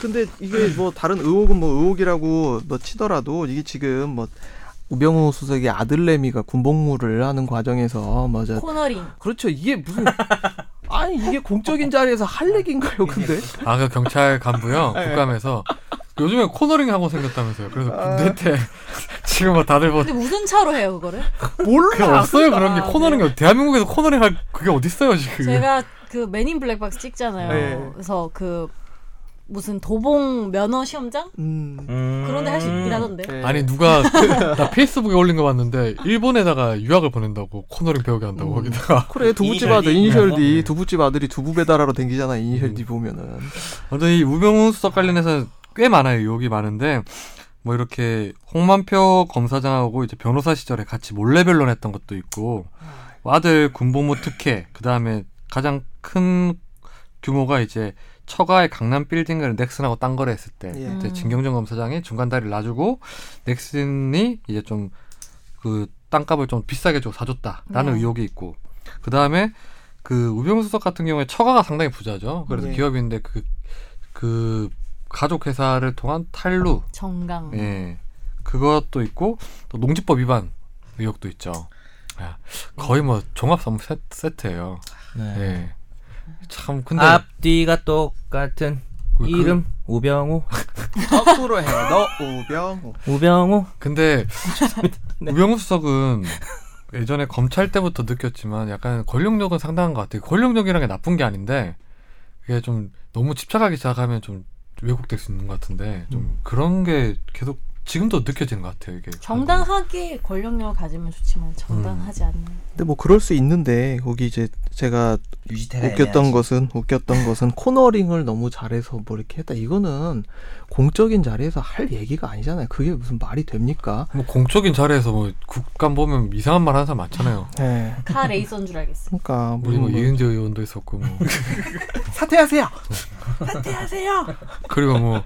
Speaker 2: 근데 이게 뭐 다른 의혹은 뭐 의혹이라고 뭐 치더라도 이게 지금 뭐 우병우 수석의 아들내미가 군복무를 하는 과정에서 뭐저
Speaker 3: 코너링.
Speaker 2: 그렇죠. 이게 무슨 아니 이게 공적인 자리에서 할 얘기인가요, 근데?
Speaker 1: 아 그 경찰 간부요 국감에서 요즘에 코너링 하고 생겼다면서요. 그래서 군대 때 지금 뭐 다들 뭐
Speaker 3: 근데 무슨 차로 해요 그거를?
Speaker 1: 그게 없어요 그런 게
Speaker 3: 아,
Speaker 1: 코너링 이 대한민국에서 코너링 할 그게 어디 있어요 지금.
Speaker 3: 제가 그 맨인 블랙박스 찍잖아요.
Speaker 2: 네.
Speaker 3: 그래서 그 무슨 도봉 면허 시험장
Speaker 2: 음.
Speaker 4: 음.
Speaker 3: 그런데 할 수 있긴 하던데.
Speaker 2: 네.
Speaker 1: 아니 누가 그, 나 페이스북에 올린 거 봤는데 일본에다가 유학을 보낸다고 코너링 배우게 한다고
Speaker 2: 음.
Speaker 1: 거기다가
Speaker 2: 그래 두부집
Speaker 4: 이니셜
Speaker 2: 아들
Speaker 4: D.
Speaker 2: 이니셜
Speaker 4: 어.
Speaker 2: D 두부집 아들이 두부 배달하러 댕기잖아 이니셜 D 보면은
Speaker 1: 먼저 이 우병우 수석 관련해서 꽤 많아요. 의혹이 많은데 뭐 이렇게 홍만표 검사장하고 이제 변호사 시절에 같이 몰래 변론했던 것도 있고 뭐 아들 군복무 특혜 그 다음에 가장 큰 규모가 이제 처가의 강남 빌딩을 넥슨하고 딴 거래했을 때
Speaker 2: 예.
Speaker 1: 이제
Speaker 3: 음.
Speaker 1: 진경준 검사장이 중간 다리를 놔주고 넥슨이 이제 좀 그 땅값을 좀 비싸게 주고 사줬다라는
Speaker 3: 네.
Speaker 1: 의혹이 있고 그 다음에 그 우병우 수석 같은 경우에 처가가 상당히 부자죠. 그래서
Speaker 4: 네.
Speaker 2: 예.
Speaker 1: 기업인데 그 그 가족 회사를 통한 탈루
Speaker 4: 음.
Speaker 3: 정강.
Speaker 4: 네.
Speaker 1: 예. 그것도 있고 또 농지법 위반 의혹도 있죠. 아, 거의 뭐 종합 선물 세- 세트예요. 예. 참 근데
Speaker 4: 네. 앞뒤가 똑같은
Speaker 1: 그-
Speaker 4: 이름 우병우
Speaker 2: 거꾸로 해너 우병우.
Speaker 4: 우병우
Speaker 1: 근데
Speaker 4: 네.
Speaker 1: 우병우 수석은 예전에 검찰 때부터 느꼈지만 약간 권력력은 상당한 것 같아요. 권력력이란 게 나쁜 게 아닌데 그게 좀 너무 집착하기 시작하면 좀 왜곡될 수 있는 것 같은데 좀
Speaker 2: 음.
Speaker 1: 그런 게 계속 지금도 느껴지는 것 같아요. 이게 뭐,
Speaker 3: 정당하게 권력력을 가지면 좋지만
Speaker 4: 음.
Speaker 3: 정당하지 않는.
Speaker 2: 근데 뭐 그럴 수 있는데 거기 이제 제가
Speaker 4: 유지태가
Speaker 2: 웃겼던 것은 웃겼던 것은 코너링을 너무 잘해서 뭐 이렇게 했다. 이거는 공적인 자리에서 할 얘기가 아니잖아요. 그게 무슨 말이 됩니까?
Speaker 1: 뭐 공적인 자리에서 뭐 국감 보면 이상한 말 하는 사람 많잖아요.
Speaker 2: 예.
Speaker 3: 카 레이서인 줄 알겠어.
Speaker 2: 그러니까
Speaker 1: 우리 뭐
Speaker 2: 무슨 뭐
Speaker 1: 이은재 의원도 있었고 뭐 네.
Speaker 2: 사퇴하세요.
Speaker 1: 그리고 뭐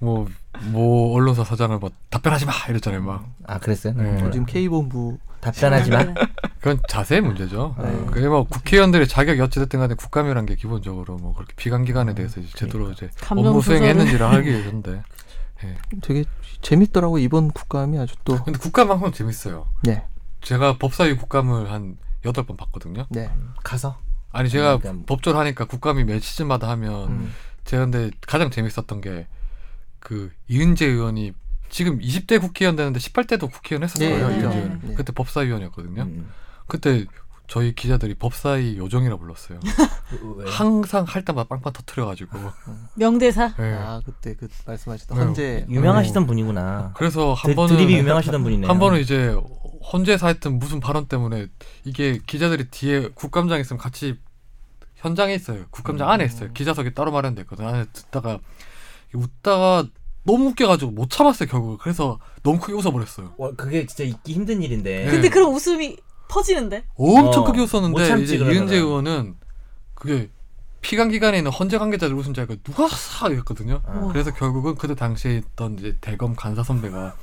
Speaker 1: 뭐 뭐 언론사 사장을 뭐 답변하지 마 이랬잖아요 막
Speaker 4: 아 그랬어요?
Speaker 1: 네.
Speaker 4: 몰라.
Speaker 2: 뭐 지금 K본부
Speaker 4: 답변하지 마.
Speaker 3: 네,
Speaker 1: 그건 자세의 문제죠.
Speaker 2: 네.
Speaker 1: 그게 뭐 국회의원들의 자격 이 어찌됐든 간에 국감이란 게 기본적으로 뭐 그렇게 비관 기관에 대해서 이제 제대로 이제
Speaker 3: 감정
Speaker 1: 업무
Speaker 3: 조절을.
Speaker 1: 수행했는지를 알기 위해서인데
Speaker 2: 되게 재밌더라고 이번 국감이 아주 또
Speaker 1: 근데 국감만큼 재밌어요.
Speaker 2: 네.
Speaker 1: 제가 법사위 국감을 한 여덟 번 봤거든요.
Speaker 2: 네.
Speaker 4: 가서
Speaker 1: 아니 제가
Speaker 4: 그러니까
Speaker 1: 법조를 하니까 국감이 매 시즌마다 하면
Speaker 2: 음.
Speaker 1: 제가 근데 가장 재밌었던 게 그 이은재 의원이 지금 20대 국회의원 되는데 18대도 국회의원 했었어요.
Speaker 3: 네,
Speaker 1: 이은재
Speaker 3: 네,
Speaker 1: 의원.
Speaker 2: 네.
Speaker 1: 그때 법사위원이었거든요.
Speaker 4: 음.
Speaker 1: 그때 저희 기자들이 법사위 요정이라 불렀어요.
Speaker 4: 왜?
Speaker 1: 항상 할 때마다 빵빵 터트려가지고.
Speaker 3: 명대사.
Speaker 1: 예.
Speaker 2: 아 그때 그 말씀하셨던
Speaker 1: 네.
Speaker 4: 어.
Speaker 2: 헌재
Speaker 4: 유명하시던 분이구나.
Speaker 1: 그래서 한
Speaker 4: 드,
Speaker 1: 번은
Speaker 4: 드립이 유명하시던 분이네요.
Speaker 1: 한 번은 이제 헌재에서 하여튼 무슨 발언 때문에 이게 기자들이 뒤에 국감장에 있으면 같이 현장에 있어요. 국감장 안에 있어요. 기자석이 따로 마련돼 있거든. 안에 듣다가 웃다가 너무 웃겨가지고 못 참았어요 결국. 그래서 너무 크게 웃어버렸어요.
Speaker 4: 와, 그게 진짜 잊기 힘든 일인데.
Speaker 1: 네.
Speaker 3: 근데 그런 웃음이 터지는데?
Speaker 1: 엄청
Speaker 4: 어,
Speaker 1: 크게
Speaker 4: 못
Speaker 1: 웃었는데
Speaker 4: 참지,
Speaker 1: 이제
Speaker 4: 그러면은.
Speaker 1: 이은재 의원은 그게 피감 기관에 있는 헌재 관계자들 웃음 자가 누가 사 이랬거든요.
Speaker 4: 아.
Speaker 1: 그래서 결국은 그때 당시에 있던 이제 대검 간사 선배가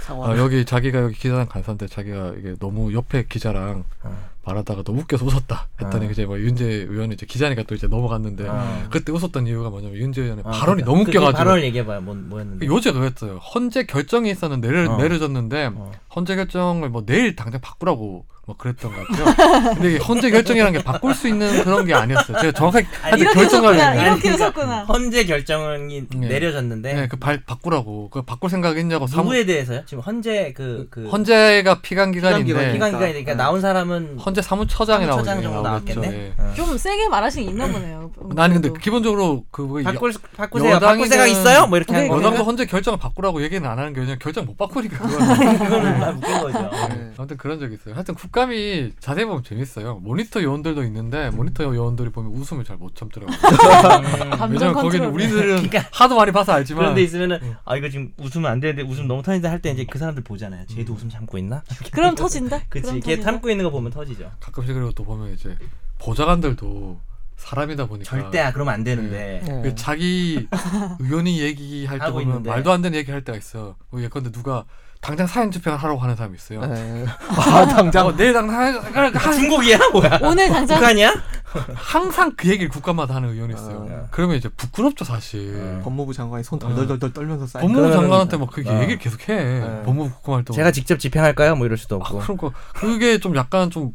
Speaker 2: 상황.
Speaker 1: 아, 여기 자기가 여기 기자랑 간사인데 자기가 이게 너무 옆에 기자랑
Speaker 4: 아.
Speaker 1: 말하다가 너무 웃겨서 웃었다 했더니
Speaker 4: 아.
Speaker 1: 이제 뭐 윤재 의원이 이제 기자니까 또 이제 넘어갔는데
Speaker 4: 아.
Speaker 1: 그때 웃었던 이유가 뭐냐면 윤재 의원의
Speaker 4: 아,
Speaker 1: 발언이
Speaker 4: 그러니까.
Speaker 1: 너무
Speaker 4: 그게
Speaker 1: 웃겨가지고
Speaker 4: 발언을 얘기해봐요. 뭐, 뭐였는데.
Speaker 1: 요새 그랬어요. 헌재 결정이 있었는데 내려,
Speaker 4: 어.
Speaker 1: 내려졌는데
Speaker 4: 어.
Speaker 1: 헌재 결정을 뭐 내일 당장 바꾸라고 뭐 그랬던 것 같아요. 근데 이게 헌재 결정이라는 게 바꿀 수 있는 그런 게 아니었어요. 제가 정확하게
Speaker 4: 아니,
Speaker 1: 하여튼 결정을
Speaker 3: 웃었구나.
Speaker 1: 했는데 음.
Speaker 3: 이렇게 웃었구나.
Speaker 4: 헌재 결정이
Speaker 1: 네.
Speaker 4: 내려졌는데
Speaker 1: 네, 그 발 바꾸라고 그 바꿀 생각 있냐고 사무
Speaker 4: 누구에 대해서요? 지금 헌재 그, 그
Speaker 1: 헌재가 피감
Speaker 2: 피감기관이
Speaker 1: 기관인데
Speaker 4: 기관 기관이니까
Speaker 2: 네.
Speaker 4: 나온 사람은
Speaker 1: 헌재 사무처장이 나오죠.
Speaker 4: 사무처장 정도 나왔겠네?
Speaker 1: 예.
Speaker 4: 어.
Speaker 3: 좀 세게 말하시는 게 있나 보네요.
Speaker 1: 나는 음. 근데 기본적으로 그 뭐 여-
Speaker 4: 바꿀 바꾸세요. 바꿀
Speaker 1: 여당이든-
Speaker 4: 생각 있어요? 뭐 이렇게 하는
Speaker 3: 그러니까.
Speaker 1: 여당도
Speaker 4: 거예요.
Speaker 1: 헌재 결정을 바꾸라고 얘기는 안 하는 게 그냥 결정 못 바꾸니까 그거는.
Speaker 4: 그거는 막 웃긴 거죠.
Speaker 1: 뭐. 네. 아무튼 그런 적이 있어요. 하여튼 국감이 자세히 보면 재밌어요. 모니터 요원들도 있는데 모니터 요원들이 보면 웃음을 잘 못 참더라고요.
Speaker 3: 감정
Speaker 1: 그 왜냐면
Speaker 3: 컨트롤.
Speaker 1: 거기는 우리들은
Speaker 4: 그러니까.
Speaker 1: 하도 많이 봐서 알지만
Speaker 4: 그런데 있으면은
Speaker 1: 네.
Speaker 4: 아 이거 지금 웃으면 안 되는데 웃음 너무 터진다 할 때 이제 그 사람들 보잖아요. 쟤도 웃음 참고 있나?
Speaker 3: 그럼 터진다?
Speaker 4: 그치.
Speaker 3: 그럼
Speaker 4: 걔
Speaker 3: 터진다?
Speaker 4: 참고 있는 거 보면 터지죠.
Speaker 1: 가끔씩 그리고 또 보면 이제 보좌관들도 사람이다 보니까
Speaker 4: 절대 아 그러면 안 되는데.
Speaker 2: 네.
Speaker 1: 그 자기 의원이 얘기할 때
Speaker 4: 하고
Speaker 1: 보면
Speaker 4: 있는데.
Speaker 1: 말도 안 되는 얘기할 때가 있어. 뭐 예컨대 누가 당장 사인 집행을 하라고 하는 사람이 있어요.
Speaker 4: 네.
Speaker 2: 예.
Speaker 1: 아 당장 어, 내일 당장 하- 하- 하-
Speaker 4: 아, 중국이야 뭐야?
Speaker 3: 오늘 당장
Speaker 4: 북한이야?
Speaker 1: 항상 그 얘기를 국감마다 하는 의원이 있어요.
Speaker 4: 아.
Speaker 1: 그러면 이제 부끄럽죠 사실.
Speaker 4: 아.
Speaker 2: 법무부 장관이 손 덜덜덜덜 떨면서 사인.
Speaker 1: 법무부
Speaker 4: 그러니까.
Speaker 1: 장관한테 막 그게
Speaker 4: 아.
Speaker 1: 얘기를 계속 해. 법무부 국감할 때.
Speaker 4: 제가 직접 집행할까요? 뭐 이럴 수도
Speaker 1: 아,
Speaker 4: 없고.
Speaker 1: 그러니까 그게 좀 약간 좀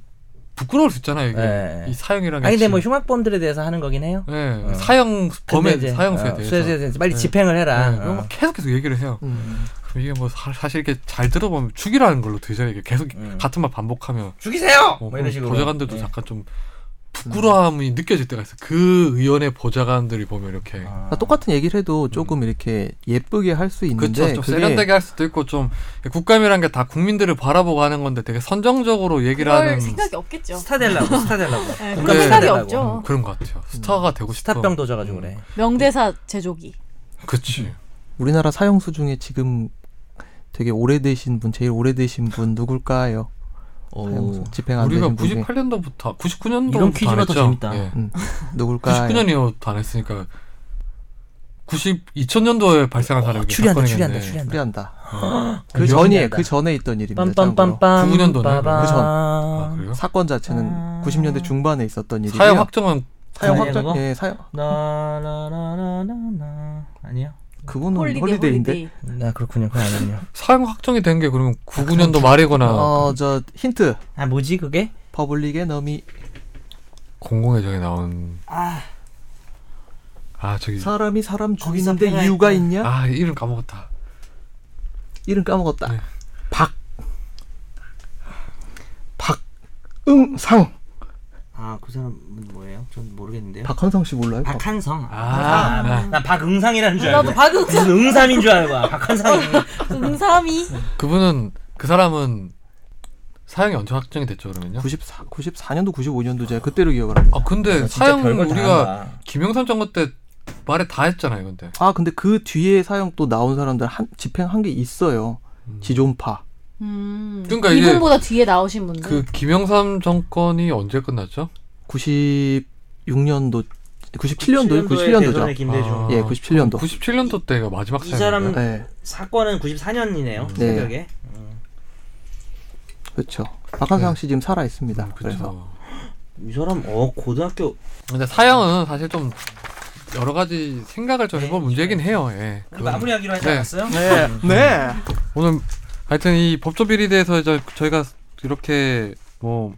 Speaker 1: 부끄러울 수 있잖아요. 이게
Speaker 4: 예, 예.
Speaker 1: 이 사형이랑.
Speaker 4: 아니 근데 뭐 흉악범들에 대해서 하는 거긴 해요.
Speaker 1: 예,
Speaker 4: 어.
Speaker 1: 사형
Speaker 4: 근데
Speaker 1: 범에
Speaker 4: 이제,
Speaker 1: 사형수에
Speaker 4: 어,
Speaker 1: 대해서.
Speaker 4: 수혜에 대해서 빨리 집행을
Speaker 1: 예,
Speaker 4: 해라.
Speaker 1: 그거 막
Speaker 4: 어.
Speaker 1: 계속 계속 얘기를 해요.
Speaker 2: 음.
Speaker 1: 그럼 이게 뭐 사- 사실 이렇게 잘 들어보면 죽이라는 걸로 되잖아요. 이게 계속
Speaker 4: 음.
Speaker 1: 같은 말 반복하면.
Speaker 4: 죽이세요.
Speaker 1: 어,
Speaker 4: 뭐 이런 식으로.
Speaker 1: 보좌관들도
Speaker 4: 예.
Speaker 1: 잠깐 좀 부끄러움이 느껴질 때가 있어. 요그 의원의 보좌관들이 보면 이렇게
Speaker 4: 아.
Speaker 2: 그러니까 똑같은 얘기를 해도 조금 이렇게 예쁘게 할 수 있는데
Speaker 1: 그렇죠. 좀 세련되게 할 수도 있고 좀 국감이란 게 다 국민들을 바라보고 하는 건데 되게 선정적으로 얘기를 하는
Speaker 3: 그럴 생각이 없겠죠.
Speaker 4: 스타 되려고 스타 되려고.
Speaker 3: 네,
Speaker 1: 근데-
Speaker 3: 그럴 생각이
Speaker 4: 되려고.
Speaker 1: 음,
Speaker 3: 없죠.
Speaker 1: 그런 것 같아요. 스타가 되고 싶어.
Speaker 4: 스타병 도져가지고 음. 그래.
Speaker 3: 명대사 제조기.
Speaker 1: 그치.
Speaker 2: 우리나라 사형수 중에 지금 되게 오래되신 분, 제일 오래되신 분 누굴까요?
Speaker 1: 음. 어.
Speaker 2: 사형수 집행 안
Speaker 1: 우리가
Speaker 2: 되신 분이 음,
Speaker 1: 98년도부터 99년도부터
Speaker 4: 이런 퀴즈가 더 재밌다. 그러니까
Speaker 2: 누굴까요?
Speaker 1: 99년이요 안 했으니까 90 2000년도에 발생한 사람이
Speaker 4: 어, 추리한다,
Speaker 1: 사건이겠네.
Speaker 4: 추리한다, 추리한다.
Speaker 2: 추리한다.
Speaker 1: 어.
Speaker 2: 그 전이에요. 그 전에 있던 일입니다. 참고로.
Speaker 4: 빰빰빰빰.
Speaker 1: 99년도네.
Speaker 4: 빠밤.
Speaker 2: 그 전.
Speaker 1: 어. 아, 그래요?
Speaker 4: 음.
Speaker 2: 사건 자체는
Speaker 4: 아.
Speaker 2: 90년대 중반에 있었던 일이에요.
Speaker 1: 사형 확정은
Speaker 2: 사형
Speaker 4: 아니에요,
Speaker 2: 확정
Speaker 4: 그거?
Speaker 2: 예 사형
Speaker 4: 나나나나나 아니요.
Speaker 1: 음,
Speaker 2: 그분은 홀리데이인데
Speaker 4: 나 그렇군요. 그건 아니요.
Speaker 1: 사형 확정이 된 게 그러면 99년도 말이거나
Speaker 2: 어 저 힌트
Speaker 4: 아 뭐지 그게?
Speaker 2: 퍼블릭의 너미
Speaker 1: 공공의 적에 나온 아 저기
Speaker 2: 사람이 사람
Speaker 4: 거기서
Speaker 2: 죽이는데
Speaker 4: 패가
Speaker 2: 이유가
Speaker 4: 있구나.
Speaker 2: 있냐?
Speaker 1: 아 이름 까먹었다.
Speaker 2: 이름 까먹었다.
Speaker 1: 네.
Speaker 2: 박 박응상
Speaker 4: 아 그 사람은 뭐예요? 전 모르겠는데요.
Speaker 2: 박한성 씨 몰라요? 박-
Speaker 4: 박한성.
Speaker 1: 아, 아,
Speaker 4: 나 네. 박응상이라는 줄 알고.
Speaker 3: 나도 박은
Speaker 4: 무슨 응삼인 줄 알고. 아, 박한상이.
Speaker 3: 응삼이
Speaker 1: 음. 그분은 그 사람은 사형이 언제 확정이 됐죠 그러면요?
Speaker 2: 94 94년도 95년도 제가 그때로 기억을 합니다.
Speaker 1: 아 근데
Speaker 4: 진짜
Speaker 1: 사형
Speaker 4: 별걸 다
Speaker 1: 우리가
Speaker 4: 한다.
Speaker 1: 김영삼 정권 때 말에 다 했잖아요 근데
Speaker 2: 아 근데 그 뒤에 사형 또 나온 사람들 한 집행한 게 있어요. 지존파.
Speaker 3: 음,
Speaker 1: 그러니까 이게
Speaker 3: 이분보다 뒤에 나오신 분들
Speaker 4: 음.
Speaker 1: 그 김영삼 정권이 언제 끝났죠?
Speaker 2: 96년도 97년도요? 97년도죠.
Speaker 4: 대선의 김대중.
Speaker 1: 아,
Speaker 2: 예, 97년도.
Speaker 1: 97년도 때가 마지막
Speaker 4: 이
Speaker 1: 사형인가요?
Speaker 4: 사람은-
Speaker 2: 예.
Speaker 4: 사건은 94년이네요.
Speaker 2: 네.
Speaker 4: 새벽에.
Speaker 2: 그렇죠. 박한상
Speaker 1: 네.
Speaker 2: 씨 지금 살아 있습니다.
Speaker 1: 음,
Speaker 2: 그래서
Speaker 1: 그쵸.
Speaker 4: 이 사람 어 고등학교
Speaker 1: 근데 사형은 사실 좀 여러 가지 생각을
Speaker 4: 네,
Speaker 1: 좀 해볼 문제긴 해요. 예.
Speaker 4: 우리 그 마무리하기로 하지
Speaker 1: 네.
Speaker 4: 않았어요?
Speaker 2: 네.
Speaker 1: 오늘 하여튼 이 법조 비리에 대해서 저, 저희가 이렇게 뭐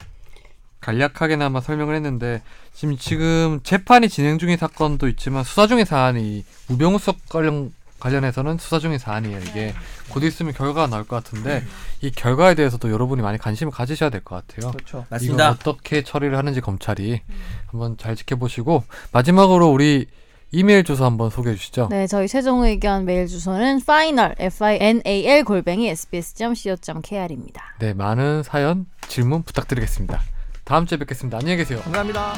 Speaker 1: 간략하게나마 설명을 했는데 지금 지금 재판이 진행 중인 사건도 있지만 수사 중인 사안이 우병우석 관련 관련해서는 수사 중인 사안이에요.
Speaker 4: 네.
Speaker 1: 이게 곧 있으면 결과가 나올 것 같은데 이 결과에 대해서도 여러분이 많이 관심을 가지셔야 될 것 같아요.
Speaker 2: 그렇죠.
Speaker 1: 이거
Speaker 4: 맞습니다.
Speaker 1: 어떻게 처리를 하는지 검찰이 한번 잘 지켜보시고 마지막으로 우리 이메일 주소 한번 소개해 주시죠.
Speaker 3: 네, 저희 최종 의견 메일 주소는 final f i n a l 골뱅이 s b s c o k r 입니다.
Speaker 1: 네, 많은 사연 질문 부탁드리겠습니다. 다음 주에 뵙겠습니다. 안녕히 계세요.
Speaker 2: 감사합니다.